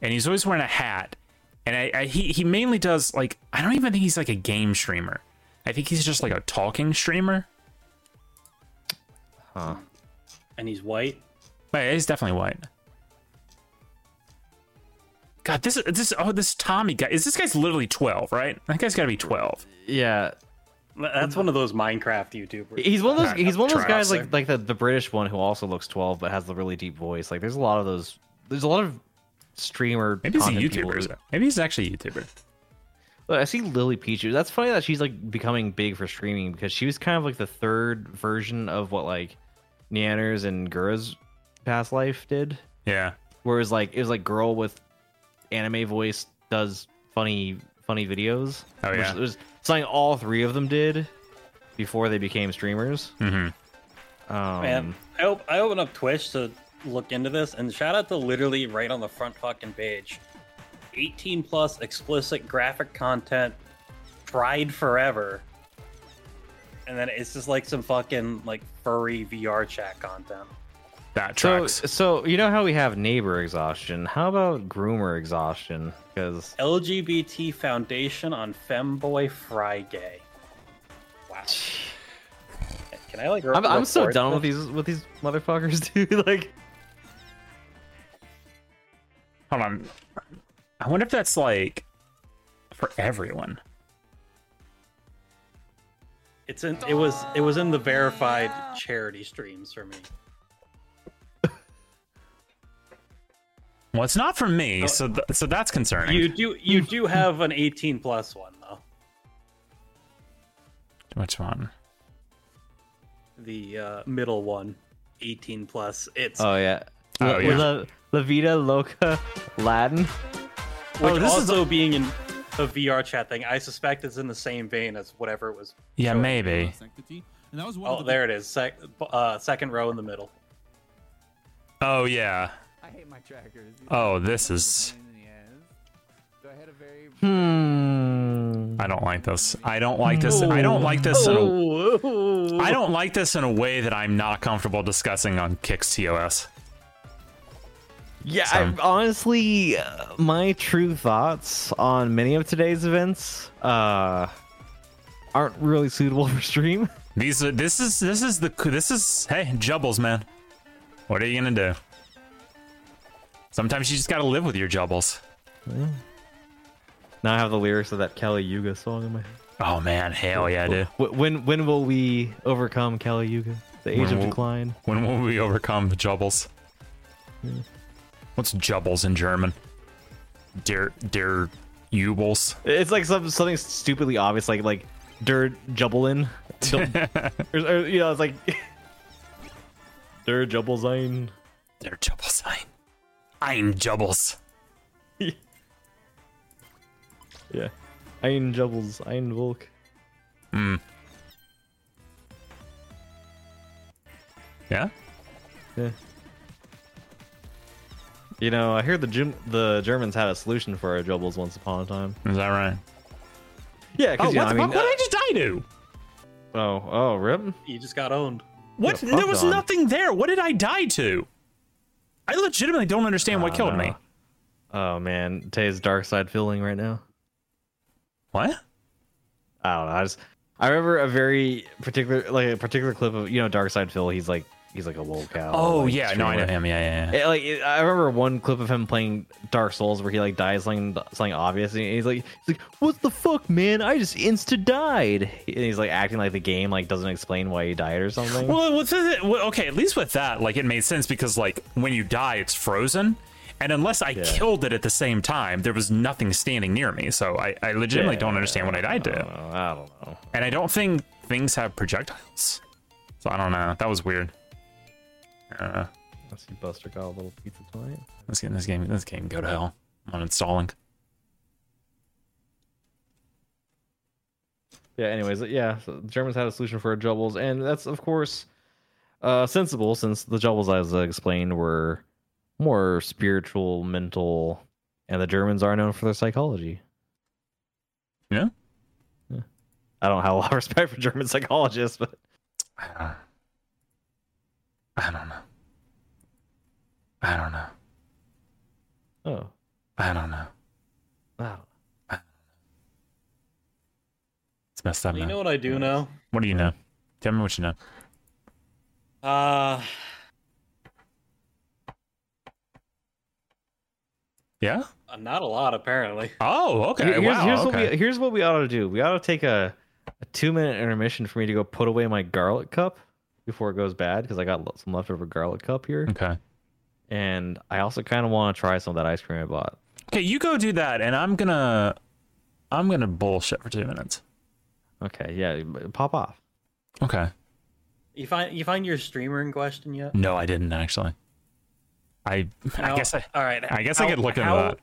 And he's always wearing a hat, and I, I he he mainly does like I don't even think he's like a game streamer. I think he's just like a talking streamer.
Huh.
And he's white.
Wait, he's definitely white. God, this this oh this Tommy guy is this guy's literally twelve, right? That guy's got to be twelve.
Yeah,
That's one of those Minecraft YouTubers.
he's one of those.
Alright,
He's one of those
try
guys
also.
like like the, the British one who also looks twelve but has the really deep voice. Like there's a lot of those. There's a lot of streamer.
Maybe he's a
content people
YouTuber.
who-
though. Maybe he's actually a YouTuber.
Look, I see Lily Pichu. That's funny that she's like becoming big for streaming because she was kind of like the third version of what like Neander's and Gura's past life did.
Yeah,
Whereas like it was like girl with anime voice does funny funny videos.
Oh, yeah.
which was something all three of them did before they became streamers. Mm-hmm. Um,
Oh, Man, I, op- I opened up Twitch to look into this, and shout out to literally right on the front fucking page 18 plus explicit graphic content, tried forever. And then it's just like some fucking like furry VR chat content.
that
So
tracks.
so you know how we have neighbor exhaustion. How about groomer exhaustion? Because
LGBT Foundation on Femboy Friday.
[sighs]
Wow. Can I like? re-
I'm, I'm so
report
done with
this?
these with these motherfuckers, [laughs] dude. like.
Hold on, I wonder if that's like for everyone.
It's in. It was. It was in the verified charity streams for me.
Well, it's not for
Oh.
me, so th- so that's concerning.
You do. You do have an 18 plus one though.
Which one?
The uh, middle one, 18 plus. It's
Oh yeah.
Oh,
La,
yeah.
La, La Vida Loca Latin.
which
this is
also being in the VR chat thing. I suspect it's in the same vein as whatever it was.
Yeah,
showing.
maybe.
Sanctity. And that was one
Oh,
of the
there it is. Sec- uh, second row in the middle.
Oh yeah.
I hate my trackers. These
Oh, this
things are
is.
a pain in the ass. So I had a very
Hmm.
I don't like this. I don't like this. I don't like this. In a,
Oh.
I don't like this in a way that I'm not comfortable discussing on Kicks TOS.
Yeah,
Some-
I, honestly, uh, my true thoughts on many of today's events uh, aren't really suitable [laughs] for stream.
These are. This is. This is the. This is. Hey, jubbles, man. What are you gonna do? Sometimes you just gotta live with your jubbles.
Now I have the lyrics of that Kelly Yuga song in my head.
Oh man, hell yeah, dude.
Wh- When when will we overcome Kelly Yuga? The age
When
of
will-
decline.
When will we overcome the jubbles? What's jubbles in German? Der der jubels.
It's like some something stupidly obvious, like like Der Jubbelin.
[laughs]
or, or, you know, it's like [laughs] Der Jubbelsein.
Der jubbles ein. Ein jubbles.
Yeah, Ein Jubbles, Ein Volk.
Yeah.
Yeah. You know, I hear the Jim- the Germans had a solution for our jubbles once upon a time.
Is that right?
Yeah,
Oh,
because you know,
what,
I
the-
mean,
what, what did I do?
uh, oh, oh, rip.
You just got owned.
What?
yeah, fuck
there was
on.
nothing there. What did I die to? I legitimately don't understand what
Uh,
killed
no.
me.
Oh man, Tay's dark side feeling right now.
What?
I don't know. I just I remember a very particular like a particular clip of you know Dark Side Phil. He's like he's like a little cow.
Oh
like,
yeah, no, I know
streamer.
him. Yeah, yeah. yeah.
It, like it- I remember one clip of him playing Dark Souls where he like dies something something obvious, and he's like he's like what the fuck, man? I just insta died, and he's like acting like the game like doesn't explain why he died or something.
Well, what's it? well, okay, at least with that, like it made sense because like when you die, it's frozen, and unless I killed it at the same time, there was nothing standing near me. So I, I legitimately don't understand what I died to,
I don't know. I don't know.
and I don't think things have projectiles. So I don't know. That was weird. Uh,
Let's see, Buster got a little pizza tonight.
let's get this game. This game go to hell. I'm uninstalling.
Yeah. Anyways, uh, yeah, so the Germans had a solution for jubbles, and that's of course uh, sensible since the jubbles, as I explained, were more spiritual, mental, and the Germans are known for their psychology.
Yeah.
Yeah. I don't have a lot of [laughs] respect for German psychologists, but
I don't. I don't know. I don't know.
oh,
I don't know.
wow.
It's messed up.
You
man.
know what I do know?
what do you know? Tell me what you know.
Uh,
Yeah.
uh, not a lot apparently.
Oh, okay.
Here- here's,
wow.
here's
okay.
what we here's what we ought to do. We ought to take a, a two minute intermission for me to go put away my garlic cup before it goes bad because I got lo- some leftover garlic cup here,
[laughs] okay.
and I also kind of want to try some of that ice cream I bought.
Okay, you go do that, and I'm gonna, I'm gonna bullshit for two minutes.
Okay, yeah, b- pop off.
Okay.
You find you find your streamer in question yet?
No, I didn't actually. I, I guess I,
All right.
I guess I could look into
how,
that.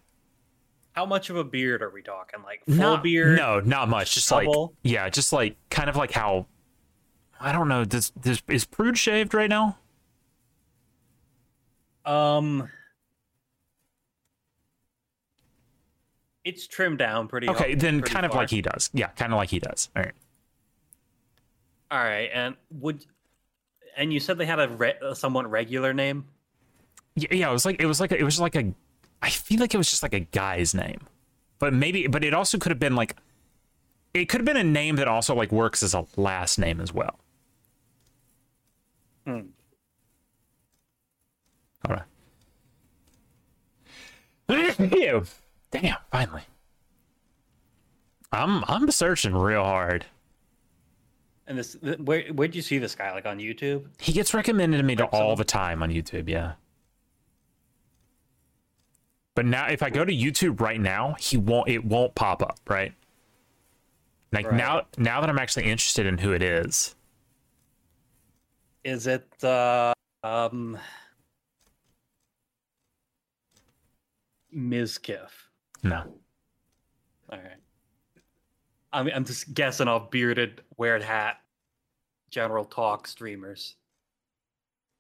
How much of a beard are we talking? Like full
not
beard?
No, not much. Just like,
stubble?
yeah, just like kind of like how, I don't know. Does this is Prude shaved right now?
Um, it's trimmed down pretty.
Okay, then
pretty
kind of
far.
like he does. Yeah, kind of like he does. All right.
All right, and would and you said they had a, re- a somewhat regular name.
Yeah, yeah, it was like it was like a, it was like a I feel like it was just like a guy's name. But maybe but it also could have been like it could have been a name that also like works as a last name as well.
Hmm.
All right. [laughs] Ew. Damn, finally. I'm I'm searching real hard.
And this, th- where where'd you see this guy? Like on YouTube?
He gets recommended to me to
Like some-
all the time on YouTube, yeah. But now if I go to YouTube right now, he won't it won't pop up, right? Like
Right.
now now that I'm actually interested in who it is.
Is it uh, um Ms. Kiff?
No.
All right. I mean, I'm just guessing off bearded, weird hat, general talk streamers.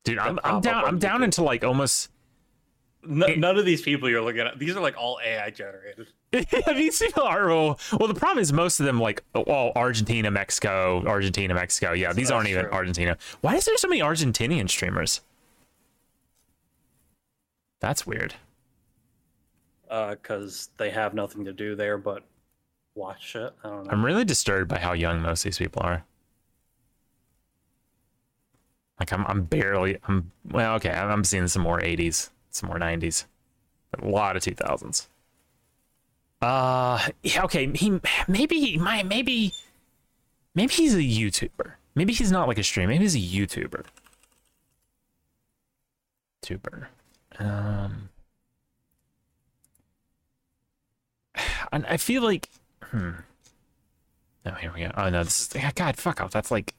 Dude, I'm,
pop
I'm
up
down.
on
I'm down
YouTube.
into like almost. [laughs]
N- none of these people you're looking at, these are like all AI generated.
Have you seen the art? Well, well, the problem is most of them like oh Argentina, Mexico, Argentina, Mexico. Yeah, these
That's
aren't even
true.
Argentina. Why is there so many Argentinian streamers? That's weird.
because uh, they have nothing to do there but watch shit. I don't know.
I'm really disturbed by how young most of these people are. Like I'm, I'm barely. I'm well, okay. I'm I'm seeing some more 80s, some more 90s, but a lot of 2000s. Uh, yeah, okay. He maybe he might maybe maybe he's a YouTuber. Maybe he's not like a streamer. Maybe he's a YouTuber. Tuber. Um, and I feel like hmm. No, here we go. Oh no, this is God. Fuck off. That's like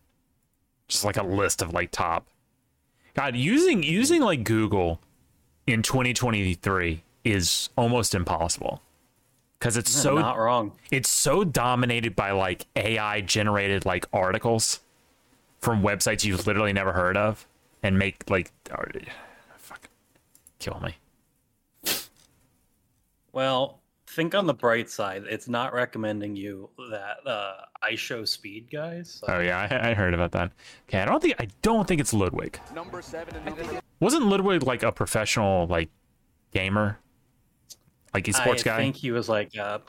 just like a list of like top. God, using using like Google in 2023 is almost impossible because it's so
not wrong.
it's so dominated by like AI generated like articles from websites you've literally never heard of and make like ar- fuck kill me.
Well, think on the bright side. It's not recommending you that uh, I show speed guys. So.
Oh yeah, I, I heard about that. Okay, I don't think I don't think it's Ludwig.
Number seven and number
Wasn't Ludwig like a professional like gamer? Like esports
I
guy?
think he was like uh,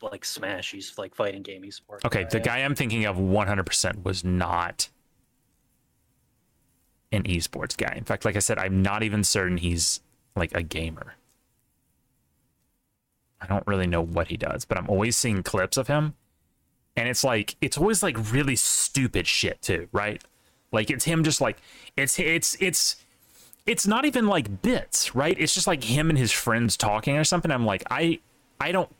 like Smash. He's like fighting game esports.
Okay, the
yeah.
guy I'm thinking of 100% was not an esports guy. In fact, like I said, I'm not even certain he's like a gamer. I don't really know what he does, but I'm always seeing clips of him. And it's like it's always like really stupid shit too, right? Like it's him just like it's it's it's it's not even like bits, right? It's just like him and his friends talking or something. I'm like, I I don't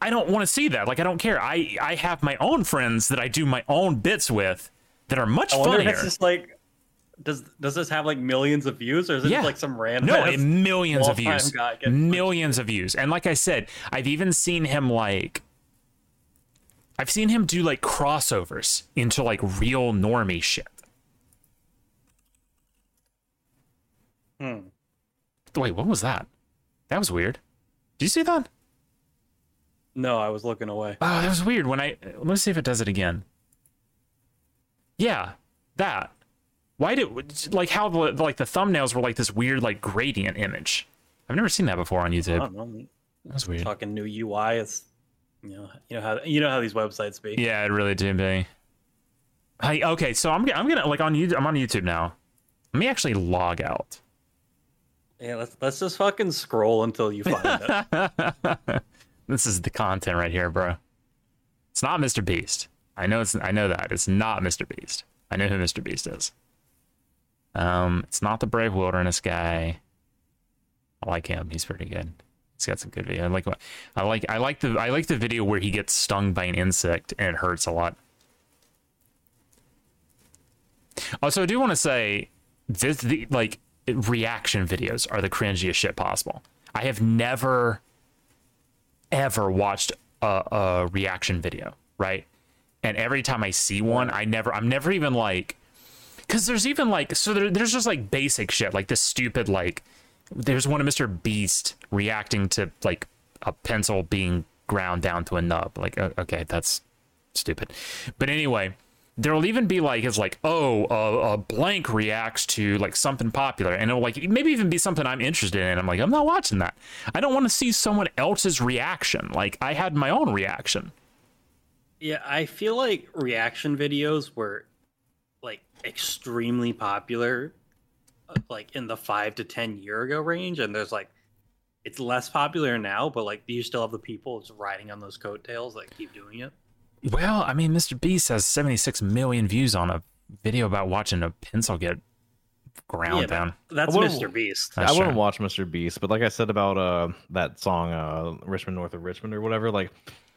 I don't want to see that. Like I don't care. I I have my own friends that I do my own bits with that are much
I wonder if
funnier.
it's just like. Does, does this have like millions of views or is it
Yeah.
just like some random?
no,
ass-
it- millions of
all-time
views.
guy gets-
Millions of views. And like I said, I've even seen him like I've seen him do like crossovers into like real normie shit.
Hmm.
Wait, what was that? That was weird. Did you see that?
No, I was looking away.
Oh, that was weird. When I let me see if it does it again. Yeah, that. Why did like how the like the thumbnails were like this weird like gradient image? I've never seen that before on
I
YouTube.
don't know.
That was weird.
Talking new UI. It's you know you know how you know how these websites be.
Yeah, it really did be. Hey, okay, so I'm I'm gonna like on YouTube. I'm on YouTube now. Let me actually log out.
Yeah, let's let's just fucking scroll until you find
[laughs]
it.
[laughs] this is the content right here, bro. It's not Mr. Beast. I know it's I know that. It's not Mr. Beast. I know who Mr. Beast is. Um, it's not the Brave Wilderness guy. I like him. He's pretty good. He's got some good video. I like what I like I like the I like the video where he gets stung by an insect and it hurts a lot. Also, I do want to say this the like reaction videos are the cringiest shit possible. I have never ever watched a, a reaction video, right? And every time I see one, I never, I'm never even like, because there's even like, so there, there's just like basic shit, like this stupid, like, there's one of Mr. Beast reacting to like a pencil being ground down to a nub. Like, o- okay, that's stupid. But anyway, there'll even be like it's like oh a, a blank reacts to like something popular, and it'll like maybe even be something I'm interested in. I'm like I'm not watching that. I don't want to see someone else's reaction. Like I had my own reaction.
yeah, I feel like reaction videos were like extremely popular, uh, like in the five to ten year ago range, and there's like it's less popular now, but like you still have the people just riding on those coattails that keep doing it.
Well, I mean, Mr. Beast has 76 million views on a video about watching a pencil get ground
Yeah, but
down.
That's
Well,
Mr. Beast.
That's
I wouldn't
true.
watch Mr. Beast, but like I said about uh that song uh Richmond North of Richmond or whatever, like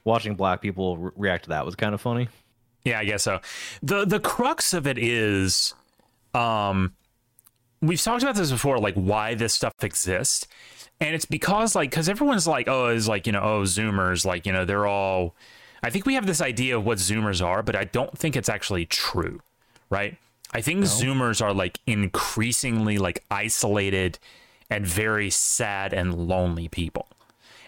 watching black people re- react to that was kind of funny.
Yeah, I guess so. the The crux of it is, um, we've talked about this before, like why this stuff exists, and it's because like because everyone's like, oh, is like you know, oh, Zoomers, like you know, they're all. I think we have this idea of what Zoomers are, but I don't think it's actually true, right? I think Zoomers are like increasingly like isolated and very sad and lonely people,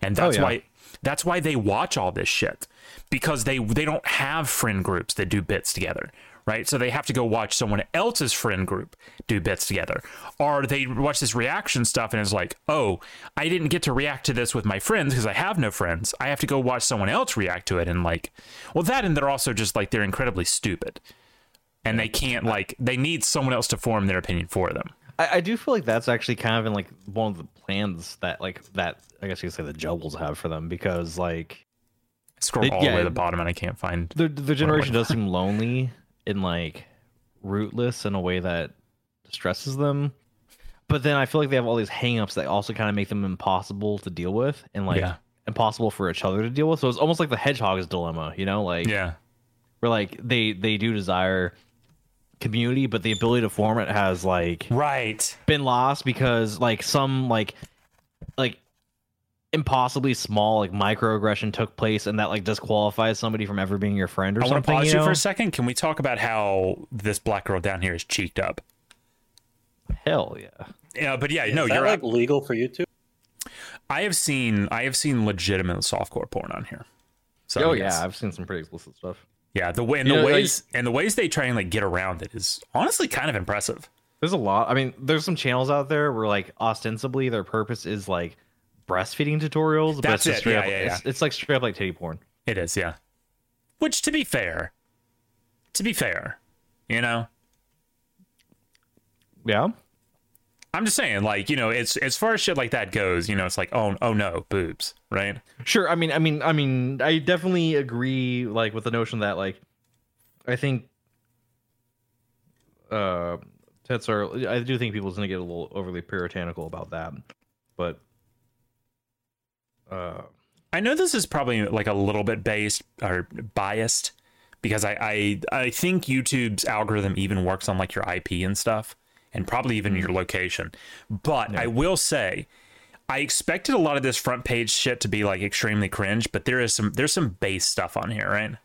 and that's
Oh, yeah.
why that's why they watch all this shit because they they don't have friend groups that do bits together, right? So they have to go watch someone else's friend group do bits together, or they watch this reaction stuff and it's like, oh, I didn't get to react to this with my friends because I have no friends. I have to go watch someone else react to it and like, well, that and they're also just like they're incredibly stupid and they can't like they need someone else to form their opinion for them.
I, I do feel like that's actually kind of in like one of the plans that like that I guess you could say the Jubbles have for them because like
I scroll
They-
all the way
yeah.
to the bottom and I can't find.
their their generation does seem lonely and like rootless in a way that distresses them. But then I feel like they have all these hangups that also kind of make them impossible to deal with and like
Yeah.
impossible for each other to deal with. So it's almost like the hedgehog's dilemma, you know, like
Yeah,
where like they they do desire community, but the ability to form it has like
right.
been lost because like some like like impossibly small like microaggression took place and that like disqualifies somebody from ever being your friend or
I want to
something.
pause you,
you
for
know?
a second. Can we talk about how this black girl down here is cheeked up?
Hell yeah.
Yeah, but yeah, no,
Is that,
you're right.
like legal for YouTube?
I have seen I have seen legitimate softcore porn on here. So
oh
yes.
yeah, I've seen some pretty explicit stuff.
yeah. The way and
You
the
know, like-
ways and the ways they try and like get around it is honestly kind of impressive.
There's a lot. I mean, there's some channels out there where like ostensibly their purpose is like breastfeeding tutorials. but
That's
it's just
it.
Straight
Yeah,
up,
yeah,
It's, it's like straight up like titty porn.
It is, yeah. Which, to be fair, to be fair, you know,
Yeah.
I'm just saying, like, you know, it's as far as shit like that goes, you know, it's like, oh, oh no, boobs, right?
Sure. I mean, I mean, I mean, I definitely agree, like, with the notion that, like, I think, uh, tits are. I do think people's gonna get a little overly puritanical about that, but, uh,
I know this is probably like a little bit based or biased because I I, I think YouTube's algorithm even works on like your IP and stuff and probably even your location. But I will say I expected a lot of this front page shit to be like extremely cringe, but there is some there's some base stuff on here, right?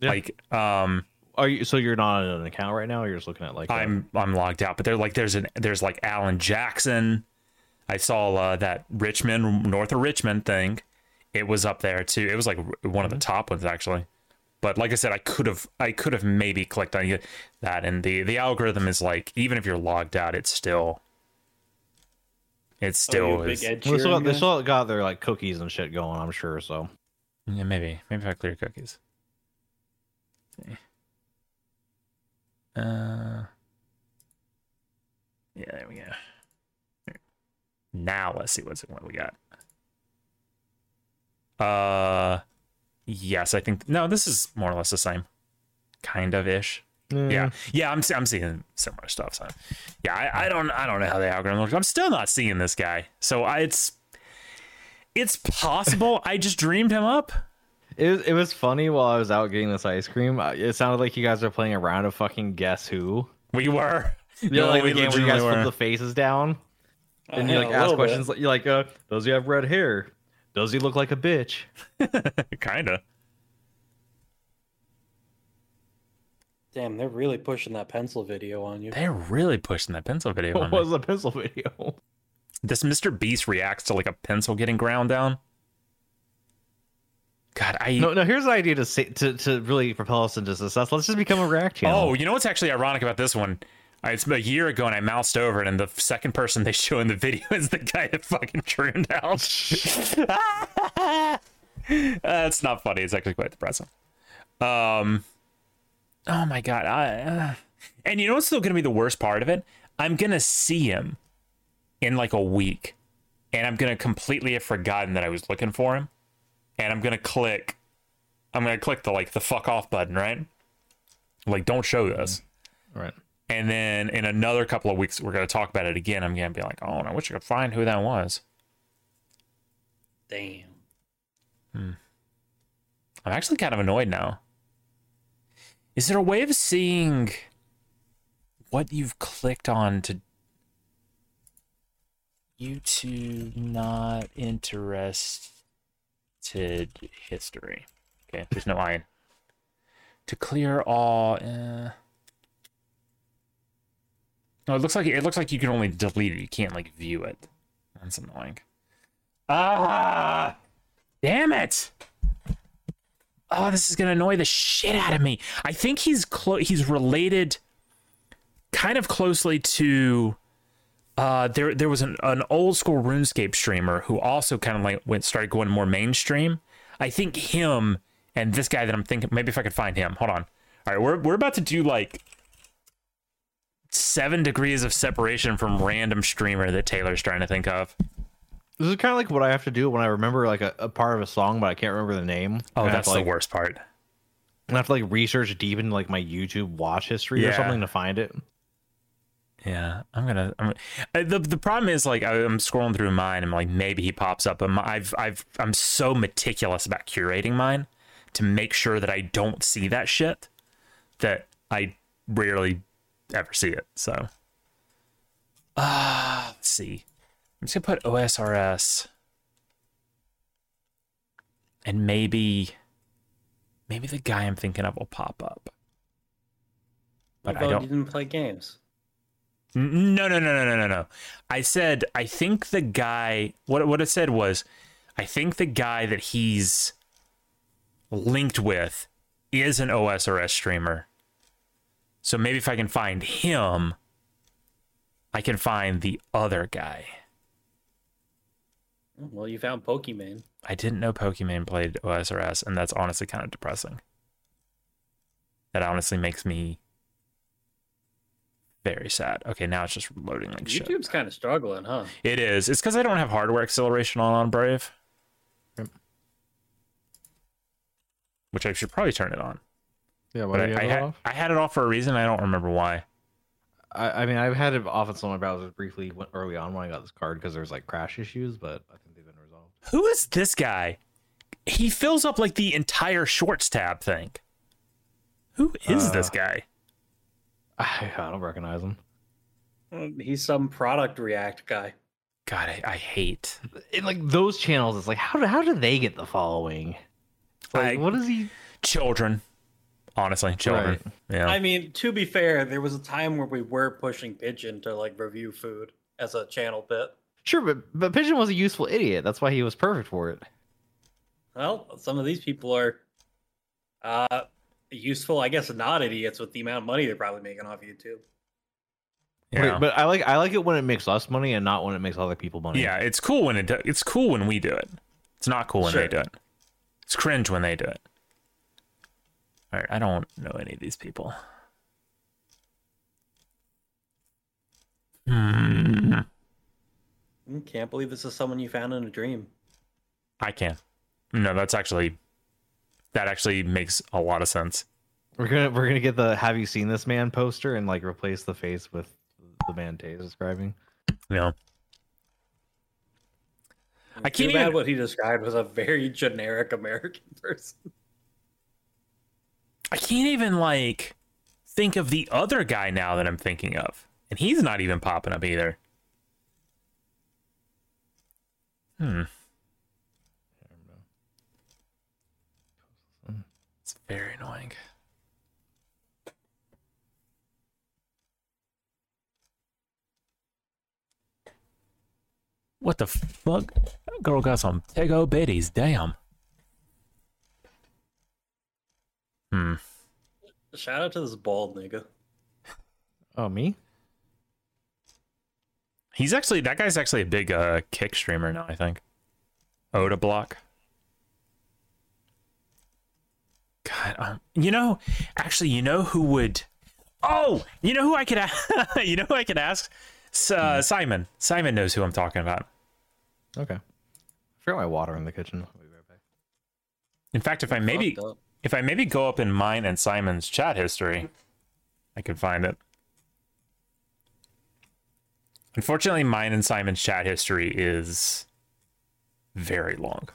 Yeah.
Like um
are you? So you're not on an account right now? Or you're just looking at like. a-
I'm
um,
I'm logged out, but they're like there's an there's like Alan Jackson. I saw uh, that Richmond North of Richmond thing. It was up there too. It was like r- one of
Mm-hmm.
the top ones actually. But like I said, I could have I could have maybe clicked on you- that, and the the algorithm is like even if you're logged out, it's still it's still
oh, you
is.
big Ed
Well, they, still
Sheeran
got, they
guy?
still got their like cookies and shit going. I'm sure. So
Yeah, maybe. Maybe if I clear cookies. Uh, yeah, there we go. Now let's see what's what we got. Uh, yes, I think no. This is more or less the same, kind of ish.
Mm-hmm.
Yeah, yeah. I'm se- I'm seeing similar stuff. So, yeah, I, I don't I don't know how the algorithm works. I'm still not seeing this guy. So I, it's it's possible I just dreamed him up.
It was, it was funny while I was out getting this ice cream. I- It sounded like you guys were playing a round of fucking guess who.
We were.
Yeah,
No,
like the game where you
legitimately
guys flip
were.
the faces down and
Uh,
you like
a
ask
little bit.
questions. Like, you're like, uh, does he have red hair? Does he look like
[laughs]
a bitch?
Kinda.
Damn, they're really pushing that pencil video on you.
They're really pushing that pencil video.
What
On me.
was the pencil video?
This Mr. Beast reacts to like a pencil getting ground down. God, I.
No, no. Here's an idea to say, to to really propel us into success. Let's just become a React channel.
oh, you know what's actually ironic about this one? I, it's a year ago, and I moused over it, and the second person they show in the video [laughs] is the guy that fucking turned out. [laughs] That's not funny. It's actually quite depressing. Um. Oh my god. I. Uh, and you know what's still gonna be the worst part of it? I'm gonna see him in like a week, and I'm gonna completely have forgotten that I was looking for him, and I'm gonna click. I'm gonna click the like the fuck off button, right? Like don't show this. Oh.
right.
And then in another couple of weeks, we're gonna talk about it again. I'm gonna be like, oh, and I wish I could find who that was.
Damn.
I'm actually kind of annoyed now. Is there a way of seeing what you've clicked on to YouTube not interested history? Okay, there's no I. To clear all. Uh... No, it looks like it looks like you can only delete it. You can't like view it. That's annoying. Ah! Damn it! Oh, this is gonna annoy the shit out of me. I think he's clo- he's related, kind of closely to. Uh, there there was an, an old school RuneScape streamer who also kind of like went started going more mainstream. I think him and this guy that I'm thinking maybe if I could find him. Hold on. All right, we're we're about to do like seven degrees of separation from random streamer that Taylor's trying to think of.
This is kind of like what I have to do when I remember like a, a part of a song, but I can't remember the name.
Oh,
And I have
that's
to,
the
like,
worst part.
I have to like research deep into like my YouTube watch history or
Yeah.
something to find it.
Yeah, I'm gonna. I'm, I, the the problem is like I, I'm scrolling through mine. I'm like maybe he pops up. I'm, I've I've I'm so meticulous about curating mine to make sure that I don't see that shit that I rarely ever see it. So, ah, let's see. I'm just gonna put OSRS and maybe maybe the guy I'm thinking of will pop up. But
What
I
about
don't-
You didn't play games.
N- Mm, No, no, no, no, no, no, no. I said I think the guy. What what I said was, I think the guy that he's linked with is an OSRS streamer. So maybe if I can find him, I can find the other guy.
Well, you found Pokemon.
I didn't know Pokemon played OSRS, and that's honestly kind of depressing. That honestly makes me very sad. Okay, now it's just loading like shit.
YouTube's kind of struggling, huh?
It is. It's because I don't have hardware acceleration on on Brave.
Yep.
Which I should probably turn it on.
Yeah,
But I, I, had, I had it off for a reason. I don't remember why.
I, I mean, I've had it off in some of my browsers briefly when- early on when I got this card because there was like crash issues, but [sighs] I think they've been resolved.
Who is this guy? He fills up like the entire shorts tab thing. Who is this
Uh,
guy?
I, I don't recognize them.
Um, He's some product React guy.
God, I, I hate.
In like those channels, it's like how do how do they get the following? It's Like,
I-
what is he?
Children. Honestly, children. Yeah.
I mean, to be fair, there was a time where we were pushing Pigeon to like review food as a channel bit.
Sure, but but Pigeon was a useful idiot. That's why he was perfect for it.
Well, some of these people are uh useful, I guess not idiots with the amount of money they're probably making off YouTube.
yeah.
Wait, but I like I like it when it makes us money and not when it makes other people money.
yeah, it's cool when it do- it's cool when we do it. It's not cool when they
Sure.
do it. It's cringe when they do it. All right, I don't know any of these people. Hmm.
Mm, Can't believe this is someone you found in a dream.
I can. No, that's actually that actually makes a lot of sense.
We're gonna we're gonna get the Have you seen this man poster and like replace the face with the man Tay is describing.
You know, I
Too
can't
bad
even-
what he described was a very generic American [laughs] person.
I can't even like think of the other guy now that I'm thinking of, and he's not even popping up either. Hmm. It's very annoying. What the fuck? That girl got some Tego bitties, damn. Hmm.
Shout out to this bald nigga.
Oh me?
He's actually that guy's actually a big uh kick streamer now, I think. Oda block. God, um, you know, actually, you know who would? Oh, you know who I could? a- [laughs] you know who I could ask? S- uh, Simon. Simon knows who I'm talking about.
Okay. I forgot my water in the kitchen. I'll be right back.
In fact, if I maybe
Fucked up.
if I maybe go up in mine and Simon's chat history, I could find it. Unfortunately, mine and Simon's chat history is very long.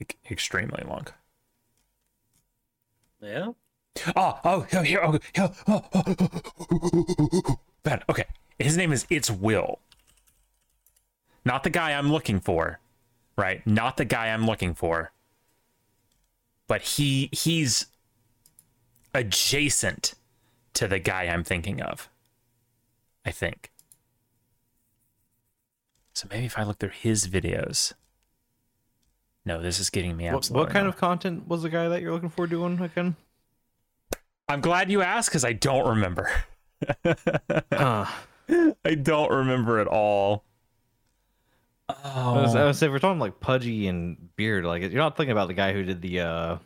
Like extremely long.
Yeah.
Oh, oh, oh, here, oh, here, oh, oh, oh. Bad. Okay. His name is It's Will. Not the guy I'm looking for, right? Not the guy I'm looking for. But he he's adjacent to the guy I'm thinking of. I think. So maybe if I look through his videos. No, this is getting me
What,
absolutely.
what kind
nowhere.
of content was the guy that you're looking for doing again?
I'm glad you asked because I don't remember. [laughs]
Uh,
I don't remember at all.
I was, I
Oh,
was saying, if we're talking like pudgy and beard, like you're not thinking about the guy who did the uh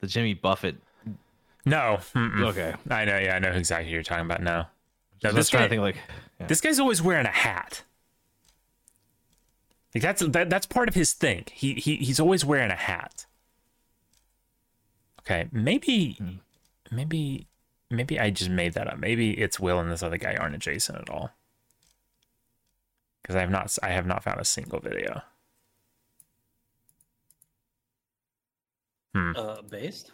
the Jimmy Buffett.
no. mm-mm.
Okay,
I know. Yeah, I know exactly who you're talking about now. No,
I
this
was trying
guy,
to think like yeah.
this guy's always wearing a hat. Like that's that, that's part of his thing. He he he's always wearing a hat. Okay, maybe maybe maybe I just made that up. Maybe it's Will and this other guy aren't adjacent at all. Because I have not I have not found a single video.
Uh, based.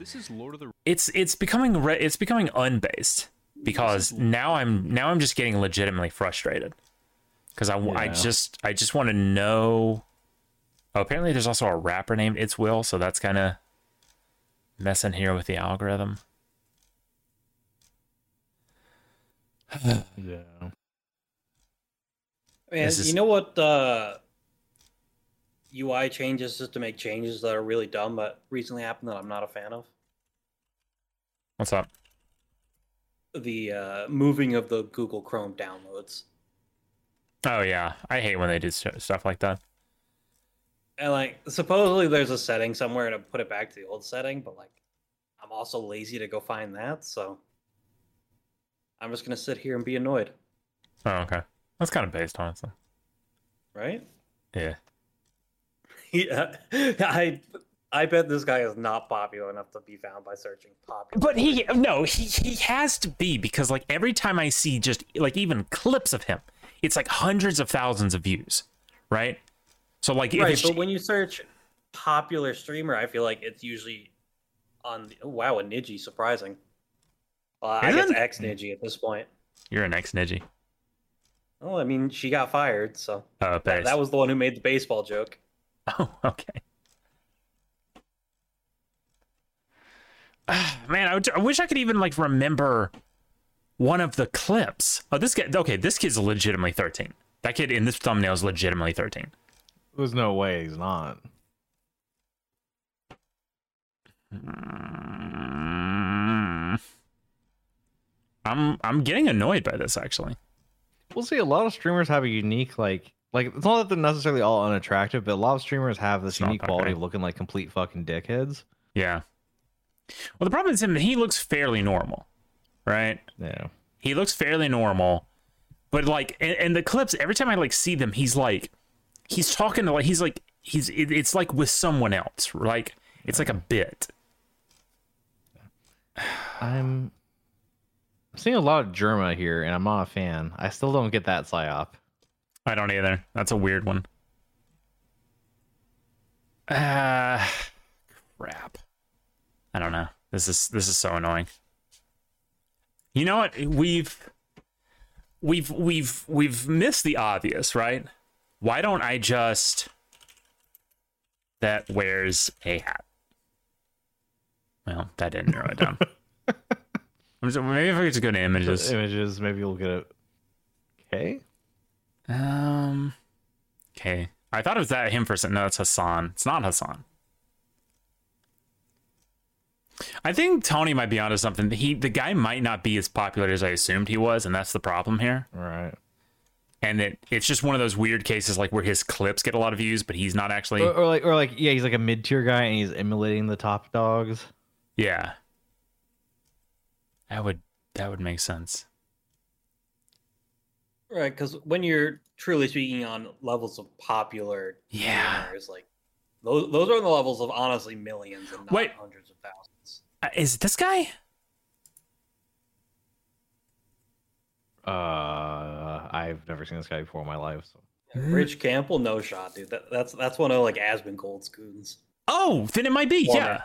This is Lord of the
it's it's becoming re- it's becoming unbased because now I'm now I'm just getting legitimately frustrated because I, w- I
Yeah.
just I just want to know. Oh, apparently, there's also a rapper named It's Will, so that's kind of messing here with the algorithm.
yeah.
Man,
This is-
you know what uh, UI changes just to make changes that are really dumb, but recently happened that I'm not a fan of
What's up?
the uh, moving of the Google Chrome downloads.
Oh yeah, I hate when they do st- stuff like that.
And like, supposedly there's a setting somewhere to put it back to the old setting, but like, I'm also lazy to go find that, so I'm just gonna sit here and be annoyed,
Oh okay, that's kind of based honestly.
right?
Yeah.
Yeah, [laughs] I I bet this guy is not popular enough to be found by searching popular.
But he no, he he has to be because like every time I see just like even clips of him, it's like hundreds of thousands of views, right? So like if
right,
it's-
but when you search popular streamer, I feel like it's usually on. The, oh, wow, a Niji, surprising. Uh, I guess
Isn't-
ex Niji at this point.
you're an ex Niji.
Well, I mean, she got fired, so
Oh,
that,
base.
that was the one who made the baseball joke.
[laughs] Oh, okay. [sighs] Ah, Man, I, would- I wish I could even like remember one of the clips. Oh, this guy. Okay, this kid's legitimately 13. That kid in this thumbnail is legitimately 13.
There's no way he's not.
Mm. I'm I'm getting annoyed by this actually.
We'll see. A lot of streamers have a unique like like it's not that they're necessarily all unattractive, but a lot of streamers have this
It's not
unique
that
quality
great.
of looking like complete fucking dickheads.
Yeah. Well, the problem is him. He looks fairly normal, right?
Yeah.
He looks fairly normal, but like, and, and the clips every time I like see them, he's like, he's talking to like he's like he's it, it's like with someone else, like it's like a bit.
I'm I'm seeing a lot of Germa here, and I'm not a fan. I still don't get that psyop.
I don't either. That's a weird one. Uh crap. I don't know. This is this is so annoying. You know what? We've we've we've we've missed the obvious, right? Why don't I just that wears a hat? Well, that didn't narrow it down. I'm just, maybe if I could just go to images.
images, maybe you'll get it. Okay.
Um. Okay. I thought it was that him for a second. No, it's Hassan. It's not Hassan. I think Tony might be onto something. He the guy might not be as popular as I assumed he was, and that's the problem here.
All right.
And that it's just one of those weird cases like where his clips get a lot of views, but he's not actually.
Or, or like, or like, yeah, he's like a mid tier guy, and he's emulating the top dogs.
yeah. That would that would make sense.
Right, because when you're truly speaking on levels of popular
Yeah.
streamers, like those those are the levels of honestly millions and not
Wait.
hundreds of thousands.
Uh, Is it this guy?
Uh, I've never seen this guy before in my life. So.
Rich Campbell, no shot, dude. That, that's that's one of like Asmongold's goons.
Oh, then it might be.
Former.
Yeah.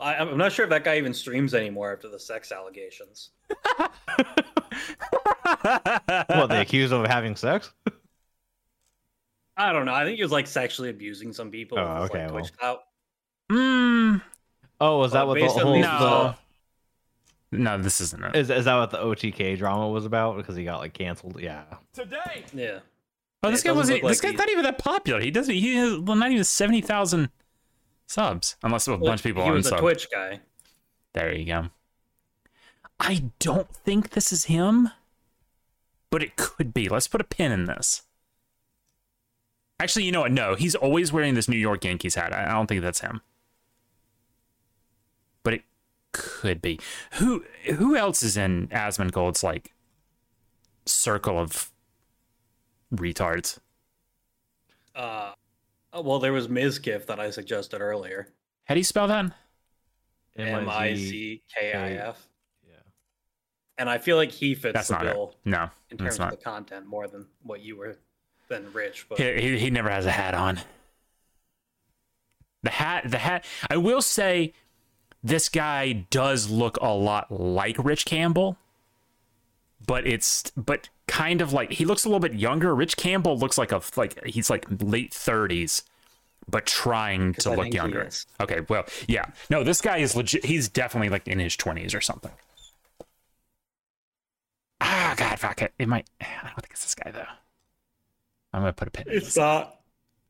I, I'm not sure if that guy even streams anymore after the sex allegations.
[laughs]
[laughs]
What they accused him of having sex?
I don't know. I think he was like sexually abusing some people.
Oh,
with his,
okay,
Like,
well.
Twitch clout.
Mm,
Oh, was that
Oh,
what the
based on
whole?
these-
no.
the-
No, this isn't it.
Is, is that what the OTK drama was about? Because he got like canceled. Yeah.
Today,
Yeah.
Oh, this
It
guy
doesn't
wasn't.
look
this
like
guy's not even that popular. He doesn't. He has well, not even seventy thousand subs, unless a bunch of people
He
on
was a
sub.
Twitch guy.
There you go. I don't think this is him, but it could be. Let's put a pin in this. Actually, you know what? No, he's always wearing this New York Yankees hat. I I don't think that's him, but it could be. Who who else is in Asmongold's like circle of retards?
Uh, oh, well, there was Mizkiff that I suggested earlier.
How do you spell that?
M I Z K I F.
Yeah.
And I feel like he fits
That's
the
not it.
bill
No,
in
that's
terms of
not.
the content more than what you were than Rich. But
He, he, he never has a hat on. The hat, the hat. I will say, this guy does look a lot like Rich Campbell, but it's but kind of like he looks a little bit younger. Rich Campbell looks like a like he's like late thirties, but trying to
I
look
think he
younger.
is.
Okay, well, yeah, no, this guy is legit. He's definitely like in his twenties or something. Ah, God, fuck it. It might. I don't think it's this guy though. I'm gonna put a pin. in this.
it's not.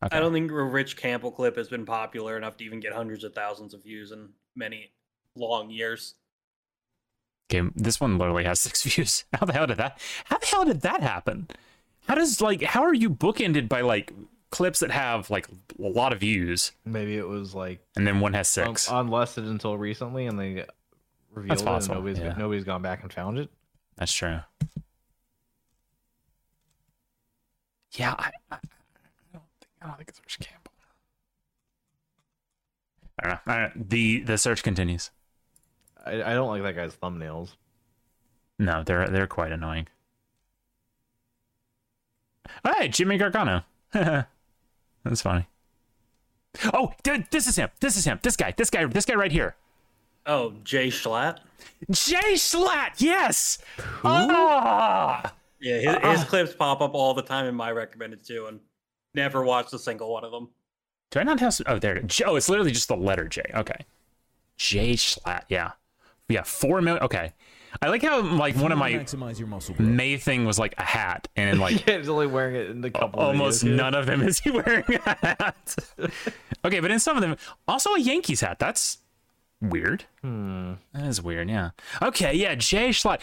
Okay.
I don't think a Rich Campbell clip has been popular enough to even get hundreds of thousands of views in many long years.
Okay, this one literally has [laughs] six views. How the hell did that? How the hell did that happen? How does like how are you bookended by like clips that have like a lot of views
Maybe it was like
and then one has
un-
six?
unlisted until recently, and they revealed it, and
possible,
nobody's
yeah.
nobody's gone back and found it.
That's true. Yeah, I, I, I don't think I don't think it's Rich Campbell. I don't know. I don't, the the search continues.
I, I don't like that guy's thumbnails. [laughs]
No, they're they're quite annoying. All right, Jimmy Gargano. [laughs] That's funny. Oh, dude, this is him. This is him. This guy. This guy. This guy right here.
Oh, Jay Schlatt.
Jay Schlatt. Yes. Ah!
Yeah, his, his clips pop up all the time in my recommended too, and never watched a single one of them.
Do I not have? Some, oh, there. it is. J- Oh, it's literally just the letter J. Okay. Jay Schlatt. Yeah. Yeah. Four million. Okay. I like how like one of my
maximize your muscle.
May thing was like a hat,
[laughs]
and like
yeah, he's only wearing it in the
Oh,
couple.
almost
videos, yeah.
none of them is he wearing a hat. okay, but in some of them, also a Yankees hat. That's weird. That is weird. Yeah. Okay. Yeah. Jay Schlatt.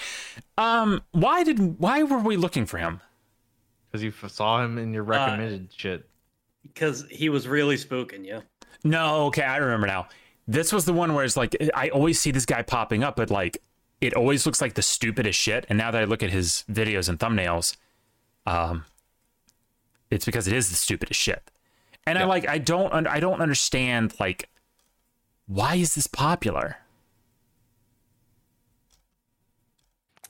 Um. Why did? Why were we looking for him?
Because you f- saw him in your
Uh,
recommended shit.
Because he was really spooking you.
No. Okay. I remember now. This was the one where it's like I always see this guy popping up, but like it always looks like the stupidest shit. And now that I look at his videos and thumbnails, um, it's because it is the stupidest shit. And I like I don't un- I don't understand like why is this popular?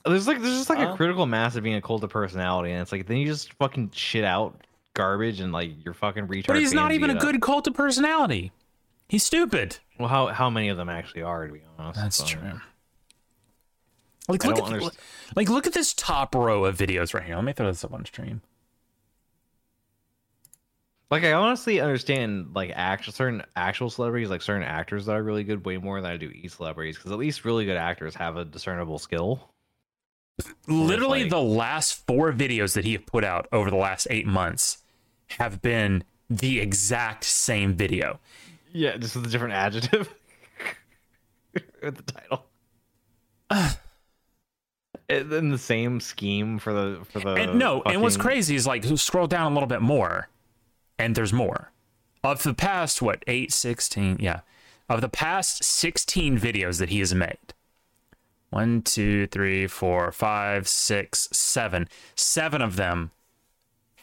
There's like there's just like
Huh?
a critical mass of being a cult of personality, and it's like then you just fucking shit out garbage and like you're fucking retard.
But he's not
fans
even a
eat it up.
good cult of personality. He's stupid.
Well, how how many of them actually are to be honest? But-
Like
I
look
don't
at the-
underst-
like look at this top row of videos right here. Let me throw this up on stream.
Like I honestly understand like actual certain actual celebrities, like certain actors that are really good, way more than I do e celebrities, because at least really good actors have a discernible skill.
Literally
like-
the last four videos that he have put out over the last eight months have been the exact same video.
Yeah, just with a different adjective [laughs] with the title. [sighs] and then the same scheme for the for the
and no, and what's
fucking-
crazy is like scroll down a little bit more, and there's more. Of the past, what, eight, 16, yeah. Of the past 16 videos that he has made. One, two, three, four, five, six, seven. Seven of them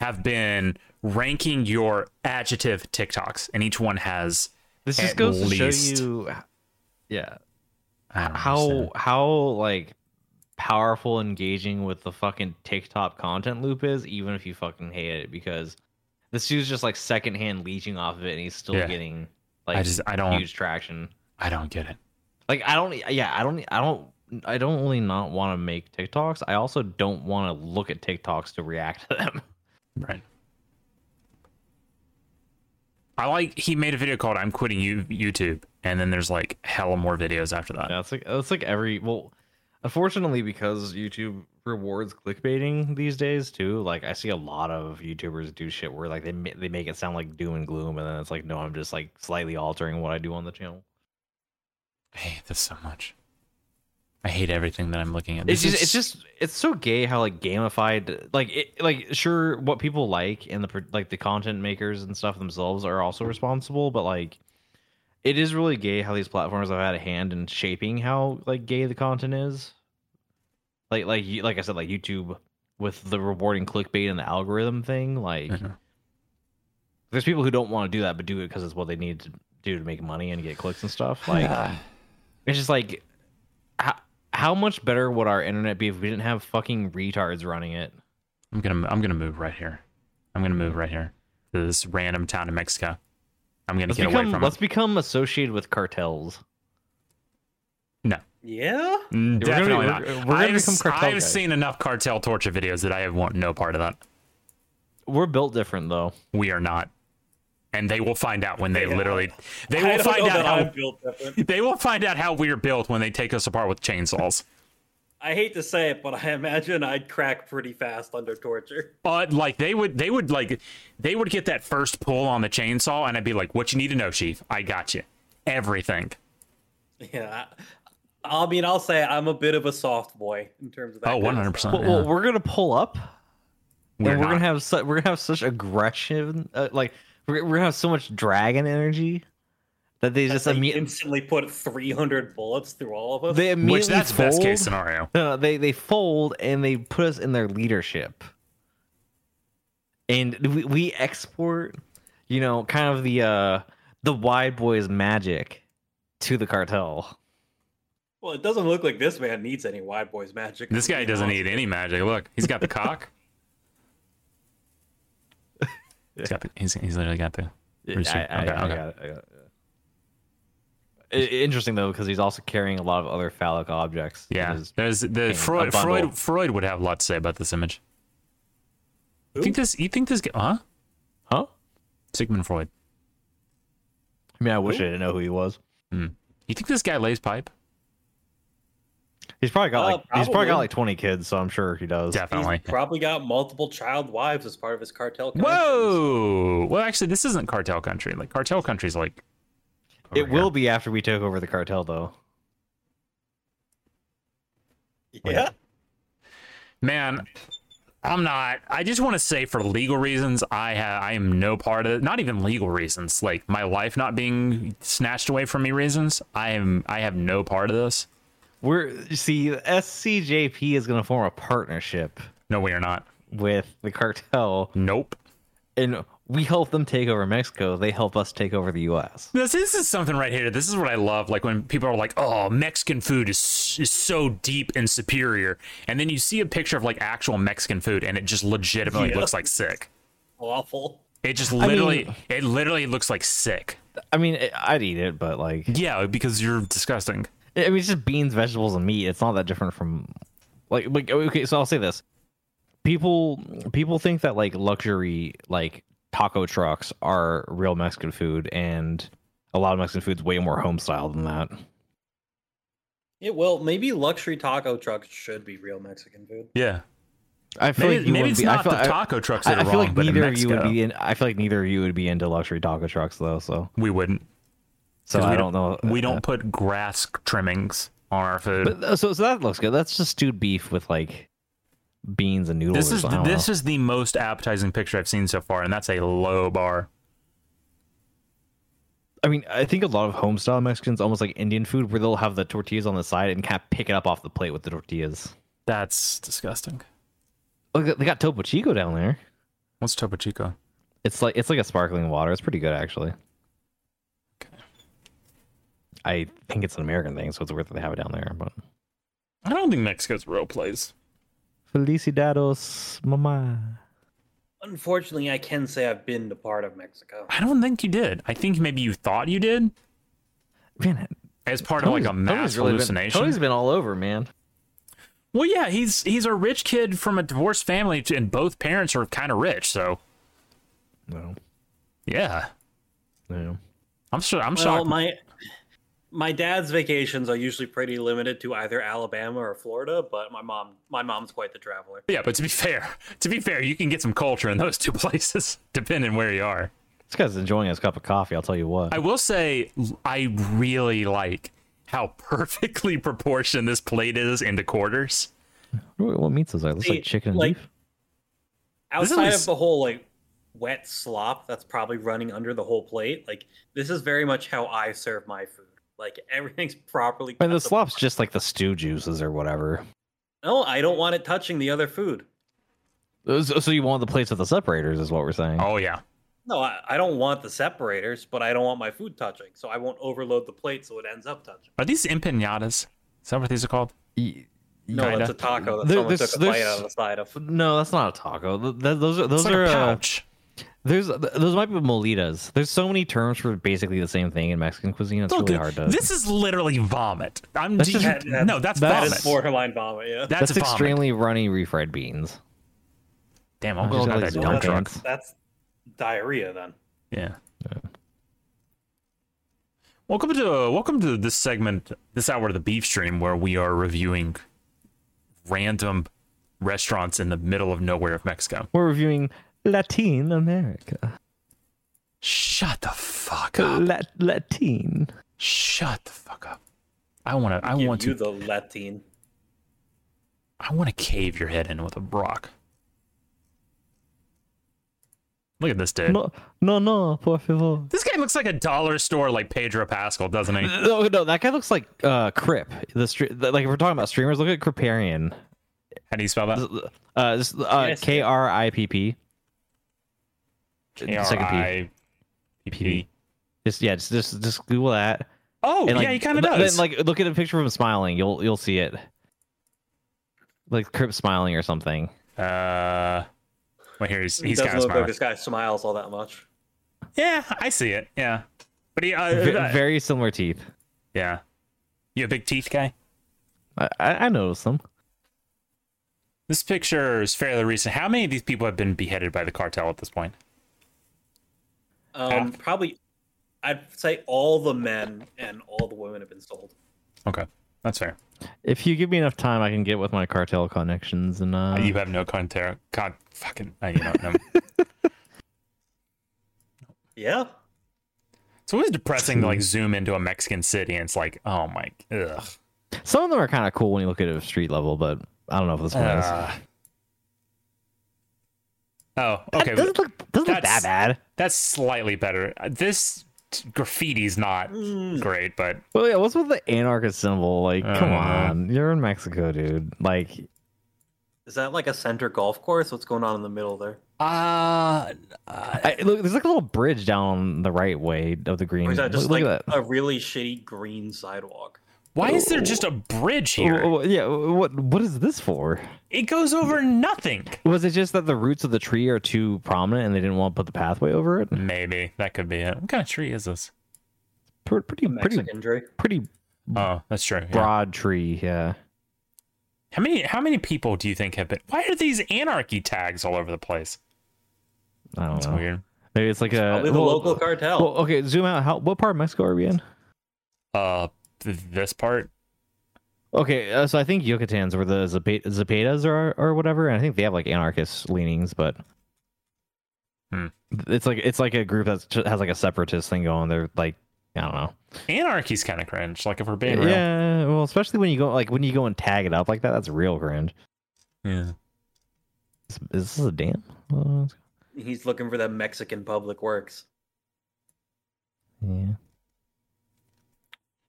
have been ranking your adjective TikToks, and each one has
This
at
just goes
least-
to show you, yeah,
I don't
how
understand.
how like powerful engaging with the fucking TikTok content loop is, even if you fucking hate it, because this dude's just like secondhand leeching off of it, and he's still
Yeah.
getting like
I just I don't
huge traction.
I don't get it.
Like I don't, yeah, I don't, I don't, I don't really not want to make TikToks. I also don't want to look at TikToks to react to them. [laughs]
Right. I like he made a video called "I'm quitting you YouTube," and then there's like hella more videos after that.
That's like that's like every well, Unfortunately, because YouTube rewards clickbaiting these days too, like I see a lot of YouTubers do shit where like they ma- they make it sound like doom and gloom, and then it's like no, I'm just like slightly altering what I do on the channel.
I hate this so much. I hate everything that I'm looking at.
It's
This
just,
is-
it's just it's so gay how like gamified like it like sure what people like and the pro- like the content makers and stuff themselves are also responsible, but like it is really gay how these platforms have had a hand in shaping how like gay the content is. Like like you- like I said, like YouTube with the rewarding clickbait and the algorithm thing, like
Mhm.
there's people who don't want to do that but do it because it's what they need to do to make money and get clicks
[sighs]
and stuff. Like it's just like how, how much better would our internet be if we didn't have fucking retards running it?
I'm gonna I'm gonna move right here. I'm gonna move right here to this random town in Mexico. I'm gonna
Let's
get
become
away from
let's
it.
become associated with cartels.
Yeah.
Mm,
Yeah, we're gonna be-
Definitely
we're-
not.
we're gonna
I've,
become
s-
cartel
I've
guys.
seen enough cartel torture videos that I have want no part of that.
We're built different though.
We are not, and they will find out when they,
They are.
literally they
I
will
don't
find
know
out
that
how
I'm built different.
they will find out how we are built when they take us apart with chainsaws.
I hate to say it, but I [laughs] imagine I'd crack pretty fast under torture. [laughs]
but like they would they would like they would get that first pull on the chainsaw, and I'd be like, "What you need to know, chief? I got you, everything."
Yeah. I I mean, I'll say I'm a bit of a soft boy in terms of that.
Oh,
kind of
100%.
stuff.
Well,
Yeah.
well, we're gonna pull up
We're
and we're
not.
gonna have su- we're gonna have such aggression, uh, like we're, we're gonna have so much dragon energy that they just
They
immediately
instantly put 300 bullets through all of us.
they immediately
which that's
fold.
best case scenario.
No, no, they they fold and they put us in their leadership. And we, we export, you know, kind of the uh the wide boys magic to the cartel.
Well, it doesn't look like this man needs any wide boys magic.
This guy
You know,
doesn't need any magic. Look, he's got the
[laughs]
cock. He's got the, he's, he's literally got the. Receive-
I- I-
okay,
I
okay.
got it, I got it, yeah. I- Interesting though, because he's also carrying a lot of other phallic objects. in
Yeah,
his-
there's the
a
Freud.
bundle.
Freud. Freud would have a lot to say about this image. You think this? You think this? g- Huh?
huh?
Sigmund Freud.
I mean, I wish I didn't know who he was.
You think this guy lays pipe?
He's probably got
Uh,
like he's probably got
probably.
like twenty kids, so I'm sure he does.
Definitely.
He's probably got multiple child wives as part of his cartel. connections.
Whoa. Well, actually, this isn't cartel country. Like cartel country's like. over
It
here.
will be after we take over the cartel, though.
Yeah.
Man, I'm not. I just want to say, for legal reasons, I have. I am no part of. Not even legal reasons. Like my life not being snatched away from me. Reasons. I am. I have no part of this.
We're you see SCJP is going to form a partnership
No, we are not.
with the cartel,
Nope.
and we help them take over Mexico. They help us take over the U.S.
This, this is something right here. This is what I love. Like when people are like, "Oh, Mexican food is is so deep and superior," and then you see a picture of like actual Mexican food, and it just legitimately
Yeah.
looks like sick.
Awful.
It just
mean-
literally, it literally looks like sick.
I mean, I- I'd eat it, but like,
Yeah, because you're disgusting.
I mean, it's just beans, vegetables, and meat. It's not that different from, like, like okay. So I'll say this: people people think that like luxury like taco trucks are real Mexican food, and a lot of Mexican food's way more home style than that.
Yeah, well, maybe luxury taco trucks should be real Mexican food.
Yeah,
I feel
maybe,
like you
maybe
wouldn't
it's
be, I
not
feel,
the
I-
taco trucks
I,
that
I
are
feel
wrong,
like
but in
neither of you
Mexico,
would be in. I feel like neither of you would be into luxury taco trucks though. So,
we wouldn't.
so
'cause
I
we
don't, know.
We don't put grass trimmings on our food.
[laughs] But, uh, so, so that looks good. That's just stewed beef with like beans and noodles.
this is the, this is the most appetizing picture I've seen so far, and that's a low bar.
I mean, I think a lot of homestyle Mexicans, almost like Indian food, where they'll have the tortillas on the side and kind of pick it up off the plate with the tortillas.
That's disgusting.
Look, they got Topo Chico down there.
What's Topo Chico?
It's like it's like a sparkling water. It's pretty good actually. I think it's an American thing, so it's worth it to have it down there. But
I don't think Mexico's a real place.
Felicidades, mama.
Unfortunately, I can say I've been to part of Mexico.
I don't think you did. I think maybe you thought you did
Man,
as part
Tony's-
of like a mass
Tony's really been-
hallucination.
Tony's been all over, man.
well, yeah, he's he's a rich kid from a divorced family, t- and both parents are kind of rich. So
No,
yeah,
no.
I'm sure. I'm
Well,
shocked.
my my dad's vacations are usually pretty limited to either Alabama or Florida, but my mom my mom's quite the traveler.
Yeah, but to be fair, to be fair, you can get some culture in those two [laughs] places, depending where you are.
This guy's enjoying his cup of coffee. I'll tell you what.
I will say, l- I really like how perfectly [laughs] proportioned this plate is into quarters.
What what meats is that? Looks
See,
like chicken and
like-
beef.
This is
Outside
always-
of the whole like wet slop that's probably running under the whole plate, like this is very much how I serve my food. Like [laughs] everything's properly.
I mean, the
cut to-
slop's just like the stew juices or whatever.
No, I don't want it touching the other food.
Uh, So so you want the plates with the separators, is what we're saying.
Oh yeah,
No, I, I don't want the separators, but I don't want my food touching, so I won't overload the plate so it ends up touching.
are these empanadas? Is that what these are called?
Y-
No,
Kinda.
that's a taco that
There-
someone
there's-
took a bite
there's-
out of the side of.
No, that's not a taco. Th- th- those are
It's
those
like
are
a
uh,
pouch.
there's th- those might be molitas. There's so many terms for basically the same thing in Mexican cuisine.
It's
It's
all
really
good.
hard to.
This is literally vomit. I'm
That's
you-
just- that-
no, that's
that
That
vomit.
is borderline vomit, yeah.
that's
that's
vomit.
extremely runny refried beans.
Damn, I'm
I'm
going
just
out
like
that
Well,
dump
dumb
that's,
truck.
drunk.
that's diarrhea then.
Yeah. Welcome to uh, welcome to this segment, this hour of the beef stream, where we are reviewing random restaurants in the middle of nowhere of Mexico.
We're reviewing Latin America.
Shut the fuck up!
La- Latin.
Shut the fuck up! I wanna, I
Give
want
you
to,
the Latin.
I want to cave your head in with a rock. Look at this dude.
No, no, no, por favor.
This guy looks like a dollar store like Pedro Pascal, doesn't
[laughs]
he?
No, no, that guy looks like uh Crip. The stre- the- like if we're talking about streamers, look at Criparian.
How do you spell that?
Uh, this- uh
Yes.
K R I P P. Second P.
P.
Just yeah, just just, just Google that.
Oh,
And,
yeah, he kind of
th-
does.
Then like look at a picture of him smiling. You'll you'll see it. Like Crip smiling or something.
Uh, well, here he's
He
he's
doesn't
kind of
look
smiling.
like this guy smiles all that much.
Yeah, I see it. Yeah, but he, uh,
V-
uh,
very similar teeth.
yeah, you a big teeth guy.
I, I I noticed them.
This picture is fairly recent. How many of these people have been beheaded by the cartel at this point?
Um, probably, I'd say all the men and all the women have been sold.
Okay, that's fair.
If you give me enough time, I can get with my cartel connections and uh,
you have no conter con fucking. I you know. No.
[laughs]
Yeah,
it's always depressing
[laughs]
to like zoom into a Mexican city and it's like, oh my, ugh.
some of them are kind of cool when you look at it at street level, but I don't know if this one is.
Ugh. Uh, Oh, okay.
That doesn't look doesn't look
That's-
that bad.
That's slightly better. Uh, This t- graffiti's not
Mm.
great, but
Well, yeah, what's with the anarchist symbol? Like,
I don't
come
know.
on, you're in Mexico, dude. Like,
is that like a center golf course? What's going on in the middle there?
uh,
I, look, there's like a little bridge down the right way of the green.
Or is that
Mm, Look-
just
look,
like
at that.
a really shitty green sidewalk?
why is there just a bridge
Oh,
here?
oh, yeah, what what is this for?
It goes over nothing.
Was it just that the roots of the tree are too prominent and they didn't want to put the pathway over it?
Maybe that could be it. What kind of tree is this?
Pre- Pretty pretty
Mexican tree.
pretty
Oh, that's true. yeah.
broad tree. Yeah,
How many how many people do you think have been? Why are these anarchy tags all over the place?
I don't
That's
know.
weird.
Maybe it's like a
Probably the
well,
local cartel.
Well, okay, zoom out. How what part of Mexico are we in?
Uh, th- this part.
Okay, uh, so I think Yucatan's where the Zepe- Zepedas are or whatever, and I think they have like anarchist leanings, but
Hmm.
it's like it's like a group that has like a separatist thing going. They're like I don't know.
Anarchy's kind of cringe. Like if we're being real.
Yeah, well, especially when you go like when you go and tag it up like that, that's real cringe.
Yeah.
Is, is this a dam? Uh,
He's looking for that Mexican public works.
yeah.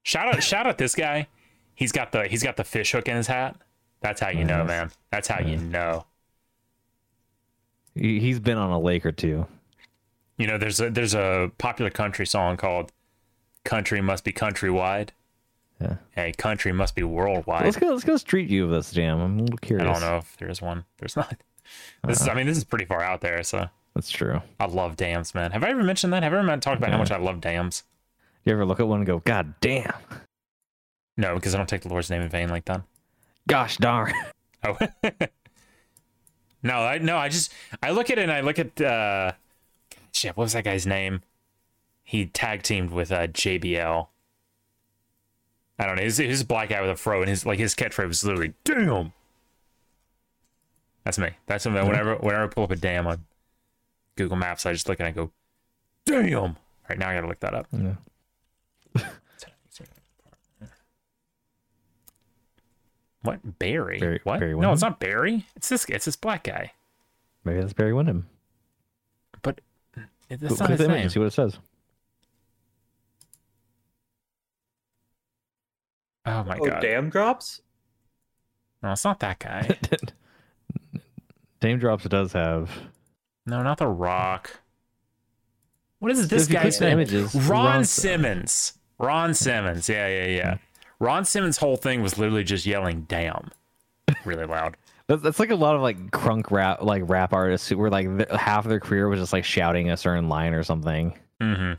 Shout out shout out this guy. He's got the he's got the fish hook in his hat. That's how you know,
Nice.
man. That's how you
Nice.
know.
He- He's been on a lake or two.
You know, there's a there's a popular country song called "Country Must Be Countrywide."
Yeah.
Hey, country must be worldwide.
Let's go. Let's go street view of this jam. I'm a little
I
curious.
don't know if there's one. There's not. This
Uh-huh.
is. I mean, this is pretty far out there. So
That's true.
I love dams, man. Have I ever mentioned that? Have I ever talked about how much I love dams?
You ever look at one and go, God damn,
No, because I don't take the Lord's name in vain like that.
gosh darn.
Oh. [laughs] no, I no, I just I look at it and I look at uh shit, what was that guy's name? He tag teamed with uh JBL. I don't know. His, his black guy with a fro and his like his catchphrase was literally "damn." That's me. That's something. that Whenever whenever I pull up a damn on Google Maps, I just look and I go, "Damn!" All right, now I gotta look that up.
Yeah.
What Barry?
Barry-
what?
Barry
no, it's not Barry. It's this. It's this black guy.
Maybe that's Barry Windham.
But it-
Cl-
that's not
Click
his
the image
name.
and see what it says.
Oh my
oh,
god!
damn drops.
No, it's not that [laughs] guy.
[laughs] Dame Drops does have.
no, not the Rock. What is this
if you click
guy's
the
name?
images,
Ron,
Ron-
Simmons. Ron Simmons. Yeah, yeah, yeah. Ron Simmons' whole thing was literally just yelling "damn" really loud.
That's, that's like a lot of like crunk rap, like rap artists who were like th- half of their career was just like shouting a certain line or something.
Mm-hmm.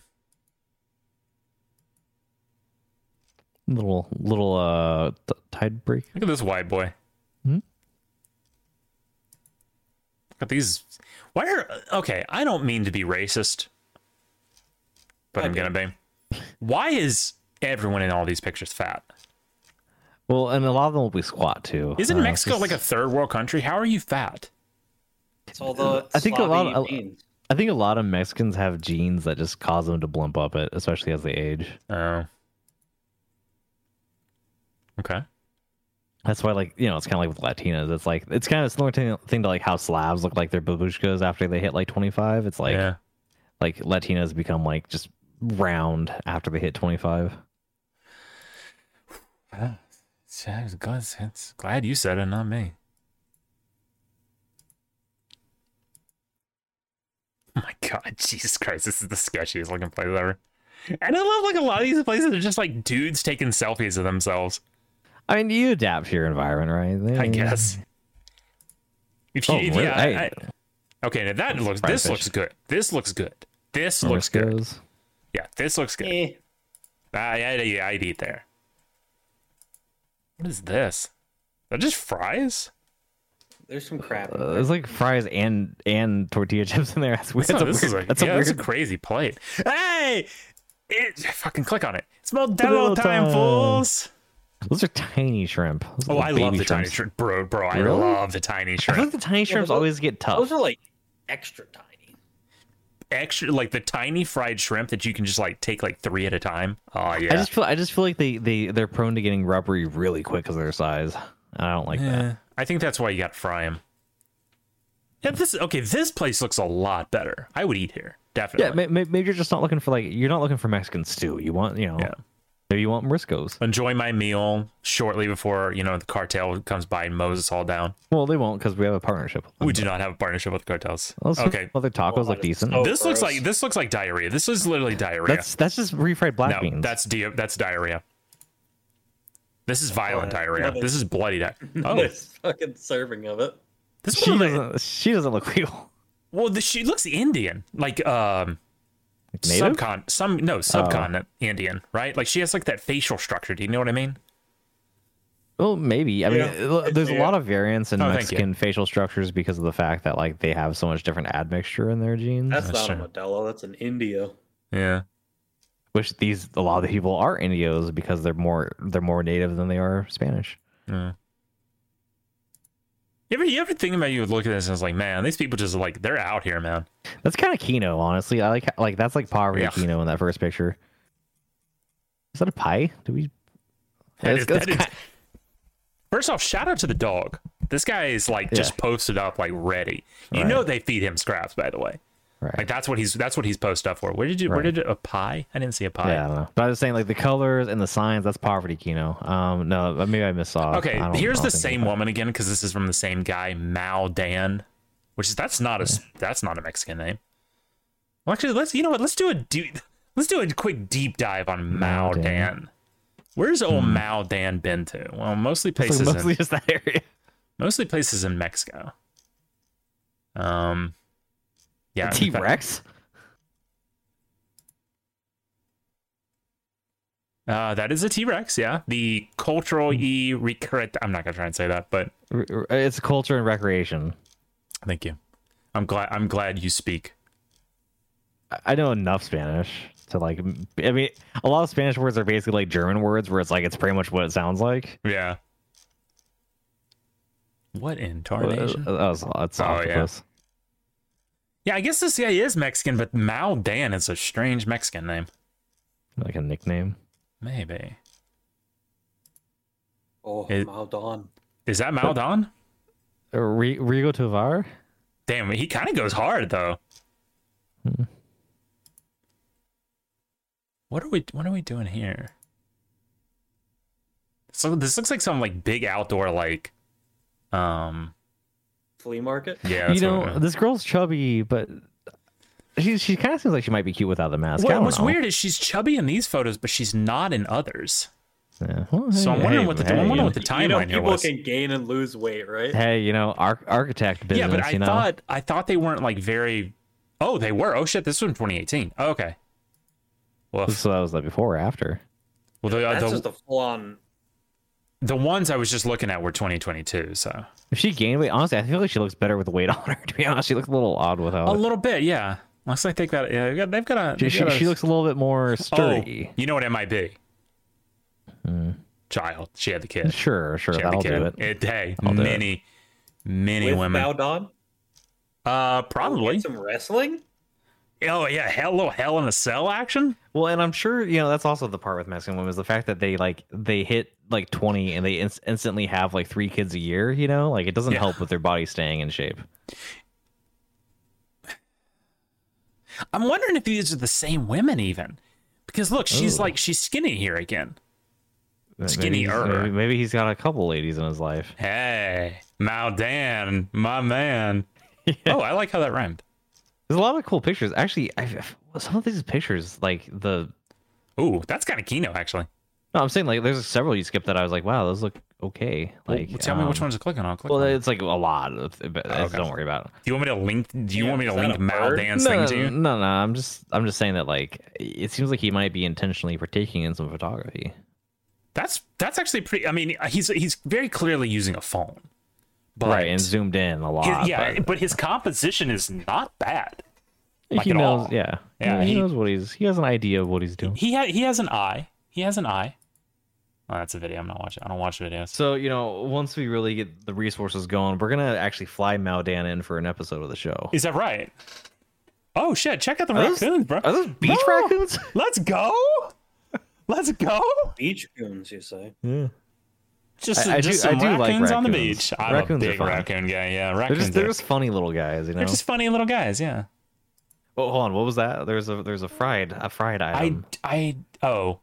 Little little uh t- tide break.
Look at this white boy.
Hmm?
Look at these. Why are okay? I don't mean to be racist, but
I
I'm gonna be. Why is everyone in all these pictures fat?
Well, and a lot of them will be squat too.
Isn't
Uh,
Mexico
just-
like a third world country? How are you fat?
It's all the
I think a lot
Slavi
of-
genes.
[laughs] I think a lot of Mexicans have genes that just cause them to blump up it, especially as they age.
Oh. Okay.
That's why, like you know, it's kind of like with Latinas. It's like it's kind of similar to, thing to like how Slavs look like their babushkas after they hit like twenty five. It's like
yeah.
like Latinas become like just round after they hit twenty five.
I was glad, it's- glad you said it, not me. Oh my god, [laughs] Jesus Christ, this is the sketchiest looking place ever. And I love like a lot of these places are just like dudes taking selfies of themselves.
I mean, you adapt to your environment, right?
I guess. If you,
Oh,
if-
really?
yeah,
Hey.
Mm. I, I- okay, now that looks. This
Fried
looks
fish.
good. This looks good. This looks
Moriscos.
good. Yeah, this looks good.
Eh,
I, I, I'd eat there. What is this? Is that just fries?
there's some crap.
Uh, there's like fries and and tortilla [laughs] chips in there.
[laughs]
That's weird.
That's
That's
no,
a
this
weird-
is a,
that's a
yeah,
weird.
that's a crazy plate. Hey, it, fucking click on it. It's Modelo
Modelo
time,
time.
fools.
Those are tiny shrimp. Those are
Oh,
like
I
baby
love the tiny
shrimps.
shrimp, bro, bro. I
Really?
love the tiny
I feel like
shrimp.
the tiny shrimps
those-
always get tough.
Those are like extra tiny.
Extra, like the tiny fried shrimp that you can just like take like three at a time. Oh yeah,
I just feel I just feel like they they they're prone to getting rubbery really quick because of their size. I don't like that.
Eh, I think that's why you got to fry them. Yeah, this okay. This place looks a lot better. I would eat here
Yeah,
definitely.
may, may, maybe you're just not looking for like you're not looking for Mexican stew. You want you know
Yeah.
maybe you want Moriscos.
Enjoy my meal shortly before you know the cartel comes by and mows us all down.
Well, they won't because we have a partnership. With them.
We do not have a partnership with the cartels.
Um, Also,
Okay,
Well, their tacos
that
look
is
decent.
so-
this looks
Oh, gross.
like this looks like diarrhea. This is literally diarrhea.
That's that's just refried black
no,
beans.
that's di- that's diarrhea. This is violent
Oh, I
diarrhea.
love it.
This is bloody
[laughs]
diarrhea. Oh,
This fucking serving of it.
Mm,
this
she
one of the-
doesn't she doesn't look real.
well, the, she looks Indian, like um,
Native? Oh.
subcon, some no subcontinent Indian, right? Like she has like that facial structure. Do you know what I mean?
Well, maybe. I mean,
Yeah.
it- there's a lot of variance in
Oh, thank you.
Mexican facial structures because of the fact that like they have so much different admixture in their genes.
That's,
That's
not
true.
a Modelo. That's an Indio.
Yeah.
which these a lot of the people are Indios because they're more they're more native than they are Spanish.
Mm. You ever you ever think about you would look at this and it's like, man, these people just like they're out here, man.
That's kind of Kino, honestly. I like like that's like poverty
Yeah.
Kino in that first picture. Is that a pie? Do we?
That
That's-
is-
that's
that is-
ki-
First off, shout out to the dog. This guy is like just posted up, like ready. You
Right.
know they feed him scraps, by the way.
Right.
Like that's what he's that's what he's posted up for. Where did you where
Right.
did it, a pie? I didn't see a pie.
yeah, I don't know. But I was saying like the colors and the signs. That's poverty Kino. Um, no, maybe I missaw.
Okay,
I don't- I
here's
don't
the
think
same
that-
woman again because this is from the same guy, Mao Dan, which is that's not a s- that's not a Mexican name. Well, actually, let's you know what? Let's do a do, let's do a quick deep dive on Mao
Mao
Dan.
Dan.
Where's old Mao Dan been to? Well, mostly
[laughs] It's
places
like
in,
mostly just that area.
mostly places in Mexico. Um, [laughs] yeah, in fact-
T Rex.
Uh, that is a T Rex. Yeah, the cultural e recret. I'm not gonna try and say that, but
It's culture and recreation.
thank you. I'm glad. I'm glad you speak.
I- I know enough Spanish. to like. m- I mean, a lot of Spanish words are basically like German words, where it's like it's pretty much what it sounds like.
Yeah. What in
Uh,
tarnation?
that was- that's
Oh,
octopus.
yeah, I guess this guy is Mexican, but Maldan is a strange Mexican name.
Like a nickname.
Maybe.
Oh,
It-
Maldon.
Is that Maldan?
Uh, Ri- Rigo Tovar.
Damn, he kind of goes hard though.
Hmm.
What are we? What are we doing here? So this looks like some like big outdoor like, um,
Flea market?
yeah. that's
you know,
what-
this girl's chubby, but she she kind of seems like she might be cute without the mask. I
Well,
don't
what's
know.
weird is she's chubby in these photos, but she's not in others.
Yeah. Well,
So I'm wondering
hey,
what the
hey,
I'm wondering
you-
what the
you know,
timeline here
people
was.
can gain and lose weight, right?
Hey, you know, arch- architect business.
yeah, but I
you know?
thought I thought they weren't like very. Oh, they were. Oh shit, this was in 2018. Oh, okay. Well,
so. That was like before or after.
well, the,
That's
uh,
just
the,
a full on.
the ones I was just looking at were 2022. So
If she gained weight, honestly, I feel like she looks better with the weight [laughs] on her. To be honest, she looks a little odd without.
a
it.
little bit, yeah. Unless they think that yeah, they've got- they've got a.
She,
they've
she,
got a-
she looks a little bit more
Oh,
sturdy.
you know what it might be?
Hmm.
Child. She had the kid. She
Sure, sure,
had the
that'll
kid.
do it.
hey,
I'll do it.
many, many
with
women.
Maldon?
Uh, probably.
Some wrestling?
Oh yeah, hell, little hell in a cell action.
Well, and I'm sure you know that's also the part with Mexican women is the fact that they like they hit like 20 and they ins- instantly have like three kids a year. You know, like it doesn't
Yeah.
help with their body staying in shape.
I'm wondering if these are the same women even, because look, she's
Ooh.
like she's skinny here again.
Maybe he's-
Skinnier.
Maybe, maybe he's got a couple ladies in his life.
Hey, Maldan, my
[laughs]
man. Oh, I like how that rhymed.
There's a lot of cool pictures. Actually, I, I- some of these pictures, like the
Ooh, that's kind of Kino actually.
no, I'm saying like there's several you skipped that I was like, wow, those look okay.
Well,
Like,
tell me which
um,
ones to click on. I'll click.
Well,
on. it.
it's like a lot. Of, but
Oh, okay.
Don't worry about it.
Do you want me to link? Do you
Yeah,
want me to
is that
link
a bird?
Maldan's
no,
thing to you?
No, no, I'm just I'm just saying that like it seems like he might be intentionally partaking in some photography.
That's that's actually pretty. I mean, he's he's very clearly using a phone, but
right, and zoomed in a lot.
his- yeah,
but
but his composition is not bad. like
he
at
knows
all.
yeah.
Yeah, he-
he, knows what he's he has an idea of what he's doing.
He ha- he has an eye. He has an eye. Oh, that's a video. I'm not watching. I don't watch videos.
So, you know, once we really get the resources going, we're gonna actually fly Maldan in for an episode of the show.
Is that right? Oh shit! Check out the
Are those-
raccoons, bro.
Are those beach
Bro!
raccoons?
Let's go. Let's
[laughs]
go.
Beach coons, you say?
Yeah.
Just,
I- I
just
do- I
some
do like
raccoons, on the
raccoons.
beach. I'm
Raccoons
a
are
big
fun.
raccoon guy. Yeah, raccoons.
They're just they're
are-
just funny little guys, you know.
they're just funny little guys. Yeah.
Oh, hold on, what was that? There's a there's a fried a fried
I
item.
I oh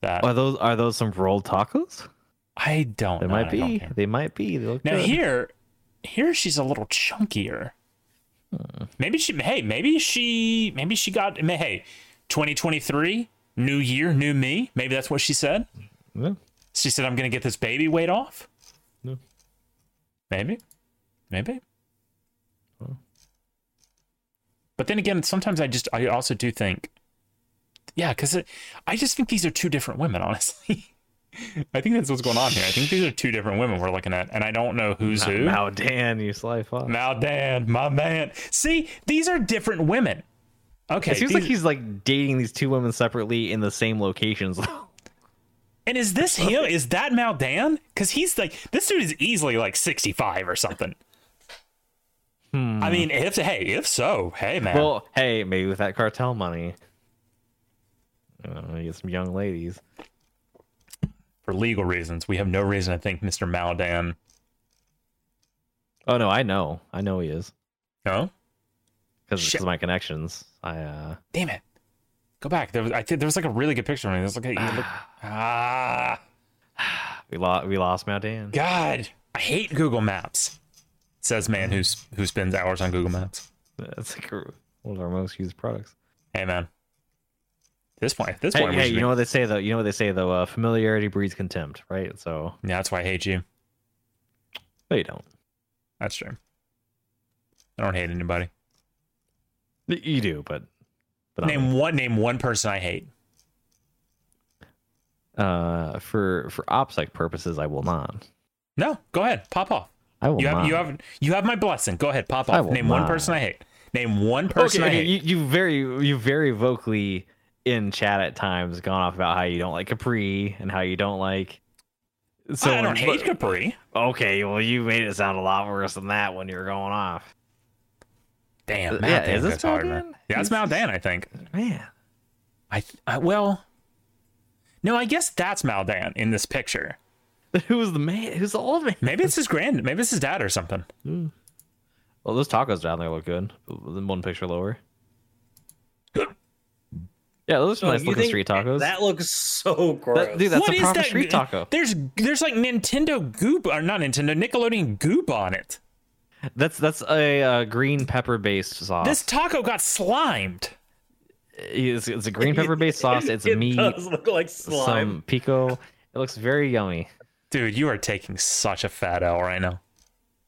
that
Are those are those some rolled tacos?
I don't.
They
know,
might
I don't
be.
care.
They might be. They look
Now
good.
here, here she's a little chunkier.
Hmm.
Maybe she. Hey, maybe she. Maybe she got. I mean, Hey, 2023, new year, new me. Maybe that's what she said.
Yeah.
She said, "I'm gonna get this baby weight off."
Yeah.
Maybe, maybe.
Well.
But then again, sometimes I just. I also do think. Yeah, because I just think these are two different women. [laughs] Honestly, I think that's what's going on here. I think these are two different women we're looking at, and I don't know who's who.
Now, Dan, you sly fox.
Now, Dan, my man. See, these are different women. Okay.
it seems
these-
like he's like dating these two women separately in the same locations. [laughs]
and is this him? Is that Mal Dan? Because he's like, this dude is easily like 65 or something. I mean, if, hey, if so, hey, man.
Hmm. well, hey, maybe with that cartel money, you know, you get some young ladies.
for legal reasons, we have no reason to think Mr. Maldan.
Oh no, I know, I know he is
No?
because
Shit.
of my connections. I uh,
Damn it. There- Go back. There was, I think there was like a really good picture of him. It was like, hey, you
[sighs]
look, ah,
we lost we lost Mao Dan.
God. I hate Google Maps, says man who's, who spends hours on Google Maps.
That's like our- one of our most used products.
Hey man. At this point, at this
Hey,
point, we
hey,
should
you
be-
know what they say though. You know what they say though. Uh, familiarity breeds contempt, right? So
yeah, that's why I hate you.
no, you don't.
That's true. I don't hate anybody.
Y- You do, but but not me.
Name one. Name one person I hate.
uh, for for opsec purposes, I will not.
No, go ahead, pop off.
I will
You have
not.
you have you have my blessing. Go ahead, pop
Oh I
off.
will
Name one
not.
person I hate. Name one
Okay,
person I
okay,
hate.
you, you very you very vocally in chat at times gone off about how you don't like Capri and how you don't like. So
I don't hate Capri.
Okay, well, you made it sound a lot worse than that when you were going off.
Damn,
Uh,
Mount
yeah,
Dan
is this
goes
Mount
hard, man.
Dan?
Yeah, it's
He's-
Mount Dan, I think.
Man, [laughs]
I, th- I well, no, I guess that's Maldan in this picture.
who's the man? Who's the old man?
Maybe it's his grand. Maybe it's his dad or something.
Well, those tacos down there look good. The One picture lower. Yeah, those are nice
you
looking
think-
street tacos.
That looks so gross.
That- dude, that's
What
a
is
proper
that?
street taco.
There's there's like Nintendo goop or not Nintendo Nickelodeon goop on it.
That's that's a uh, green pepper based sauce.
This taco got slimed.
it's, it's
[laughs]
a green pepper based sauce. It's
it
meat,
does look like slime.
some pico. It looks very yummy.
Dude, you are taking such a fat L right now.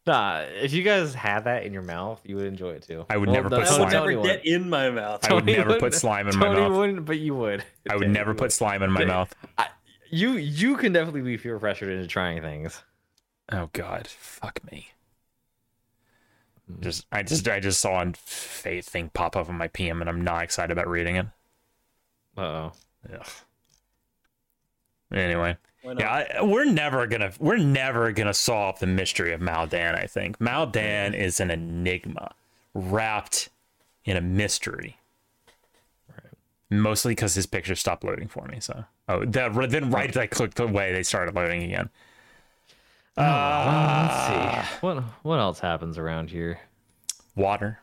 Nah, if you guys had that in your mouth, you would enjoy it too.
I would never put
that's
I
what
would
slime.
Tony
never
wanted.
get in my mouth.
I would
Tony
never put
wouldn't-
slime in my
Tony
mouth.
wouldn't, but you would.
I would
Okay,
never
you
put slime in my
Dude.
mouth.
would. You you can definitely be peer pressured into trying things.
Oh God, fuck me. Just I just I just saw a fate thing pop up on my PM, and I'm not excited about reading it.
Uh oh.
Ugh. Anyway,
Why not?
yeah, I, we're never gonna we're never gonna solve the mystery of Maldan. I think Maldan is an enigma wrapped in a mystery. Mostly because his picture stopped loading for me. So oh, the, then right as I clicked away, they started loading again.
Oh, Let's
Ah.
see. What what else happens around here?
Water.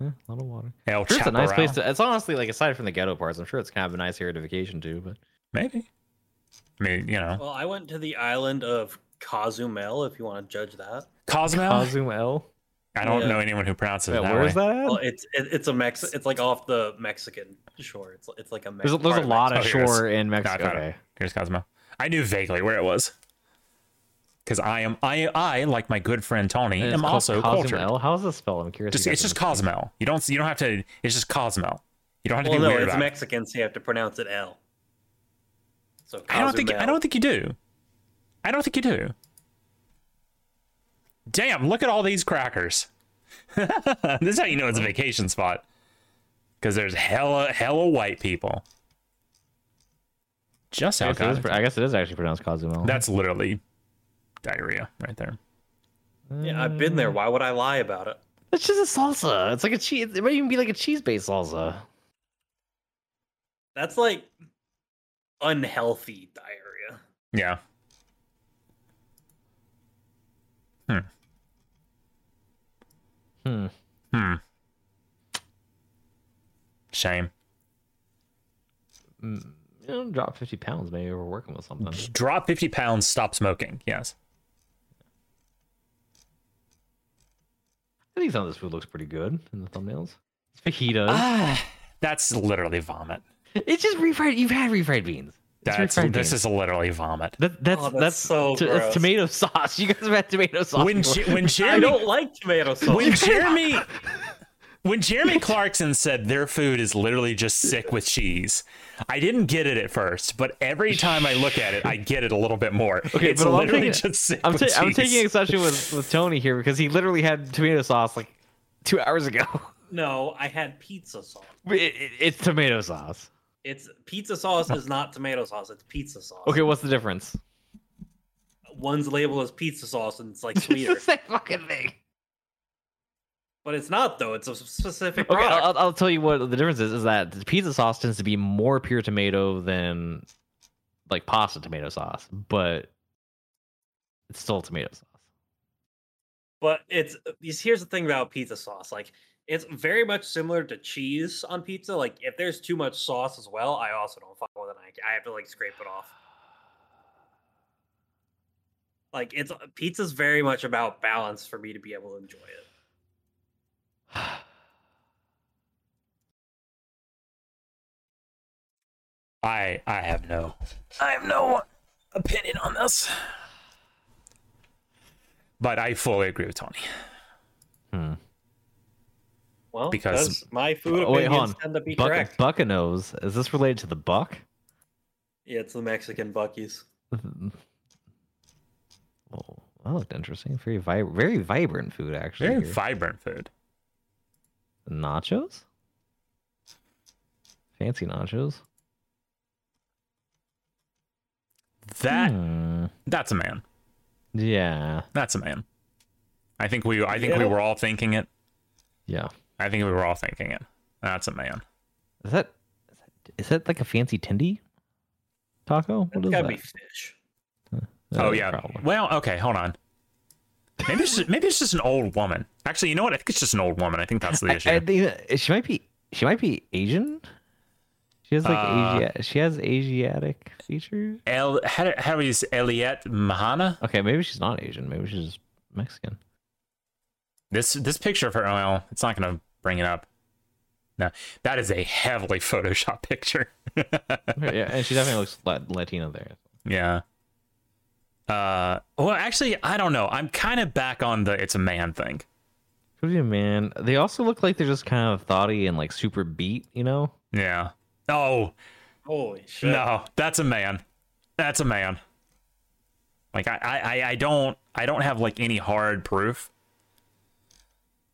Eh, a lot of water.
El
Sure, it's a nice
Chaparral.
place to. It's honestly like aside from the ghetto parts, I'm sure it's kind of a nice area to vacation to. But
Maybe. I mean, you know,
Well, I went to the island of Cozumel. If you want to judge that,
Cozumel.
Cozumel,
I don't
yeah.
know anyone who pronounces
yeah,
it that
where
way.
is that? at?
well, it's it, it's a Mex. It's like off the Mexican shore. It's it's like a. Mex-
There's a, there's a
part
lot of
Mexico. Oh, here's-
shore in
No, I
Mexico.
found
Okay.
it. Here's Cozumel. I knew vaguely where it was. Because I am, I, I like my good friend Tony,
And it's
am
called
also cultured.
Cozumel. How's this spelled? I'm curious.
Just,
if you
it's
guys
just Cozumel. You don't, you don't have to. It's just Cozumel. You don't have to
Well,
be
no,
weird
it's
about. it.
Mexican, so you have to pronounce it L. So
I don't think, I
Cozumel.
don't think you do. I don't think you do. Damn! Look at all these crackers. [laughs] this is how you know it's a vacation spot. Because there's hella, hella white people. Just
know. I guess, it
outside.
is,
of
pro- I guess it is actually pronounced Cozumel.
That's literally diarrhea right there.
Yeah, I've been there.
Mm.
Why would I lie about it?
Uh, It's just a salsa. It's like a cheese. It might even be like a cheese-based salsa.
That's like unhealthy diarrhea.
Yeah.
Hmm.
Hmm. Shame.
You know, drop fifty pounds. Maybe we're working with
[laughs]
something.
Drop 50 pounds, stop smoking. Yes.
I think some of this food looks pretty good in the thumbnails. It's fajitas.
Ah, that's literally vomit.
it's just refried. You've had refried beans. It's
That's
refried
this
beans.
is literally vomit.
That, that's,
Oh,
that's
that's so
to- that's
gross.
tomato sauce. [laughs] You guys have had tomato sauce.
When
before.
Je- when
I
Jeremy
don't like tomato sauce.
[laughs]
when Jeremy when Jeremy Clarkson said their food is literally just sick with cheese, I didn't get it at first, but every time I look at it, I get it a little bit more. it's
but I'm
literally
taking-
just sick
[laughs] I'm,
with
ta-
cheese.
I'm taking exception with, with Tony here because he literally had tomato sauce like two hours ago.
[laughs]
[laughs]
no, I had pizza sauce.
It- it- it's tomato sauce.
It's pizza sauce is not tomato sauce. It's pizza sauce.
Okay, what's the difference?
One's labeled as pizza sauce and
[laughs]
it's like
[laughs] It's the
sweeter,
same fucking thing.
but it's not though. It's a specific
Okay,
product.
I'll, I'll tell you what the difference is. Is that the pizza sauce tends to be more pure tomato than like pasta tomato sauce, but it's still tomato sauce.
but it's you see, here's the thing about pizza sauce. Like it's very much similar to cheese on pizza. Like if there's too much sauce as well, I also don't fuck with it. I, I have to like scrape it off. Like it's uh, pizza's very much about balance for me to be able to enjoy it.
I I have no I have no opinion on this. But I fully agree with Tony.
Hmm.
Well,
Because-
because my food
Oh, wait, hold
opinions
on.
tend to be
Buck-
correct.
Buckanos. Is this related to the buck?
Yeah, it's the Mexican Buckies.
Oh, that looked interesting. Very vi- very vibrant food actually.
Very
here.
vibrant food.
Nachos. Fancy nachos.
That
Hmm.
that's a man.
Yeah.
That's a man. I think we I think we
Yeah.
were all thinking it.
Yeah.
I think we were all thinking it. That's a man.
Is that is that, is that like a fancy tendy taco? What
It's
is
gotta
that?
be fish.
oh
Uh,
yeah.
probably.
Well, okay, hold on. Maybe it's just, maybe it's just an old woman. Actually, you know what? I think it's just an old woman. I think that's the
I,
issue.
I think that- she might be she might be Asian. She has like
Uh,
Asia, she has Asiatic features.
El, how, do- how is Eliette Mahana?
Okay, maybe she's not Asian. Maybe she's Mexican.
This this picture of her. Well, it's not going to bring it up. No, that is a heavily [laughs] photoshopped picture. [laughs]
yeah, and she definitely looks Lat- Latina there.
Yeah. Uh, well, actually, I don't know. I'm kind of back on the it's a man thing.
Could be a man. They also look like they're just kind of thoughty and like super beat. You know?
Yeah. Oh
Holy shit!
no, that's a man. That's a man. Like I, I, I- I don't, I don't have like any hard proof.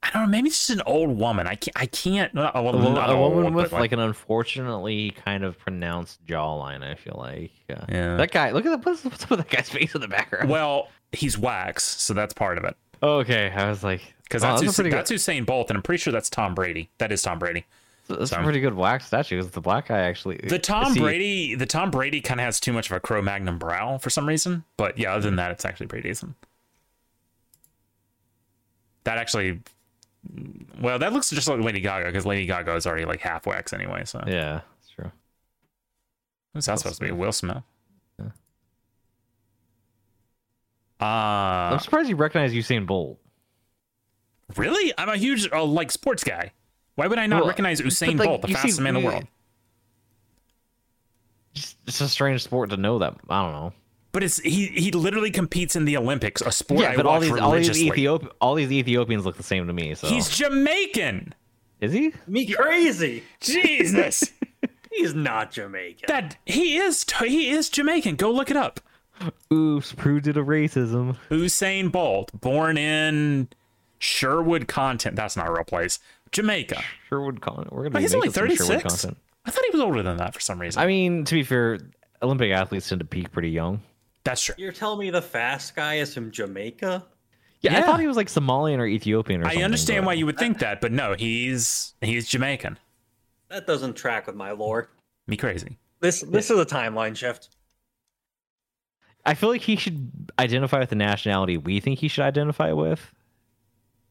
I don't know. Maybe it's just an old woman. I can't, I can't. Well,
A, wo-
not
a
old,
woman
but,
with like an unfortunately kind of pronounced jawline. I feel like. Yeah.
Yeah.
That guy. Look at the what's, what's up with that guy's face in the background? Oh,
Well, he's wax, so that's part of it.
okay, I was like,
Because
wow,
that's,
Oh, that's a
Hus-
pretty
that's
good,
Usain Bolt, and I'm pretty sure that's Tom Brady. That is Tom Brady.
that's a
Sam.
pretty good wax statue. Because the black guy actually.
The Tom
see,
Brady, the Tom Brady kind of has too much of a Cro Magnum brow for some reason. But yeah, other than that, it's actually pretty decent. That actually, well, that looks just like Lady Gaga because Lady Gaga is already like half wax anyway. So
Yeah, that's true.
Uh. who's that supposed to be? Will Smith.
Yeah.
Uh
I'm surprised you recognize Usain Bolt.
really? I'm a huge uh, like sports guy. Why would I not
Well,
recognize
but,
Usain
like,
Bolt, the
you see-
fastest man in the
you-
world?
Just, it's a strange sport to know that. I don't know.
But it's he he literally competes in the Olympics, a sport I
yeah, but
watch
all these all these, E
religiously.
Ethiopi- all these Ethiopians look the same to me. So
He's Jamaican.
is he?
me crazy.
Jesus,
He's not Jamaican.
[laughs] that he is he is Jamaican. Go look it up.
Oops, proved it of racism.
Usain Bolt, born in Sherwood Content. That's not a real place. Jamaica.
Sherwood Content. We're gonna.
Oh,
be
he's only
making some
thirty
Sherwood
six.
content.
I thought he was older than that for some reason.
I mean, to be fair, Olympic athletes tend to peak pretty young.
That's true.
You're telling me the fast guy is from Jamaica?
Yeah, I
Yeah.
thought he was like Somalian or Ethiopian or something.
I understand
but-
why you would think that, but no, he's he's Jamaican.
That doesn't track with my lore.
Me crazy.
This this is a timeline shift.
I feel like he should identify with the nationality we think he should identify with,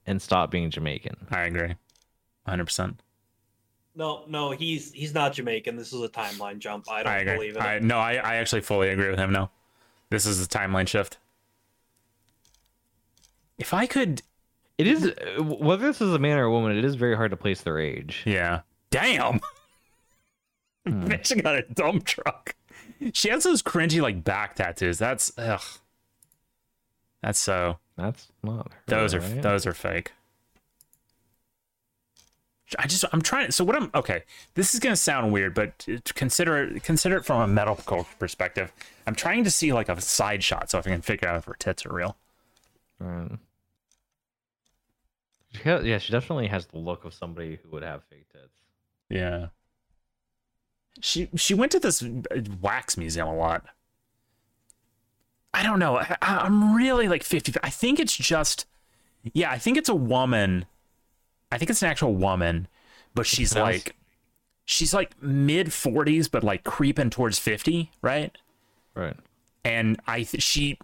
and stop being Jamaican.
I agree, hundred percent.
No, no, he's he's not Jamaican. This is a timeline jump. I don't
I agree.
believe it.
I, no, I, I actually fully agree with him. No, this is the timeline shift. If I could,
It is whether this is a man or a woman. It is very hard to place their age.
yeah. Damn, [laughs]
Hmm.
bitch got a dump truck. She has those cringy like back tattoos. That's ugh. That's so.
That's not. her,
Those are
right?
those are fake. I just I'm trying. So what I'm okay. This is gonna sound weird, but uh, consider it consider it from a medical perspective. I'm trying to see like a side shot so if I can figure out if her tits are real.
Right. Um, She ha- yeah, she definitely has the look of somebody who would have fake tits.
Yeah. She she went to this uh, wax museum a lot. I don't know. I, I- I'm really like 50. I think it's just yeah, I think it's a woman. I think it's an actual woman, but she's
sounds-
like she's like mid 40s but like creeping towards 50, right?
Right.
And I th- she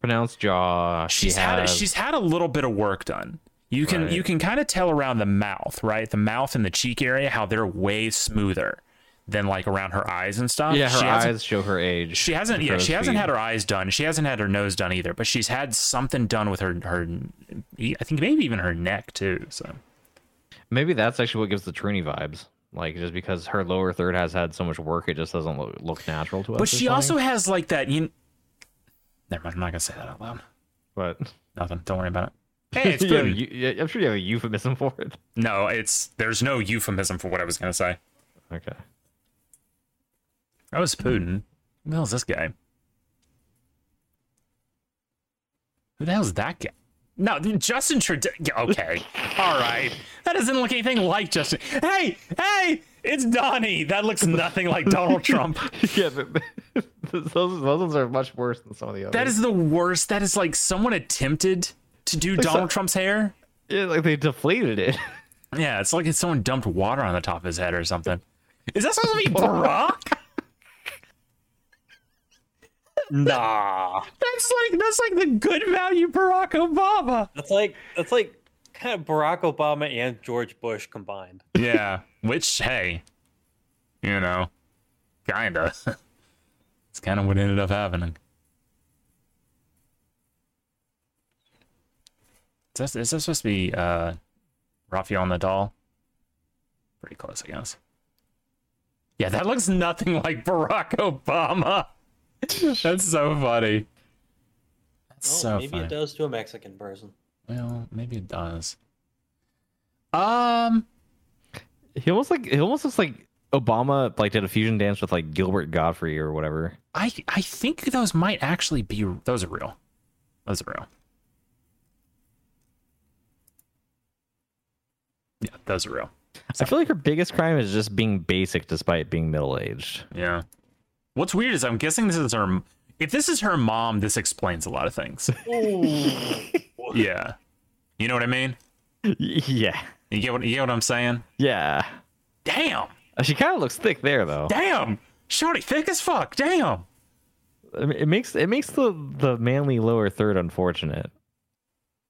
Pronounced jaw.
she's
she
had
has,
she's had a little bit of work done. You can
Right.
you can kind of tell around the mouth, right? The mouth and the cheek area how they're way smoother than like around her eyes and stuff.
yeah, her
uh, she Hasn't,
eyes show her age.
she hasn't yeah,
Crow's
she hasn't
feet.
had her eyes done. She hasn't had her nose done either, but she's had something done with her her I think maybe even her neck too. So
Maybe that's actually what gives the Trini vibes. Like just because her lower third has had so much work, it just doesn't look, look natural to us. or
But she
something.
also has like that you Never mind, I'm not going to say that out loud. [laughs]
But
Nothing. Don't worry about it. Hey, it's
You have a
Putin.
eu- [laughs] yeah, I'm sure you have a euphemism for it.
No, it's there's no euphemism for what I was going to say.
Okay.
That was Putin. Who the hell's this guy? Who the hell's that guy? No, Justin Trudeau. Okay, all right. That doesn't look anything like Justin. Hey, hey, it's Donnie. That looks nothing like Donald Trump.
[laughs] yeah, but [laughs] those, those ones are much worse than some of the others.
That is the worst. That is like someone attempted to do Donald Trump's hair.
yeah, like they deflated it.
Yeah, it's like if someone dumped water on the top of his head or something. Is that supposed to be Barack? nah. That's like that's like the good value Barack Obama.
That's like that's like kind of Barack Obama and George Bush combined.
Yeah. Which, hey, you know, kinda. [laughs] it's kind of what ended up happening. Is that, is that supposed to be uh, Rafael Nadal? Pretty close, I guess. Yeah, that looks nothing like Barack Obama. [laughs] That's so funny. That's
Well,
so
Oh, maybe
funny.
it does to a Mexican person.
Well, maybe it does. Um,
He almost like he almost looks like Obama like did a fusion dance with like Gilbert Godfrey or whatever.
I I think those might actually be those are real. Those are real. Yeah, those are real.
I feel like her biggest crime is just being basic despite being middle
[laughs]
aged.
Yeah. What's weird is I'm guessing this is her. If this is her mom, this explains a lot of things. [laughs] yeah. You know what I mean?
Yeah,
You get what you get what I'm saying?
yeah.
Damn.
Uh, She kind of looks thick there though.
Damn. Shorty thick as fuck. Damn.
I mean, It makes it makes the the manly lower third unfortunate.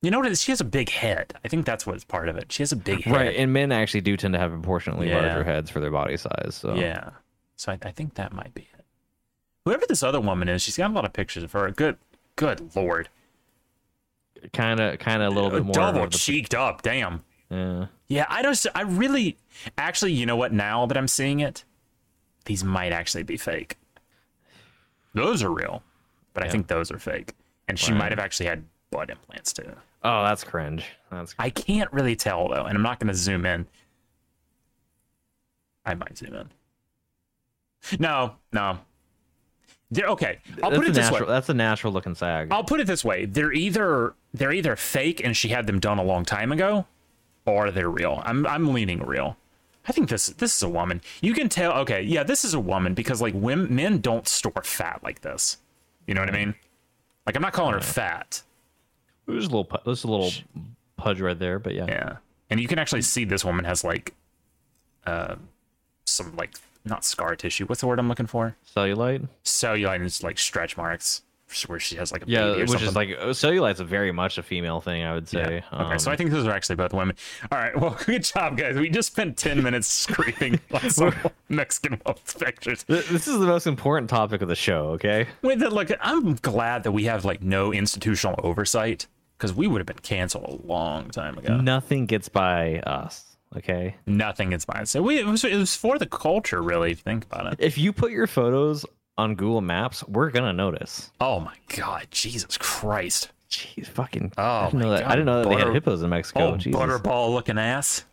You know what it is? She has a big head. I think that's what's part of it. She has a big head.
Right, and men actually do tend to have proportionately
Yeah.
larger heads for their body size. So
Yeah. So I, I think that might be it. Whoever this other woman is, she's got a lot of pictures of her. Good, good lord.
kind of kind of a little bit more.
Uh, Double
of the-
cheeked up. Damn.
yeah.
Yeah, I don't. I really, actually, you know what? Now that I'm seeing it, these might actually be fake. Those are real, but I think those are fake. And she might have actually had butt implants too.
Oh, that's cringe. That's
I can't really tell though, and I'm not going to zoom in. I might zoom in. No, no. They're okay. I'll
that's
put
a
it this
natural,
way.
That's a natural looking sag.
I'll put it this way. They're either they're either fake and she had them done a long time ago, or they're real. I'm I'm leaning real. I think this this is a woman. You can tell. Okay, yeah, this is a woman because like women men don't store fat like this. You know what I mean? Like I'm not calling her fat.
There's a little pu- there's a little pudge right there, but yeah.
Yeah. And you can actually see this woman has like uh some like not scar tissue. What's the word I'm looking for?
Cellulite.
Cellulite and it's like stretch marks where she has like a
Yeah,
baby or
which
something.
is like oh, cellulite's a very much a female thing, I would say. Um,
Okay, so I think those are actually both women. All right, well, [laughs] good job, guys. We just spent ten minutes
[laughs]
screaming like some Mexican woman's pictures.
Th- this is the most important topic of the show. Okay.
Wait, that look, I'm glad that we have like no institutional oversight because we would have been canceled a long time ago.
Nothing gets by us. Okay.
Nothing inspired. So we, it, was, it was for the culture, really. If you think about it.
If you put your photos on Google Maps, we're gonna notice.
Oh my God, Jesus Christ!
Jeez, fucking.
Oh
I didn't know
my
that.
God,
I didn't know that they
butter-
had hippos in Mexico.
oh,
Jesus.
butterball looking ass,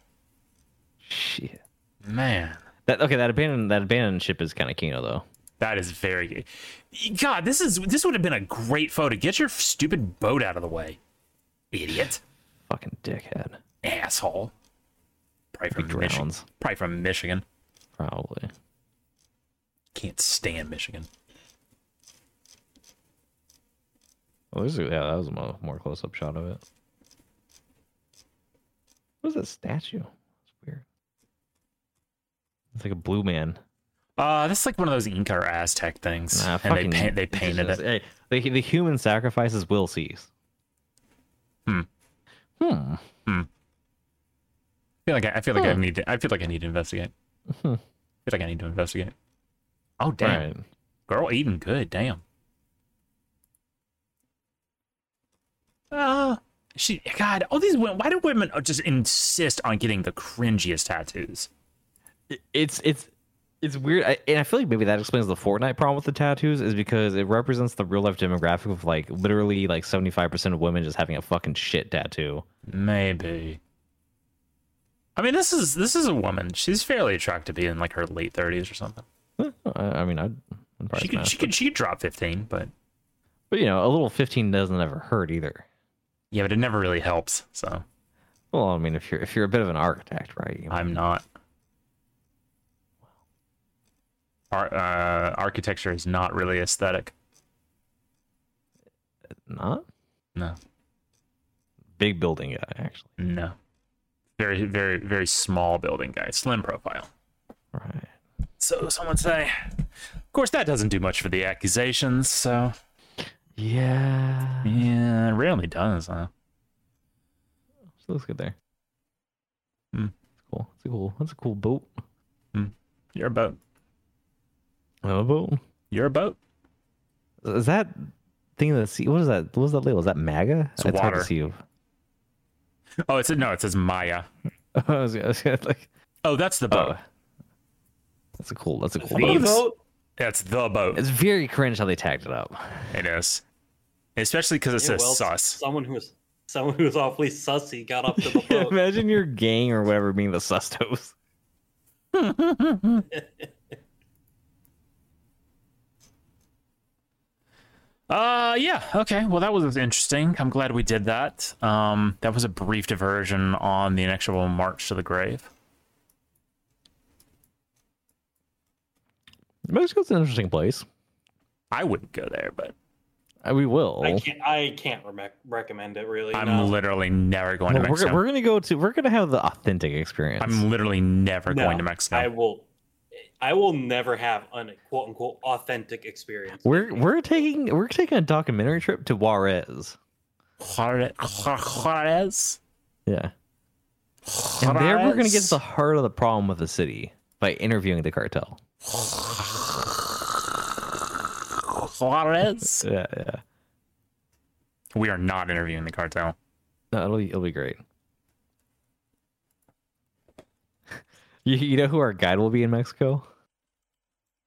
Shit.
man.
That okay? That abandoned that abandoned ship is kind of Kino though.
That is very good. God, this is this would have been a great photo. Get your stupid boat out of the way, idiot.
Fucking dickhead.
asshole. Probably from Michigan.
Drowns
Probably from Michigan.
probably.
Can't stand Michigan.
Oh, this is, yeah, that was a mo- more close up shot of it. What is that statue? It's weird. It's like a
[laughs]
blue man.
Uh, this is like one of those Inca or Aztec things,
Nah,
and they
fucking-
paint they painted it.
Hey, the, the human sacrifices will cease.
Hmm.
Hmm.
I feel like I, I feel like I
Huh.
need to. I feel like I need to investigate.
Hmm.
I feel like I need to investigate. Oh damn,
Right.
girl eating good. Damn. Uh she. God, all these women. Why do women just insist on getting the cringiest tattoos?
It- It's it's it's weird, I, and I feel like maybe that explains the Fortnite problem with the tattoos is because it represents the real life demographic of like literally like seventy five percent of women just having a fucking shit tattoo.
Maybe. I mean, this is this is a woman. She's fairly attractive, being in like her late thirties or something.
Eh, I, I mean, I'd, I'd probably
She could
smash
she could she could drop fifteen, but
But you know, a little fifteen doesn't ever hurt either.
yeah, but it never really helps. So
Well, I mean, if you're if you're a bit of an architect, right? you
I'm not. Ar- uh, architecture is not really aesthetic.
not
No,
big building guy actually.
no. Very, very, very small building guy. Slim profile.
Right.
So someone say. Of course, that doesn't do much for the accusations. So
Yeah.
yeah, it really does. Huh?
She looks good there.
Hmm.
It's cool. It's a cool. That's a cool boat.
You're a boat.
A boat.
You're a boat.
Is that thing that see? What is that? What is that label? Is that MAGA?
It's
hard
water.
to see [laughs] you.
Oh, it's no. It says Maya.
I was gonna say, [laughs] like,
Oh, that's the boat.
oh. That's a cool. That's a cool.
The
Thieves.
boat.
vote?
That's the boat.
It's very cringe how they tagged it [laughs] up.
It is. Especially because it
Yeah,
says
well,
sus.
Someone who was someone who was awfully sussy got up
[laughs]
to the boat.
Imagine your gang or whatever being the [laughs] sustos.
Uh, yeah. Okay. Well, that was interesting. I'm glad we did that. Um, that was a brief diversion on the inexorable march to the grave.
Mexico's an interesting place.
I wouldn't go there, but
Uh, We will.
I can't. I can't re- recommend it really.
I'm
no.
literally never going
Well,
to
we're,
Mexico.
we're gonna go to. We're gonna have the authentic experience.
I'm literally never
No,
going to Mexico.
I will. I will never have an quote unquote authentic experience.
We're we're taking we're taking a documentary trip to Juarez.
Juarez. Juarez.
Yeah. And there we're gonna get to the heart of the problem with the city by interviewing the cartel.
[laughs]
Juarez.
Yeah, yeah.
We are not interviewing the cartel.
No, it'll be it'll be great. [laughs] You, you know who our guide will be in Mexico?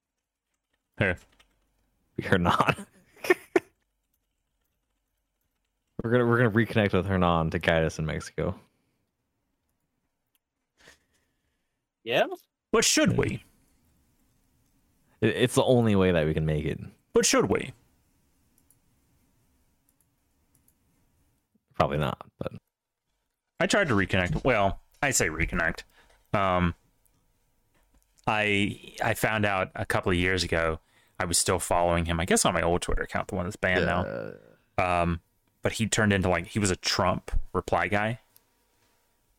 [laughs]
Here.
We are not. [laughs] we're gonna we're gonna reconnect with Hernan to guide us in Mexico.
yeah.
But should we?
Hmm.
It, it's the only way that we can make it.
But should we?
Probably not, but
I tried to reconnect. Well, I say reconnect. Um, I I found out a couple of years ago. I was still following him. I guess on my old Twitter account, the one that's banned now. Um, but he turned into like he was a Trump reply guy,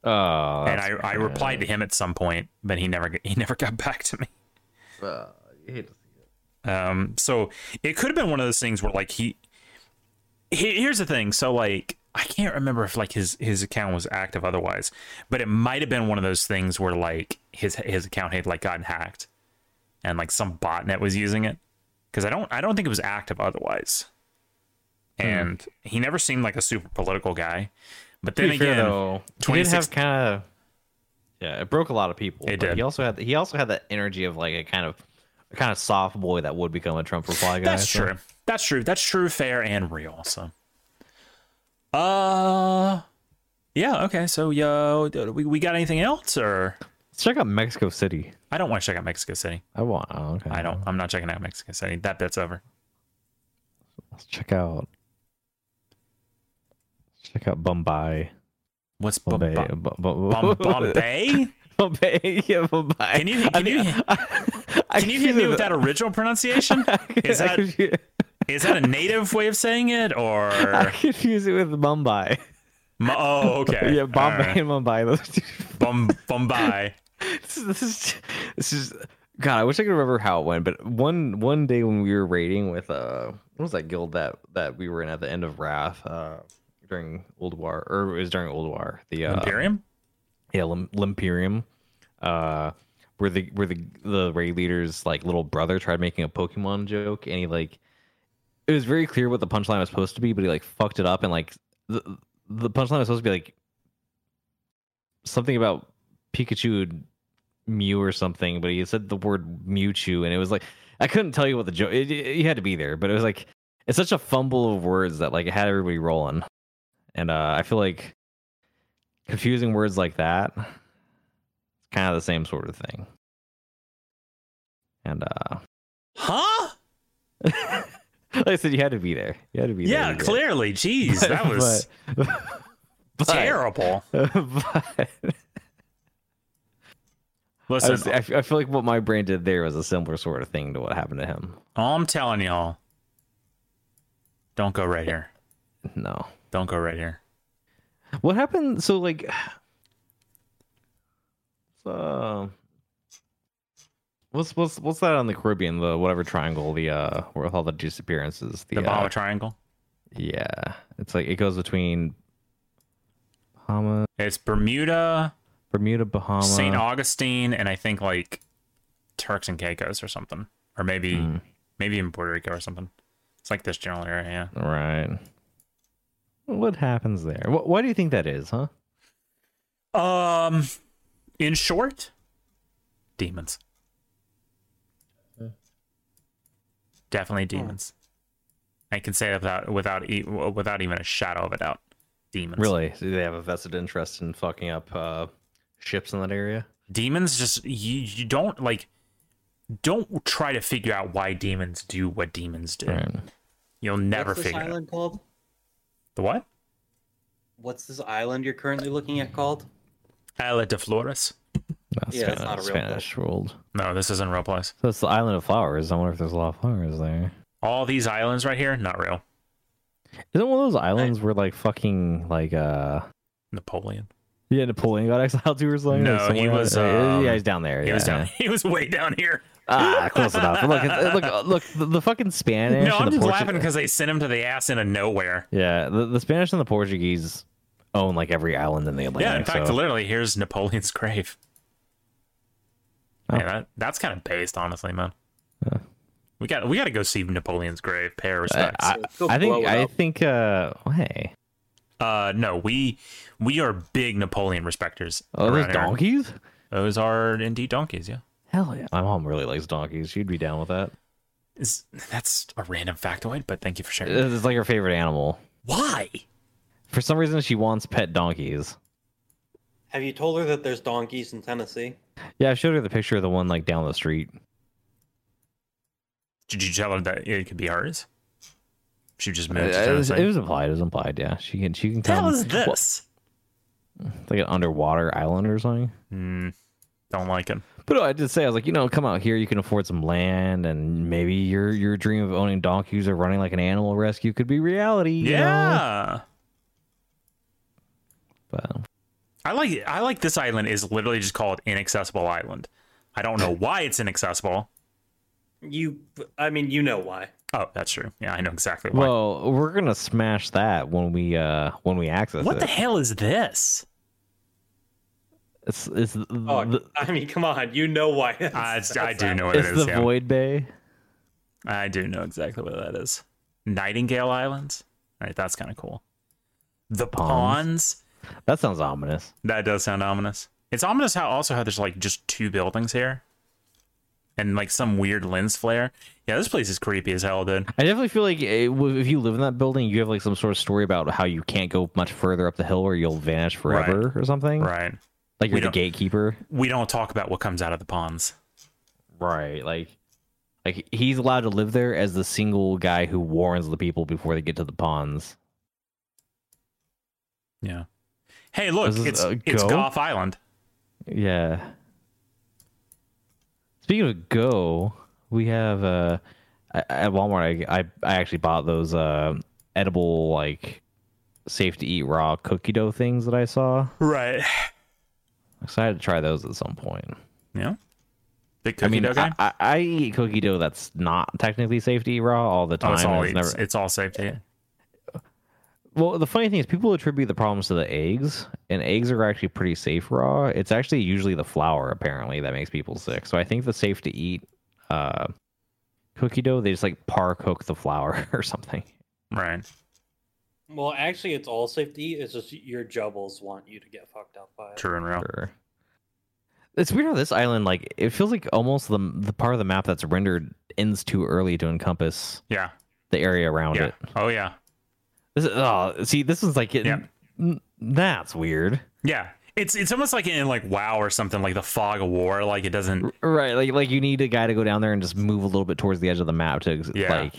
Oh,
and I, I replied to him at some point, but he never he never got [laughs] back to me. Um, so it could have been one of those things where like he, he here's the thing. So like I can't remember if like his his account was active otherwise, but it might have been one of those things where like his his account had like gotten hacked, and like some botnet was using it because I don't I don't think it was active otherwise.
Hmm.
And he never seemed like a super political guy, but
To
then
be fair,
again,
though, he did
26
have kind of yeah, it broke a lot of people.
It
but
did.
He also had he also had that energy of like a kind of a kind of soft boy that would become a
[laughs]
Trump reply guy.
That's
so-
true. That's true. That's true, fair, and real. So, uh, yeah. Okay. So, yo, d- we, we got anything else, or
Let's check out Mexico City.
I don't want to check out Mexico City.
I want. Oh, okay.
I don't. I'm not checking out Mexico City. That bit's over.
Let's check out. let's Check out Bombay.
What's
Bombay.
Bombay?
Bu- bu- [laughs]
Bom- Bombay?
Bombay. [laughs] Yeah, Bombay.
Can you-
I
can you-
think- I- [laughs] I
Can you hit me
confused
with
it.
that original pronunciation? Is
[laughs] I
that-
confused-
Is that a native way of saying it, or
[laughs] I confuse it with Mumbai.
Mo- oh, okay,
Yeah, Bombay
Alright.
and Mumbai. [laughs] Those two
Bom- Bombay.
this is, this is this is God. I wish I could remember how it went, but one one day when we were raiding with uh, what was that guild that that we were in at the end of Wrath uh during Old War or it was during Old War the uh,
Imperium.
yeah Lim- Limperium, uh, where the where the the raid leader's like little brother tried making a Pokemon joke and he like it was very clear what the punchline was supposed to be, but he like fucked it up and like the the punchline was supposed to be like something about Pikachu and Mew or something, but he said the word Mewtwo, and it was like I couldn't tell you what the joke. It, it, you had to be there, but it was like it's such a fumble of words that like it had everybody rolling, and uh, I feel like confusing words like that, it's kind of the same sort of thing. And uh, [laughs]
Huh?
like I said, you had to be there. You had to be there.
Yeah,
to get
[laughs]
it.
clearly. Jeez, that was.
But- But-
Terrible.
[laughs] but I,
Listen,
was- I f- I feel like what my brain did there was a similar sort of thing to what happened to him.
all Oh, I'm telling y'all, don't go right here.
No.
Don't go right here.
What happened? So like, [sighs] so what's what's what's that on the Caribbean? The whatever triangle, the uh, with all the disappearances. The,
The
uh,
Bahama Triangle.
yeah, it's like it goes between Bahama,
It's Bermuda,
Bermuda, Bahama,
St. Augustine, and I think like Turks and Caicos or something, or maybe
Mm,
maybe even Puerto Rico or something. It's like this general area. Yeah.
right. What happens there? Wh- why do you think that is, huh?
Um, in short, demons. Definitely
Hmm.
demons. I can say that without without e- without even a shadow of a doubt. Demons.
Really? Do they have a vested interest in fucking up uh, ships in that area?
Demons just you you don't like don't try to figure out why demons do what demons do.
Right.
You'll never
What's this
figure it out.
island called?
The what?
What's this island you're currently looking at called?
Isla de Flores.
That's
Yeah, it's not a real place.
Spanish world.
No, this isn't a real place.
So it's the island of flowers. I wonder if there's a lot of flowers there.
All these islands right here, not real.
Isn't one of those islands where like fucking like uh
Napoleon.
yeah Napoleon got [laughs] exiled to or something?
No,
Like, somewhere
he was,
out-
um,
yeah he's down there.
He
yeah.
was down. [laughs] He was way down here.
ah, close enough. Look, it's-
[laughs]
look, look. The, the fucking Spanish.
No, I'm
and the
just
Portu-
laughing because they sent him to the ass into nowhere.
yeah, the, the Spanish and the Portuguese own like every island in the Atlantic.
yeah, in fact,
so-
literally, here's Napoleon's grave.
Oh.
Yeah, that, that's kind of based, honestly, man. We got we got to go see Napoleon's grave. Pay our
I,
respects.
I,
Go blow
I think
it
I
up.
think uh well, hey
uh, no, we we are big Napoleon respecters.
oh
around
there's
here.
donkeys.
Those are indeed donkeys. Yeah,
Hell yeah, my mom really likes donkeys. She'd be down with that.
Is- that's a random factoid, but thank you for sharing.
It's like her favorite animal.
Why?
For some reason, she wants pet donkeys.
Have you told her that there's donkeys in Tennessee?
Yeah, I showed her the picture of the one like down the street.
Did you tell her that it could be hers? She just
It,
moved. to
it was,
Tennessee.
it was implied. It was implied. Yeah, she can. She can come. [laughs]
Tell us this.
like an underwater island or something.
Mm, don't like it.
But I did say I was like, you know, come out here. You can afford some land, and maybe your your dream of owning donkeys or running like an animal rescue could be reality. you know?
Yeah.
But
I like I like this island is literally just called inaccessible island. I don't know why it's inaccessible.
You, I mean, you know why.
Oh, that's true. Yeah, I know exactly why.
well, we're gonna smash that when we uh when we access
what
it.
the hell is this?
It's it's the,
Oh,
the-
I mean, come on, you know why.
[laughs] I,
That's-
I
that's
do
not-
know what it
it's
is.
the
yeah.
void bay.
I do know exactly what that is. Nightingale Islands. All right, that's kind of cool. The
Ponds.
ponds.
That sounds ominous.
That does sound ominous. It's ominous how also how there's like just two buildings here, and like some weird lens flare. Yeah, this place is creepy as hell, dude.
I definitely feel like it, w- if you live in that building, you have like some sort of story about how you can't go much further up the hill or you'll vanish forever or something.
Right.
Like you're
We
the
don't-
gatekeeper.
We don't talk about what comes out of the ponds.
Right. Like, like he's allowed to live there as the single guy who warns the people before they get to the ponds.
Yeah. Hey, look,
This is,
it's
uh,
it's
Go?
Gough Island.
Yeah. Speaking of go, we have uh a- at Walmart. I I, I actually bought those uh, edible like safe to eat raw cookie dough things that I saw. I'm
Right.
excited to try those at some point.
Yeah. The cookie
I mean,
dough guy.
I, I, I eat cookie dough that's not technically safe to eat raw all the time.
oh, it's all
and
it's,
it's never-
it's all safe to eat.
Well, the funny thing is, people attribute the problems to the eggs, and eggs are actually pretty safe raw. It's actually usually the flour, apparently, that makes people sick. So I think the safe to eat uh, cookie dough, they just like par cook the flour [laughs] or something.
Right.
Well, actually, it's all safety. It's just your jubbles want you to get fucked up by it.
True and real.
Or... It's weird how this island, like, it feels like almost the the part of the map that's rendered ends too early to encompass
Yeah.
the area around
Yeah.
it.
Oh yeah.
This is, oh, see, this is like, it,
Yeah.
n- that's weird.
Yeah. It's it's almost like in like WoW or something like the fog of war. Like it doesn't.
Right, like like you need a guy to go down there and just move a little bit towards the edge of the map to ex-
Yeah.
like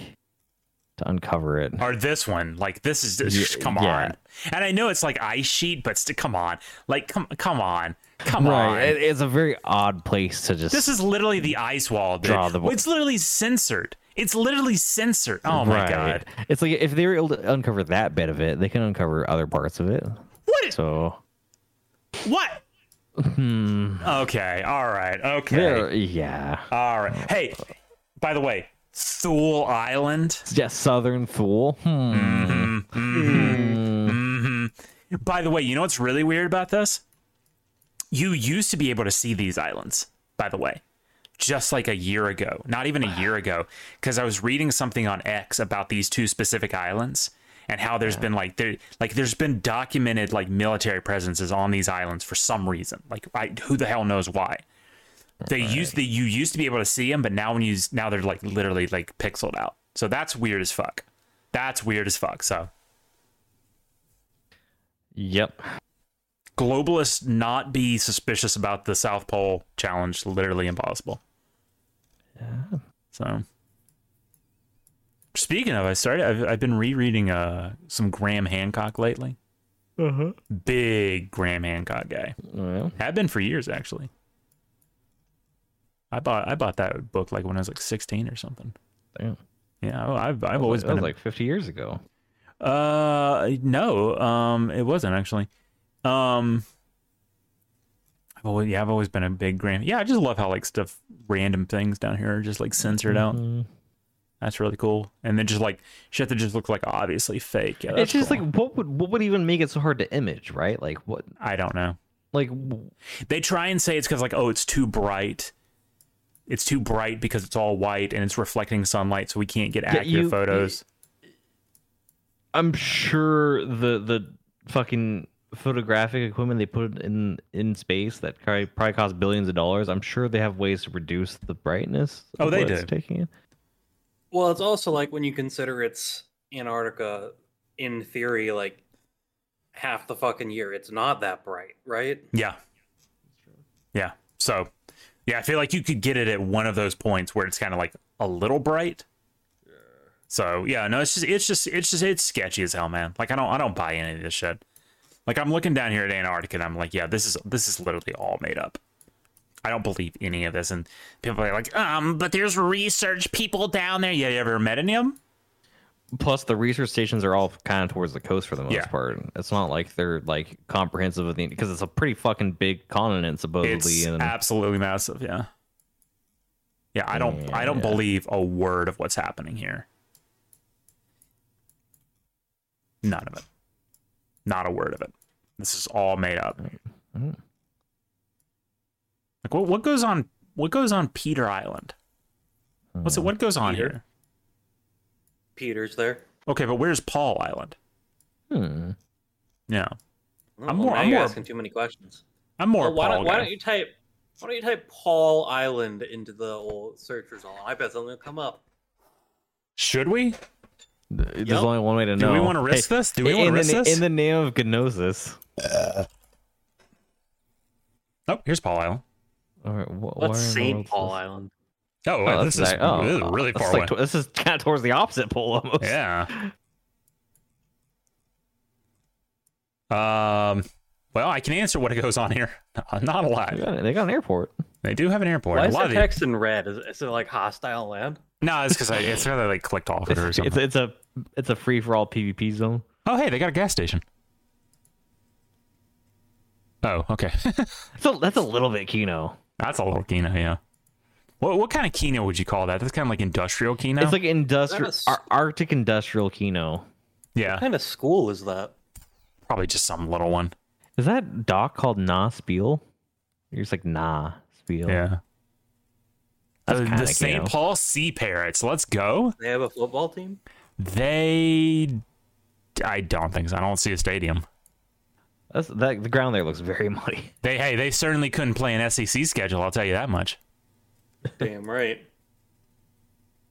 to uncover it.
or this one. Like this is
Yeah,
come on.
yeah.
And I know it's like ice sheet, but st- come on. Like come come on. Come on.
Right. It, it's a very odd place to just.
this is literally the ice wall. Dude.
Draw the wa-
it's literally censored. It's literally censored. Oh my
Right.
god.
It's like if they were able to uncover that bit of it, they can uncover other parts of it.
What is
So
what? Okay. All right. Okay.
Hmm. there, yeah,
All right. Hey, by the way, Thule Island.
yeah, Southern Fool. Hmm.
By the way, you know what's really weird about this? You used to be able to see these islands, by the way, just like a year ago, not even a year ago, because I was reading something on X about these two specific islands and how there's been like there like there's been documented like military presences on these islands for some reason. Like I, who the hell knows why. They used that you used to be able to see them, but now when you s- now they're like literally like pixeled out. So that's weird as fuck. That's weird as fuck. So
Yep.
globalists not be suspicious about the South Pole challenge literally impossible. So, speaking of, I started. I've, I've been rereading uh some Graham Hancock lately. Uh-huh. Big Graham Hancock guy.
Well,
Have been for years actually. I bought I bought that book like when I was like sixteen or something.
damn.
Yeah, I- I've I've always
That
been
was
a-
like 50 years ago.
uh, no, um, it wasn't actually. Um, I've always, yeah, I've always been a big Graham. Yeah, I just love how like stuff, random things down here are just like censored out.
Mm.
That's really cool. And then just like shit that just look like obviously fake. Yeah,
It's
that's
just
cool.
like what would what would even make it so hard to image, right? Like what?
I don't know.
Like w-
They try and say it's because like oh it's too bright. It's too bright because it's all white and it's reflecting sunlight, so we can't get accurate
you-
photos.
I'm sure the the fucking photographic equipment they put in in space that probably, probably cost billions of dollars. I'm sure they have ways to reduce the brightness. of
Oh, they
what it's
do.
Taking in.
Well, it's also like when you consider it's Antarctica, in theory, like half the fucking year, it's not that bright, right?
Yeah. Yeah. So, yeah, I feel like you could get it at one of those points where it's kind of like a little bright. So yeah, no, it's just it's just it's just it's sketchy as hell, man. Like I don't I don't buy any of this shit. Like I'm looking down here at Antarctica and I'm like, yeah, this is this is literally all made up. I don't believe any of this. And people are like, um, but there's research people down there. Yeah, you ever met any of them?
Plus, the research stations are all kind of towards the coast for the most
Yeah.
part. It's not like they're like comprehensive of the because it's a pretty fucking big continent supposedly.
It's
and
absolutely massive. Yeah. Yeah, I don't I don't
Yeah.
believe a word of what's happening here. None of it. Not a word of it. This is all made up. Mm-hmm.
Mhm.
Like what what goes on what goes on Peter Island? What's it what goes on
Peter?
here?
Peter's there.
Okay, but where's Paul Island?
Hmm.
Yeah. I'm
Oh, well,
more-
now
I'm
you're
more-
asking too many questions.
I'm more
Well,
a
why,
Paul
don't, why
guy.
don't you type why don't you type Paul Island into the old search result? I bet something will come up.
Should we?
There's
Yep.
only one way to
Do
know.
we want to risk
Hey,
this? Do we
in,
want to
the,
risk
na-
this?
in the name of Gnosis.
Oh, here's Paul Island.
All right, wh- where
What's
in the
St.
world is
Paul
this?
Island?
Oh,
Oh,
this,
that's
is,
like- oh,
this is really
that's
far
like
away.
to- this is kind of towards the opposite pole almost.
Yeah. Um. Well, I can answer what goes on here. [laughs] Not a
They
lot.
got, they got an airport.
They do have an airport.
Why
a
is
lot
the
of
text in red? Is, is it like hostile land?
the- no, it's because it's because I like clicked off it or
It's, it's,
something.
it's a it's a free for all PvP zone.
Oh, hey, they got a gas station. Oh, okay. [laughs]
So that's a little bit Kino.
That's a little kino, yeah. What what kind of kino would you call that? That's kind of like industrial kino.
It's like industrial
Is that a s-
ar- Arctic industrial Kino.
yeah,
What kind of school is that?
probably just some little one.
Is that dock called Nah Spiel? You're just like Nah Spiel.
Yeah.
That's
Uh,
kinda
the St.
kino.
Paul Sea Parrots. Let's go.
They have a football [laughs] team?
They. I don't think so. I don't see a stadium.
That's, that the ground there looks very [laughs] muddy.
They hey, they certainly couldn't play an SEC schedule. I'll tell you that much.
Damn right.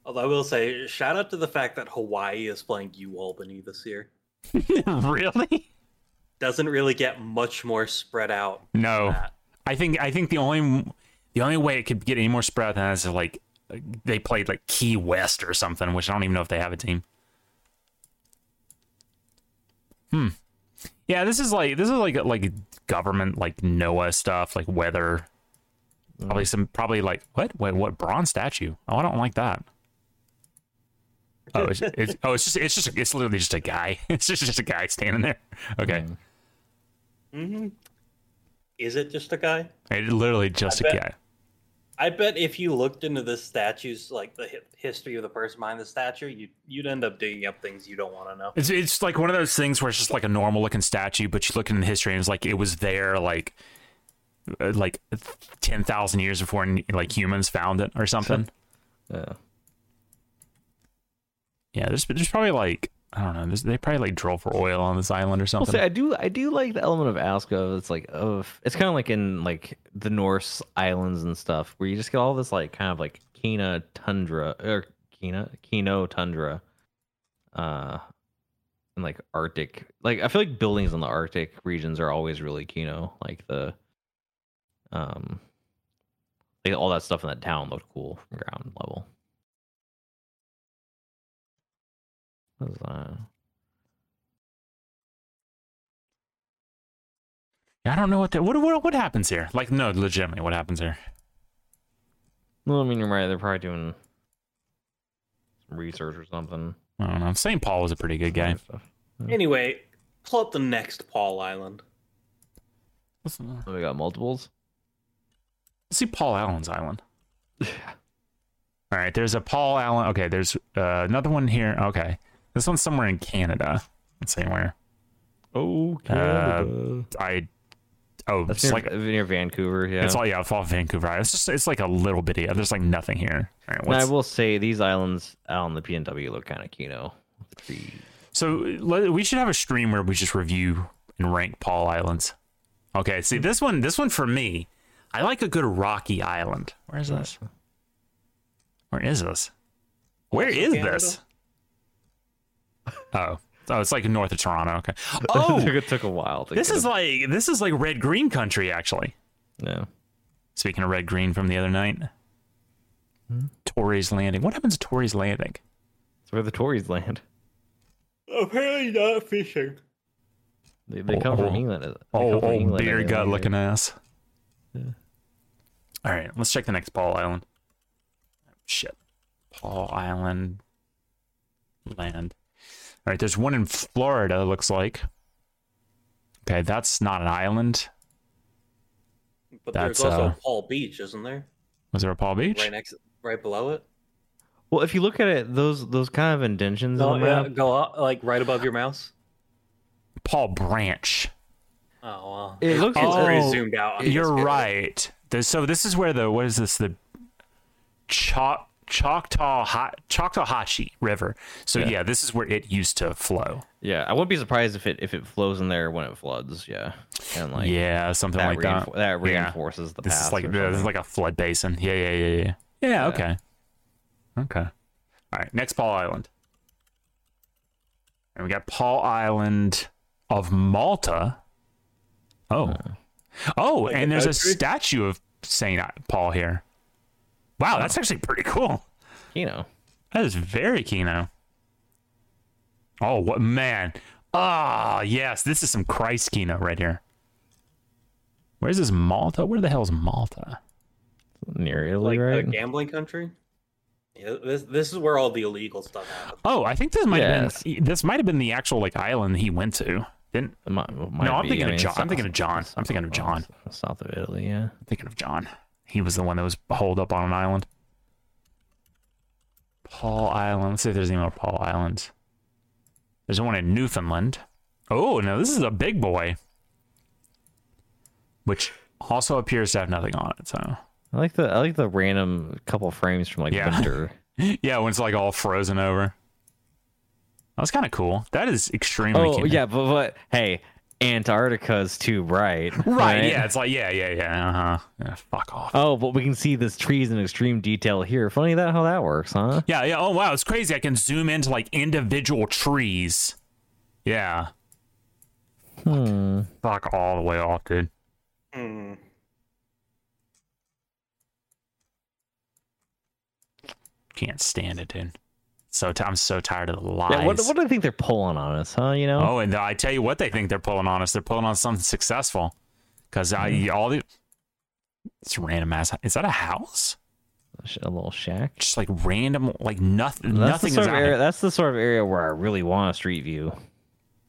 Although I will say, shout out to the fact that Hawaii is playing U Albany this year.
really?
Doesn't really get much more spread out.
No. I think I think the only the only way it could get any more spread out than that is if, like they played like Key West or something, which I don't even know if they have a team. Hmm. Yeah, this is like this is like like government like NOAA stuff, like weather. Probably some probably like what wait what bronze statue? Oh, I don't like that. Oh, it's, it's oh it's just it's just it's literally just a guy. [laughs] It's just just a guy standing there. Okay,
hmm Is it just a guy?
it literally just a
bet-
guy.
I bet if you looked into the statues, like the hi- history of the person behind the statue, you you'd end up digging up things you don't want to know.
It's it's like one of those things where it's just like a normal looking statue, but you look in history and it's like it was there like uh, like ten thousand years before like humans found it or something.
Yeah.
Yeah, there's there's probably like I don't know. There's, they probably like drill for oil on this island or
I'll
something.
say I do I do like the element of Alaska. It's like of it's kind of like in like the Norse islands and stuff where you just get all this like kind of like Kina tundra or Kina Kino tundra, uh, and like Arctic. Like I feel like buildings in the Arctic regions are always really Kino. Like the, um, like all that stuff in that town looked cool from ground level. What is that?
I don't know what that. What what what happens here? Like no, legitimately, what happens here?
Well, I mean, you're right. They're probably doing some research or something.
I don't know. St. Paul was a pretty good guy.
Stuff.
Anyway, pull up the next Paul Island.
Let's, let's
So we Oh, got multiples.
see Paul Allen's island.
Yeah.
All right, there's a Paul Allen. Okay, there's uh, another one here. Okay, this one's somewhere in Canada. Let's see where.
Oh,
Canada. I oh,
That's
it's
near,
like
near Vancouver. Yeah.
it's all yeah, it's all Vancouver. It's just it's like a little bitty. There's like nothing here. All right,
And I
what's,
will say these islands out on the PNW look kind of kino. Trees.
so let, we should have a stream where we just review and rank Paul Islands. Okay, see this one. This one for me, I like a good rocky island. Where is this? Where is this? Where
Also
is
Canada?
this? Oh, oh, it's like north of Toronto. Okay. Oh,
it took a while. To
this
get
is
them.
like this is like red green country actually.
yeah.
Speaking of red green from the other night, Tories Landing. What happens to Tories Landing?
It's where the Tories land.
Apparently not fishing.
They, they
Oh,
come
oh.
from England. they
Oh,
come from
old
England,
beer
I
gut
believe.
looking ass. All right, let's check the next Paul Island. Shit, Paul Island land. All right, there's one in Florida. Looks like. Okay, that's not an island.
But
That's,
there's also
uh,
Paul Beach, isn't there?
Was there a Paul Beach?
Right next, right below it.
Well, if you look at it, those those kind of indentions
Go,
on the map.
yeah, go up, like right above your mouse.
Paul Branch.
Oh wow.
It looks.
It's very
Oh,
zoomed out.
You're right. The- so this is where the what is this the Chaw Choctaw ha- Choctawhatchee River. So yeah. this is where it used to flow.
Yeah, I wouldn't be surprised if it if it flows in there when it floods. Yeah, and like
yeah, something
that,
like
reinfor-
that.
that
Yeah.
reinforces the
This
path.
is like
or
this is
something.
like a flood basin. Yeah, yeah, yeah, yeah. Yeah, okay. Okay. All right, next Paul Island. And we got Paul Island of Malta. Oh. Oh,
a
and there's a
country?
statue of Saint Paul here. Wow, that's actually pretty cool.
you know
That is very Kino. Oh, what man. Ah, yes, this is some Christ Kino right here. Where's this Malta? Where the hell is Malta?
near Italy,
Like a
right?
gambling country. Yeah, this this is where all the illegal stuff happens.
Oh, I think this might
Yes.
have been e, this might have been the actual like island he went to. Didn't
It might- it might
No, I'm
be.
thinking of
mean,
Jo-
it's
I'm thinking
south-
of John. I'm thinking of John.
South of Italy, yeah.
I'm thinking of John. He was the one that was holed up on an island. Paul Island. Let's see if there's any more Paul Islands. There's one in Newfoundland. Oh, no, this is a big boy. Which also appears to have nothing on it, so. [laughs]
I like the I like the random couple frames from like
Yeah. [laughs]
winter.
Yeah, when it's like all frozen over. That's kind of cool. That is extremely
oh
cute.
yeah, but but hey, Antarctica's too bright.
[laughs] Right, yeah, it's like, yeah, yeah, yeah, uh-huh. Yeah, fuck off.
Oh, but we can see this trees in extreme detail here. Funny that how that works, huh?
Yeah, yeah. Oh wow, it's crazy. I can zoom into like individual trees. Yeah.
Hmm.
Fuck, fuck all the way off, dude.
Hmm.
Can't stand it, dude. It's So t- I'm so tired of the lies.
Yeah, what, what do I think they're pulling on us, huh? You know?
Oh, and I tell you what, they think they're pulling on us. They're pulling on something successful. Because
Mm-hmm.
I all the it's random ass. Is that a house?
Sh- A little shack.
Just like random, like nothing.
That's
nothing
the
is
sort
out
of
here.
area, That's the sort of area where I really want a street
[laughs]
view.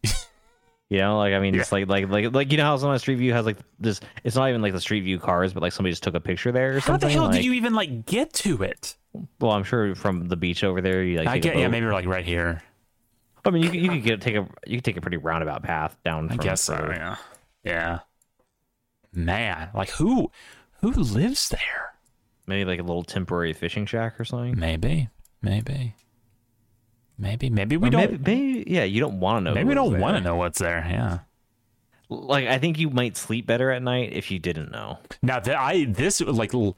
you know, like I mean, just like like like like you know how some street view has like this. It's not even like the street view cars, but like somebody just took a picture there or
How the
something.
hell
like-
did you even like get to it?
Well, I'm sure from the beach over there, you like.
I
take a
get, yeah,
boat.
maybe we're like right here.
I mean, you could, you could get take a you could take a pretty roundabout path down.
I
from
guess so.
Frodo.
Yeah. Yeah. Man, like who, who lives there?
Maybe like a little temporary fishing shack or something.
Maybe, maybe, maybe, maybe we
Or
don't.
Maybe, maybe yeah, you don't want to know.
maybe we don't want to know what's there. Yeah.
to. Like, I think you might sleep better at night if you didn't know.
Now that I this like l-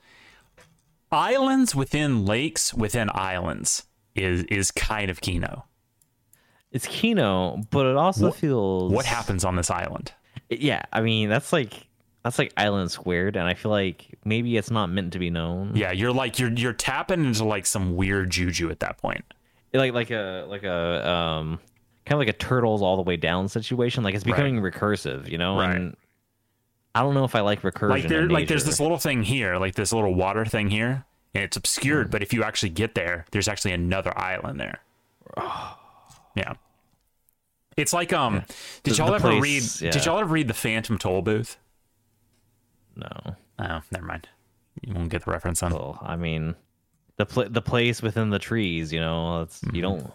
islands within lakes within islands is is kind of Kino.
It's Kino, but it also
What-
feels
What happens on this island?
Yeah, I mean that's like that's like Island Squared, and I feel like maybe it's not meant to be known.
Yeah, you're like you're you're tapping into like some weird juju at that point.
like like a like a um kind of like a turtles all the way down situation. Like it's
Right.
becoming recursive, you know.
Right.
And I don't know if I like recursion.
Like there
in
like there's this
nature.
little thing here, like this little water thing here, and it's obscured,
Mm.
but if you actually get there, there's actually another island there.
[sighs]
yeah. It's like um did
The-
y'all
the
ever
place-
read
yeah.
did y'all ever read The Phantom Toll Booth?
no.
Oh, never mind. You won't get the reference on.
Well, I mean, the pl- the place within the trees. You know, it's
Mm-hmm.
you don't.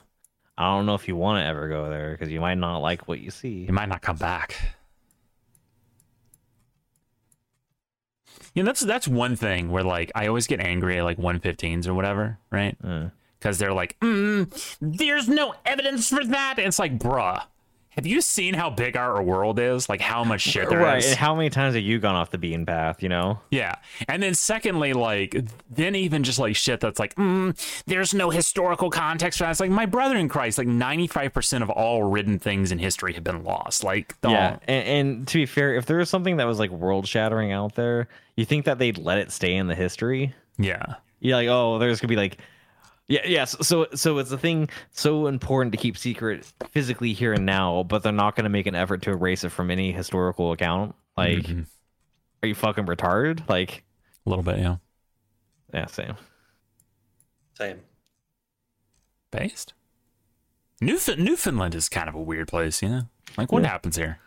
I don't know if you want to ever go there because you might not like what you see.
He might not come back. You know, that's that's one thing where like I always get angry at like 115s or whatever, right?
Uh,
Because they're like, mm, "There's no evidence for that." And it's like, bruh, have you seen how big our world is? Like how
[laughs]
much shit there is.
right. And how many times have you gone off the beaten path? You know.
Yeah. And then secondly, like then even just like shit that's like, mm, there's no historical context for that. It's like my brother in Christ, like 95% of all written things in history have been lost. Like the
Yeah, and, and to be fair, if there was something that was like world shattering out there, you think that they'd let it stay in the history?
yeah.
You're like, oh, there's gonna be like, yeah, yeah. So, so, so it's a thing so important to keep secret physically here and now, but they're not gonna make an effort to erase it from any historical account. Like,
Mm-hmm.
are you fucking retarded? Like,
A little bit, yeah.
yeah, same.
Same.
Based. Newf- Newfoundland is kind of a weird place, you know. Like what happens here,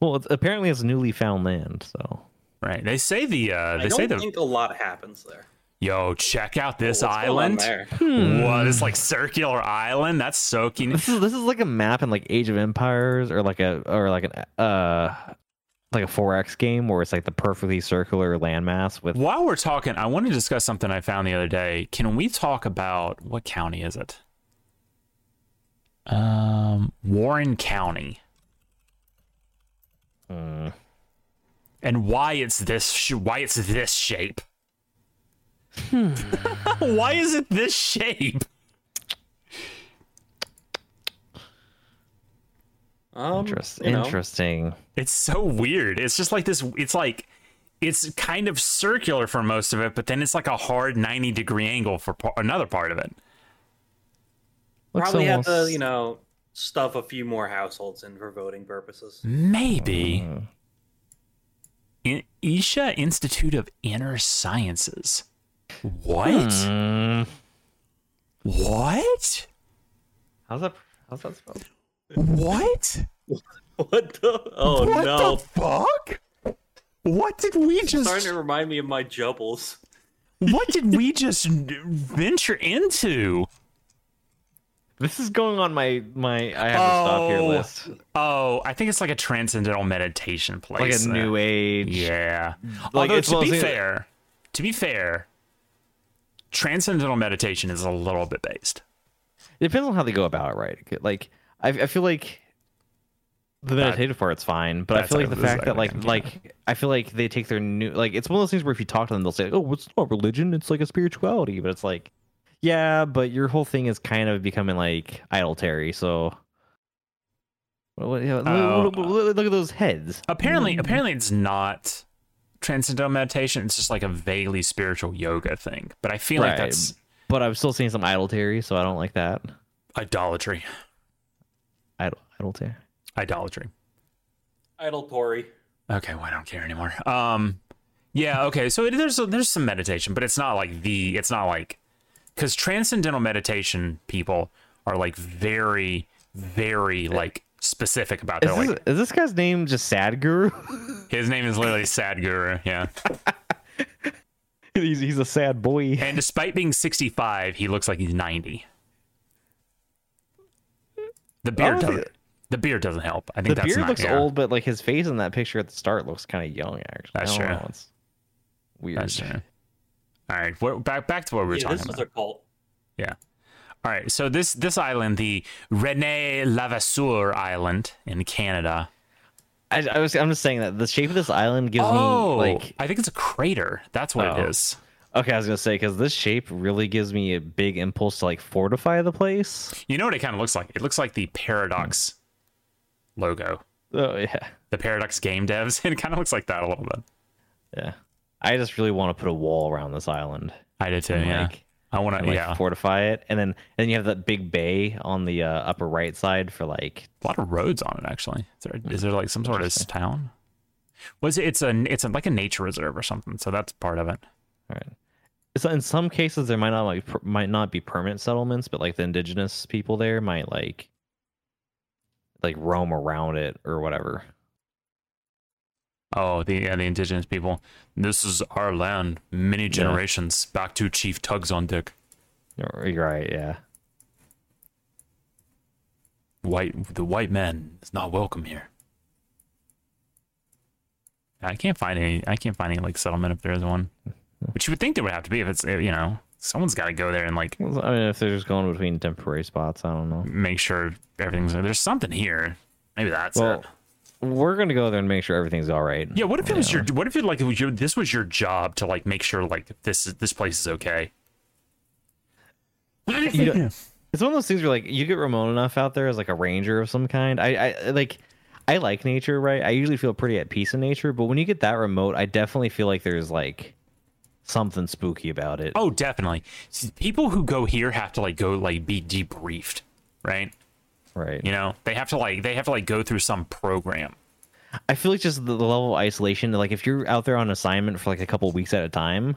Well, it's, apparently it's newly found land, so
right? They say the uh,
I
they say
don't
the
think a lot happens there.
yo check out this
What's going on
island.
there?
What this like circular island? That's so keen.
this is this is like a map in like Age of Empires or like a or like an uh like a 4X game where it's like the perfectly circular landmass with
While we're talking, I want to discuss something I found the other day. Can we talk about what county is it? Um, Warren County. And why it's this? Sh- why it's this shape? [laughs] why is it this shape?
Um,
interest,
you know,
interesting.
It's so weird. It's just like this. It's like it's kind of circular for most of it, but then it's like a hard ninety degree angle for par- another part of it.
Looks
Probably have to,
almost-
you know, stuff a few more households in for voting purposes. [laughs]
Maybe.
Hmm.
In- Isha Institute of Inner Sciences. What?
Mm,
What?
how's that how's that spelled?
What?
What the? Oh
what
no!
the fuck? What did we
Starting
just
to remind me of my jubbles.
[laughs] What did we just venture into?
This is going on my my I have to stop here
Oh,
list.
Oh, I think it's like a transcendental meditation
Like
place.
a new age.
Yeah. Although
it's
to
one of
be
those things-
fair, to be fair, transcendental meditation is a little bit based.
It depends on how they go about it, right? Like I, I feel like the meditative part's fine, but I
that's
feel like
a-
the
that's
fact that like
like-
like I feel like they take their new like it's one of those things where if you talk to them, they'll say, "Oh, it's not religion; it's like a spirituality." But it's like, yeah, but your whole thing is kind of becoming like idolatry. So, Well, what- yeah, look, look- look- look at those heads. Mm-hmm.
apparently apparently it's not transcendental meditation it's just like a vaguely spiritual yoga thing but i feel like
Right.
that's
But I'm still seeing some idolatry, so I don't like that.
Idolatry.
Idle, idle
Idolatry.
Idle Tory.
Okay, well, I don't care anymore. Um, yeah, okay. So it, there's there's some meditation, but it's not like the it's not like because transcendental meditation people are like very very like specific about
Is
their
this,
like
is this guy's name just Sad Guru?
his name is literally Sadhguru. Yeah,
[laughs] he's, he's a sad boy.
and despite being 65, he looks like he's 90. The beard
Oh, the-
doesn't. The beard doesn't help. I
The
think that's
beard
not,
looks
yeah.
old, but like his face in that picture at the start looks kind of young. Actually,
That's
I don't
true.
know, It's weird.
That's true. All right, we're back back to what we were
Yeah,
talking
this
about.
is a cult.
All right, so this this island, the Rene Lavasseur Island in Canada.
I, I was. I'm just saying that the shape of this island gives
oh,
me like.
I think it's a crater. That's what
Oh.
it is.
Okay, I was gonna say because this shape really gives me a big impulse to like fortify the place.
You know what it kind of looks like? It looks like the Paradox logo,
Oh yeah,
the Paradox game devs. [laughs] It kind of looks like that a little bit.
yeah. I just really want to put a wall around this island.
I did too.
and,
yeah,
like,
I want
and,
to.
like
Yeah,
fortify it, and then then you have that big bay on the uh, upper right side for like
a lot of roads on it actually. Is there, is there like some sort of town? Was it? It's a. It's a, like a nature reserve or something. So that's part of it.
All right. So in some cases, there might not like per- might not be permanent settlements, but like the indigenous people there might like like roam around it or whatever.
Oh, the yeah, the indigenous people. This is our land. Many generations back to Chief Tugs on Dick.
You're you're right, yeah.
White, the white man is not welcome here. I can't find any. I can't find any like settlement if there is one. Which you would think there would have to be if it's you know someone's got to go there and like
Well, I mean, if they're just going between temporary spots, I don't know.
make sure everything's there's something here. Maybe that's
Well,
it.
we're gonna go there and make sure everything's all right.
Yeah. What if it was
yeah.
your? What if it like it was your? This was your job to like make sure like this is this place is okay.
You don't- it's one of those things where like you get Ramon enough out there as like a ranger of some kind. I, I like I like nature, right? I usually feel pretty at peace in nature, but when you get that remote, I definitely feel like there's like something spooky about it.
Oh, definitely. See, people who go here have to like go like be debriefed, right?
right.
You know, they have to like they have to like go through some program.
I feel like just the, the level of isolation. Like if you're out there on assignment for like a couple weeks at a time,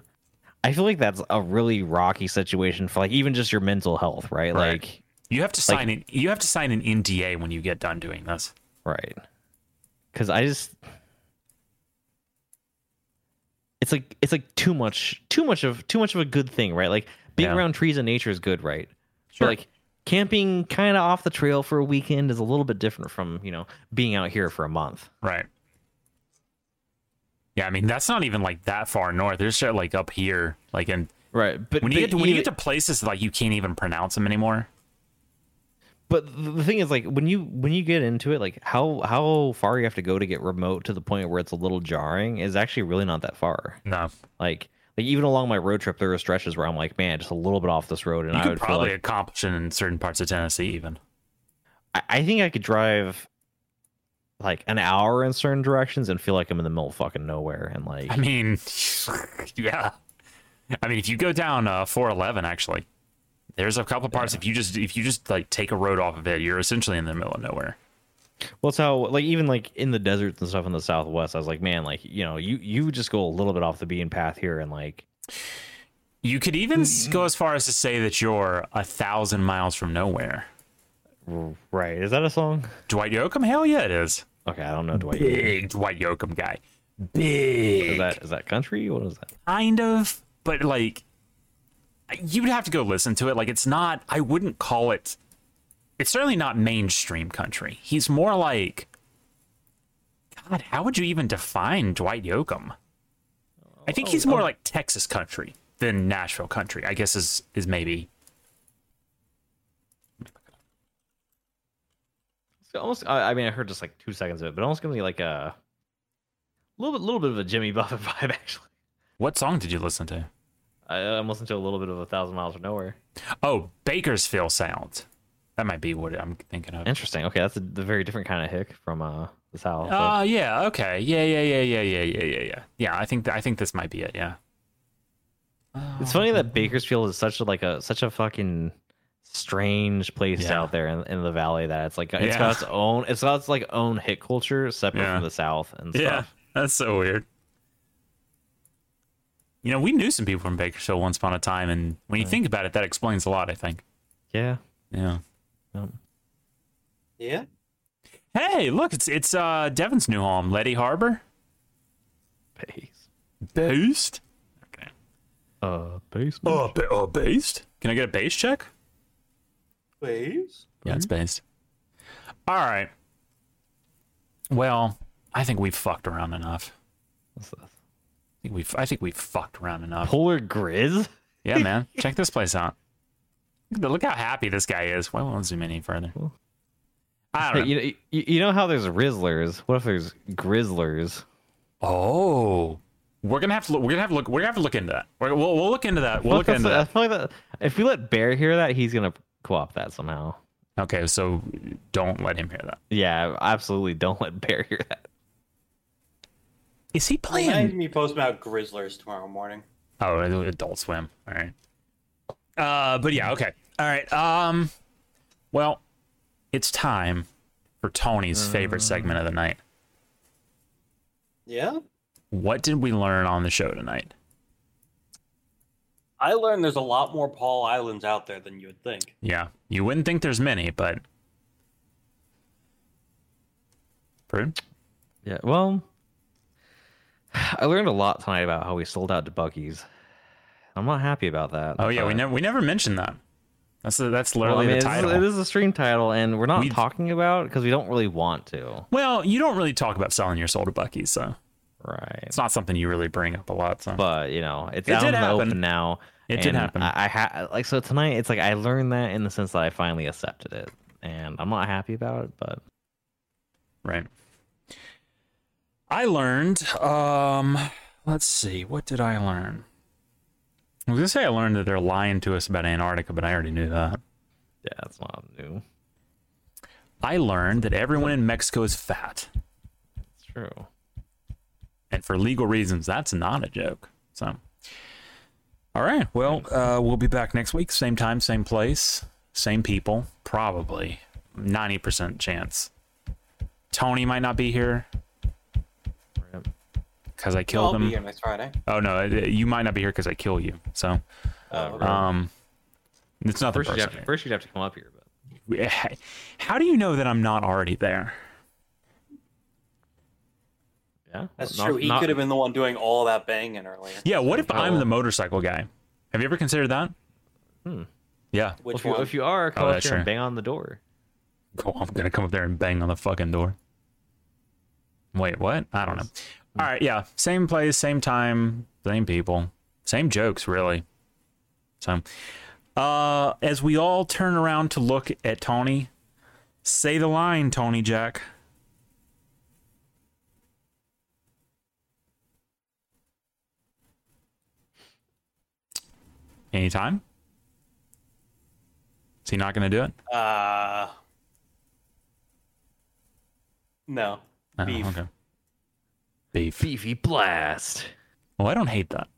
I feel like that's a really rocky situation for like even just your mental health, right?
Right.
Like,
You have to
Like-
sign in. You have to sign an NDA when you get done doing this.
right? Because I just, it's like it's like too much, too much of too much of a good thing, right? Like being
Yeah.
around trees and nature is good, right?
Sure.
But like camping kind of off the trail for a weekend is a little bit different from you know being out here for a month.
Right. Yeah, I mean that's not even like that far north. There's shit like up here, like in
Right, but
when you
but
get to, when you
even-
get to places like you can't even pronounce them anymore.
but th- the thing is like when you when you get into it like how how far you have to go to get remote to the point where it's a little jarring is actually really not that far
No,
like like even along my road trip there were stretches where i'm like man just a little bit off this road and
you
i
could
would feel
probably
like
accomplish it in certain parts of Tennessee even.
I, I think i could drive like an hour in certain directions and feel like i'm in the middle of fucking nowhere and like
I mean, [laughs] yeah. I mean, if you go down uh, 411, actually, there's a couple parts. If you just if you just like take a road off of it, you're essentially in the middle of nowhere.
Well, it's how like even like in the deserts and stuff in the Southwest, I was like, man, like you know, you you just go a little bit off the beaten path here, and like
You could even s go as far as to say that you're a thousand miles from nowhere.
r- right? Is that a song?
Dwight Yoakam? Hell yeah, it is.
Okay, I don't know
[laughs]
Dwight. Yoakam.
Big Dwight Yoakam guy.
Is
Big.
that is that country? What is that?
kind of, but like you'd have to go listen to it. Like it's not I wouldn't call it it's certainly not mainstream country. He's more like God, how would you even define Dwight Yoakam? I think he's more like Texas country than Nashville country. I guess is is maybe
It's almost. I, I mean, I heard just like two seconds of it, but it almost gives me like a little bit, little bit of a Jimmy [laughs] Buffett vibe. Actually,
what song did you listen to?
I, I'm listening to a little bit of a thousand miles from nowhere.
Oh, Bakersfield Sound. That might be what I'm thinking of.
Interesting. Okay, that's a, the very different kind of hick from uh the South. but-
Oh yeah, okay. Yeah, yeah, yeah, yeah, yeah, yeah, yeah, yeah. Yeah, I think th- I think this might be it, yeah.
It's funny that Bakersfield is such a, like a such a fucking strange place
Yeah.
out there in, in the valley that it's like it's
Yeah.
got its own it's got its like own hit culture separate
Yeah.
from the south and stuff.
Yeah, that's so weird. You know, we knew some people from Bakersfield once upon a time, and when you
Yeah.
think about it, that explains a lot. I think.
Yeah.
Yeah.
Yeah.
Hey, look, it's it's uh Devin's new home, Letty Harbor.
Base.
Based. Okay.
Uh basement.
Oh, ba- oh, based. Can I get a base check?
Please.
Yeah, it's based. All right. Well, I think we've fucked around enough.
What's this?
I think we've I think we've fucked around enough.
Polar Grizz?
Yeah, man. Check this place out. Look at- Look how happy this guy is. Why won't I zoom any further?
Cool.
I
[laughs]
don't know.
You, you, you know how there's Rizzlers? What if there's Grizzlers?
Oh, we're gonna have to look. We're gonna have to look. We're gonna have to look into that. We're, we'll we'll look into that. We'll look
Fuck,
into
that's- I
that.
feel like that. If we let Bear hear that, he's gonna co-op that somehow.
Okay, so don't let him hear that.
Yeah, absolutely. Don't [laughs] let Bear hear that.
Is he
Remind
playing?
me post about Grizzlers tomorrow morning.
Oh, Adult Swim. All right. Uh, but yeah, okay. All right. Um, well, it's time for Tony's favorite segment of the night.
Yeah.
What did we learn on the show tonight?
I learned there's a lot more Paul Islands out there than you would think.
Yeah, you wouldn't think there's many, but. Prue?
Yeah. Well, I learned a lot tonight about how we sold out to Bucky's. I'm not happy about that.
Oh yeah, we
but-
never we never mentioned that. That's the that's
Well, I
literally
mean,
the
it is-
title.
It is a stream title, and we're not
We-
talking about because we don't really want to.
Well, you don't really talk about selling your soul to Bucky's, so
Right.
it's not something you really bring up a lot. So
But you know, it's
It
out
did
in the
happen.
open now.
It did
and
happen.
I, I ha- like so tonight. It's like I learned that in the sense that I finally accepted it, and I'm not happy about it. But
right. I learned. Um, let's see, what did I learn? I was gonna say I learned that they're lying to us about Antarctica, but I already knew that.
yeah, that's not new.
I learned that everyone in Mexico is fat,
It's true.
and for legal reasons, that's not a joke. So, all right, well, uh, we'll be back next week, same time, same place, same people, probably ninety percent chance. Tony might not be here.
Rip.
because I
I'll
killed
be here
him.
next Friday.
Oh no, it- it- you might not be here because I kill you. So,
Uh,
okay.
rip.
um, it's nothing
first, you'd have
personal.
to, first you'd have to come up here. But
[laughs] How do you know that I'm not already there?
yeah,
That's
not-
true. He
not-
could have been the one doing all that banging earlier.
Yeah. What if I'm
Oh.
the motorcycle guy? Have you ever considered that?
Hmm.
Yeah.
Well,
Which
if you,
one?
if you are, come up
that's
here
true.
and bang on the door.
[laughs] Cool. Oh, I'm gonna come up there and bang on the fucking door. Wait, what? I don't know. All right. Yeah. Same place, same time, same people, same jokes, really. So, uh, as we all turn around to look at Tony, say the line, Tony Jack. Anytime? Is he not going to do it?
Uh, no.
Oh,
Beef.
Okay. Beef.
Beefy blast.
Well, Oh, I don't hate that.